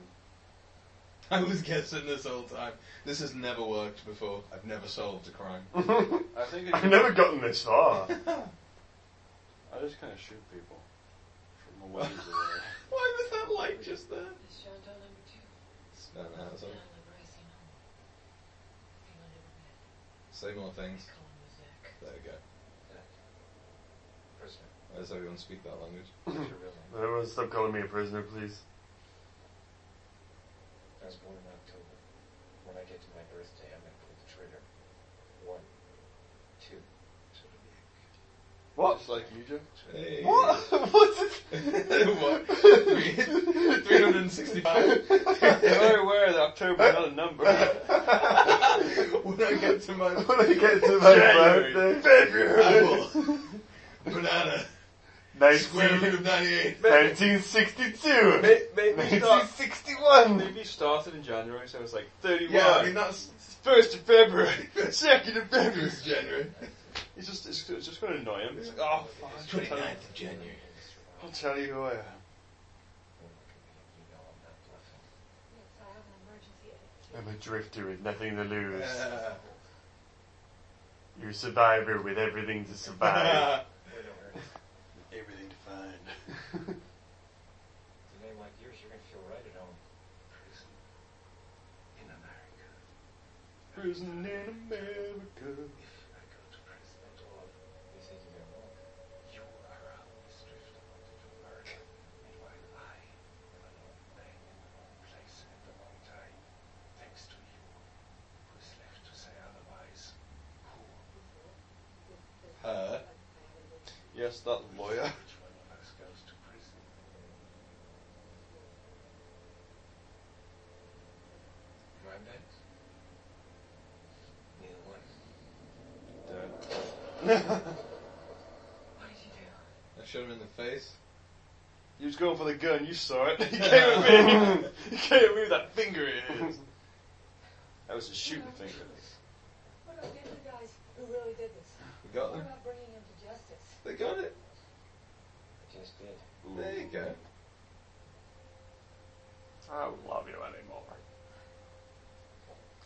I was guessing this whole time. This has never worked before. I've never solved a crime.
I think it,
I've never gotten this far.
I just kind of shoot people from a ways away.
Why was that light just there?
I shot down number two.
Stan Hansen.
Down the racing home. Hang on to the bed.
Say more things.
Call him a Zach.
There we go.
Prisoner.
Why does everyone speak that language?
What's your real name?
Everyone stop calling me a prisoner, please.
I was born in October. When I get to my birthday, I'm gonna pull the trigger. One, two. So it'll be a good-
What?
Just like you, Joe.
What? What's
Hey.
it?
what? 365.
Very aware that October is not a number.
when I get to my
When I get to my
January,
birthday,
apple, banana, square
19,
root of 98.
1962,
May- Maybe, start,
1961.
maybe started in January, so it's like 31.
Yeah, I mean that's
1st of February, 2nd of
that
February.
was January.
It's just, it's, it's just going to annoy him. It's like, oh, fuck. I'll tell-
of January.
I'll tell you who I am.
You're looking at me, you know I'm not
Yes, I have
bluffing.
I'm
an emergency.
a drifter with nothing to lose.
Uh,
You're a survivor with everything to survive.
Uh,
Wait over here.
Everything to find.
With a name like yours, you're gonna feel right at home.
Prison in America.
Prison in America.
If I go to prison at all,
You think you're gonna walk?
you are a misdrift wanted to America. And while I am an old man in the wrong place at the wrong time, thanks to you, who is left to say otherwise? Who?
her.
Yes, that lawyer.
Which one of us goes to prison?
Grindbags? Neither one.
I shot him in the face.
You was going for the gun, you saw it. You can't remove, you can't remove that finger it is. That was a shooting finger.
What about the other guys who really did this?
We got
What
them.
about bringing him to justice?
They got it.
I just did.
There you go.
I don't love you anymore.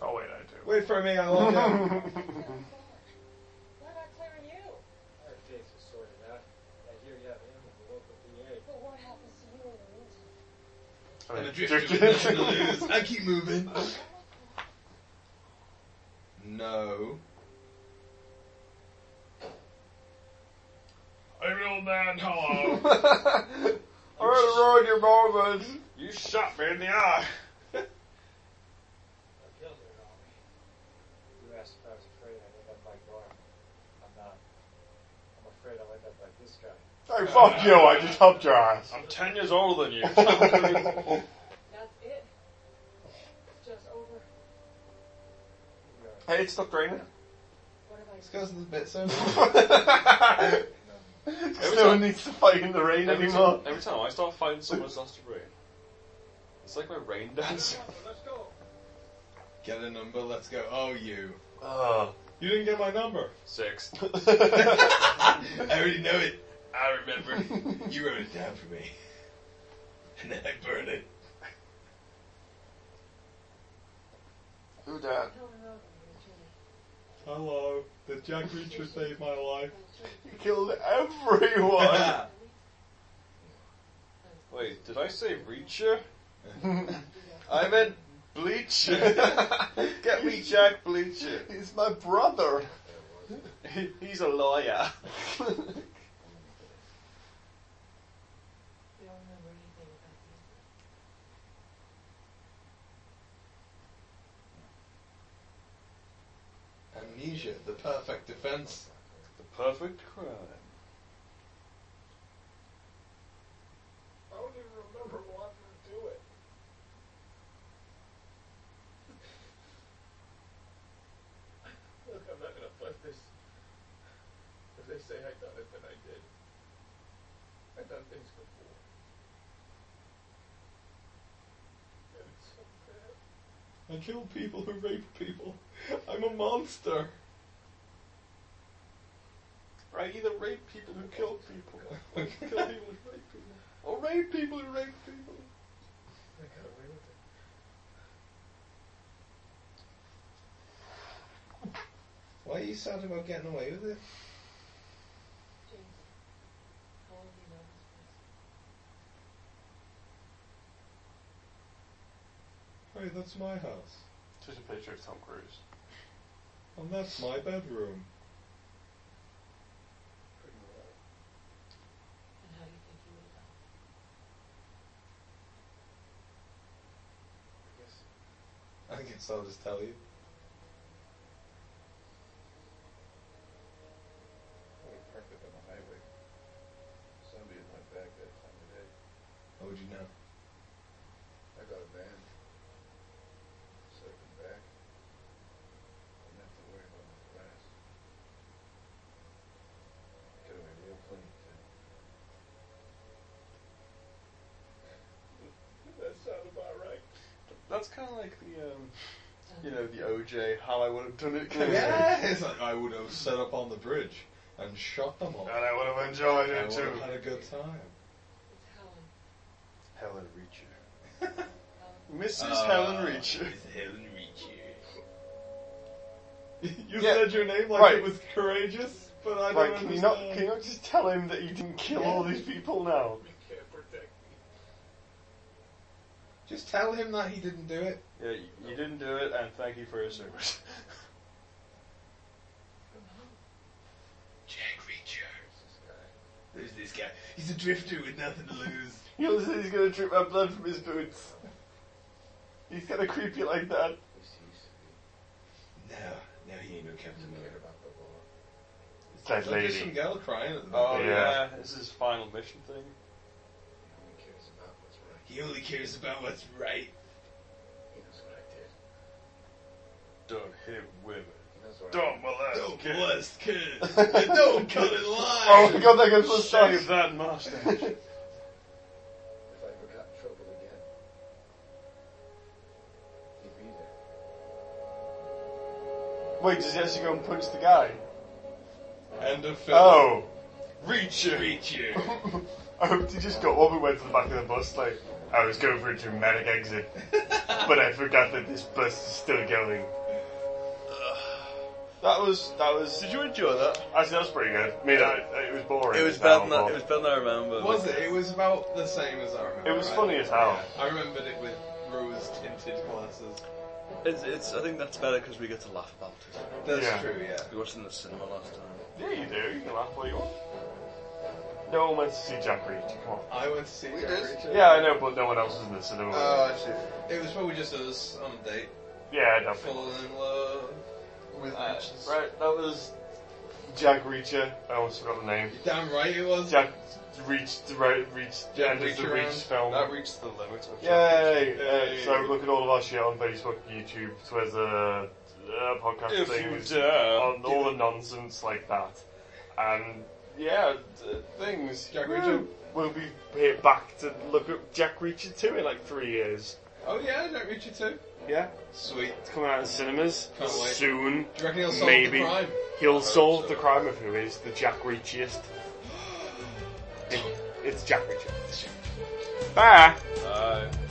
Oh wait, I do.
Wait for me, I love you.
What about clearing you?
Our case is sorted out. I hear you have him with the local DA.
But what happens to you in the meantime?
I mean,
I'm a drifter with
drifted.
nothing to lose. I keep moving.
No.
Hey, old man, hello.
I already ruined your moment. You shot me in the eye.
I killed her and all. You asked if I was afraid I'd end up like Norm. I'm not. I'm afraid I'll end up like this guy.
Hey, Oh, fuck you, I just helped your ass.
I'm ten years older than you. Fucking
That's it. It's just over.
We are
Hey, it's stopped raining.
What have I
This guy's a bit so.
no one needs to fight in the rain
every,
anymore.
time, every time I start fighting someone, it starts to rain. It's like my rain dance.
Let's go.
Get a number, let's go. Oh, you.
Oh.
You didn't get my number.
Six.
I already know it.
I remember.
You wrote it down for me. And then I burned it.
Who that?
Helen Rogan, your attorney.
Hello. The Jack Reacher saved my life.
You killed everyone.
Wait, did I say Reacher? I meant Bleacher. Get me Jack Bleacher.
He's my brother.
He- He's a lawyer.
We don't remember anything about the incident.
Amnesia, the perfect defense.
the perfect crime.
I don't even remember wanting to do it. Look, I'm not gonna fight this. If they say I done it, then I did. I've done things before. And it's so bad.
I kill people who rape people. I'm a monster.
I either rape people who kill people, or kill people who rape people, or rape people who rape people.
I got away with it.
Why are you sad about getting away with it?
James, how old do you know this person?
Hey, that's my house.
Just a picture of Tom Cruise.
And that's my bedroom.
Pretty well.
And how do you think you would have done?
I guess
I guess I'll just tell you.
we parked up on the highway. Somebody in my back that time of day.
How would you know?
I got a van. So I come back. Didn't have to worry about my class. Get away real clean, too. that sound about right?
That's kind of like the, um, you know, the OJ, how I would have done it. kind of thing.
Yes! I would have set up on the bridge and shot them all.
And I would have enjoyed
I
it
would
too.
have had a good time.
It's Helen.
Helen Reacher.
Helen.
Mrs.
Ah,
Helen Reacher.
it's Helen Reacher.
You
Yeah.
said your name like
Right.
it was courageous, but I
Right,
don't
can
understand.
you not can you not just tell him that you didn't kill all these people now?
You can't protect me.
Just tell him that he didn't do it.
Yeah, you, you didn't do it, and thank you for your service.
From home.
Jack Reacher. Who's this guy? He's a drifter with nothing to lose.
He'll say he's gonna drip my blood from his boots. He's gonna creep you like that.
No, no, he ain't no Captain America.
It's that
Like, There's some
lady.
girl crying at the
oh
moment.
Yeah.
yeah. this is his final mission thing.
He only cares about what's right.
He only cares about what's right.
He knows what I did.
Don't hit women. Don't molest
Don't
kids.
molest kids. Don't cut in line.
Oh my god, that goes for a
Shave
second.
that mustache.
If I ever got in trouble again, you'd be there.
Wait, does he actually go and punch the guy?
End of film.
Oh.
Reach you. Reach you.
I hope he just got one we went to the back of the bus like, I was going for a dramatic exit, but I forgot that this bus is still going. That was, that was...
Did you enjoy that?
Actually, that was pretty good. I mean, I, it was boring.
It was
as
better
hell,
than I,
but
it was better than I remember.
Was it? It was about the same as I remember.
It was
right?
funny as hell.
I remembered it with rose tinted glasses.
It's, it's, I think that's better because we get to laugh about it.
That's
Yeah.
true, yeah.
We watched it in the cinema last time.
Yeah, you do. You can laugh all you want. No one went to see Jack Reacher, come on.
I went to see
We
Jack
did?
Reacher.
Yeah, I know, but no one else was in the cinema.
Oh, actually. It was probably just us on a date.
yeah, I don't think.
Falling in love.
With
Uh,
Right, that was Jack Reacher. I almost forgot the name.
You're damn right it was.
Jack reached the right, reached the
Jack
end of the
Reacher
Reach
round.
film.
That reached the limit. of-
Yay! Uh,
Yay.
so look at all of our shit on Facebook, YouTube, Twitter, uh, podcast
If
things,
you dare.
on all the nonsense like that, and yeah, d- things.
Jack
Woo.
Reacher.
We'll be here back to look at Jack Reacher two in like three years.
Oh yeah, Jack Reacher too.
Yeah,
Sweet.
it's coming out in cinemas
Can't wait.
soon.
Do you reckon he'll solve
Maybe.
the crime?
He'll
hope
solve
so.
the crime of who is the Jack Reachiest. It- it's Jack Reacher. Bye.
Aye.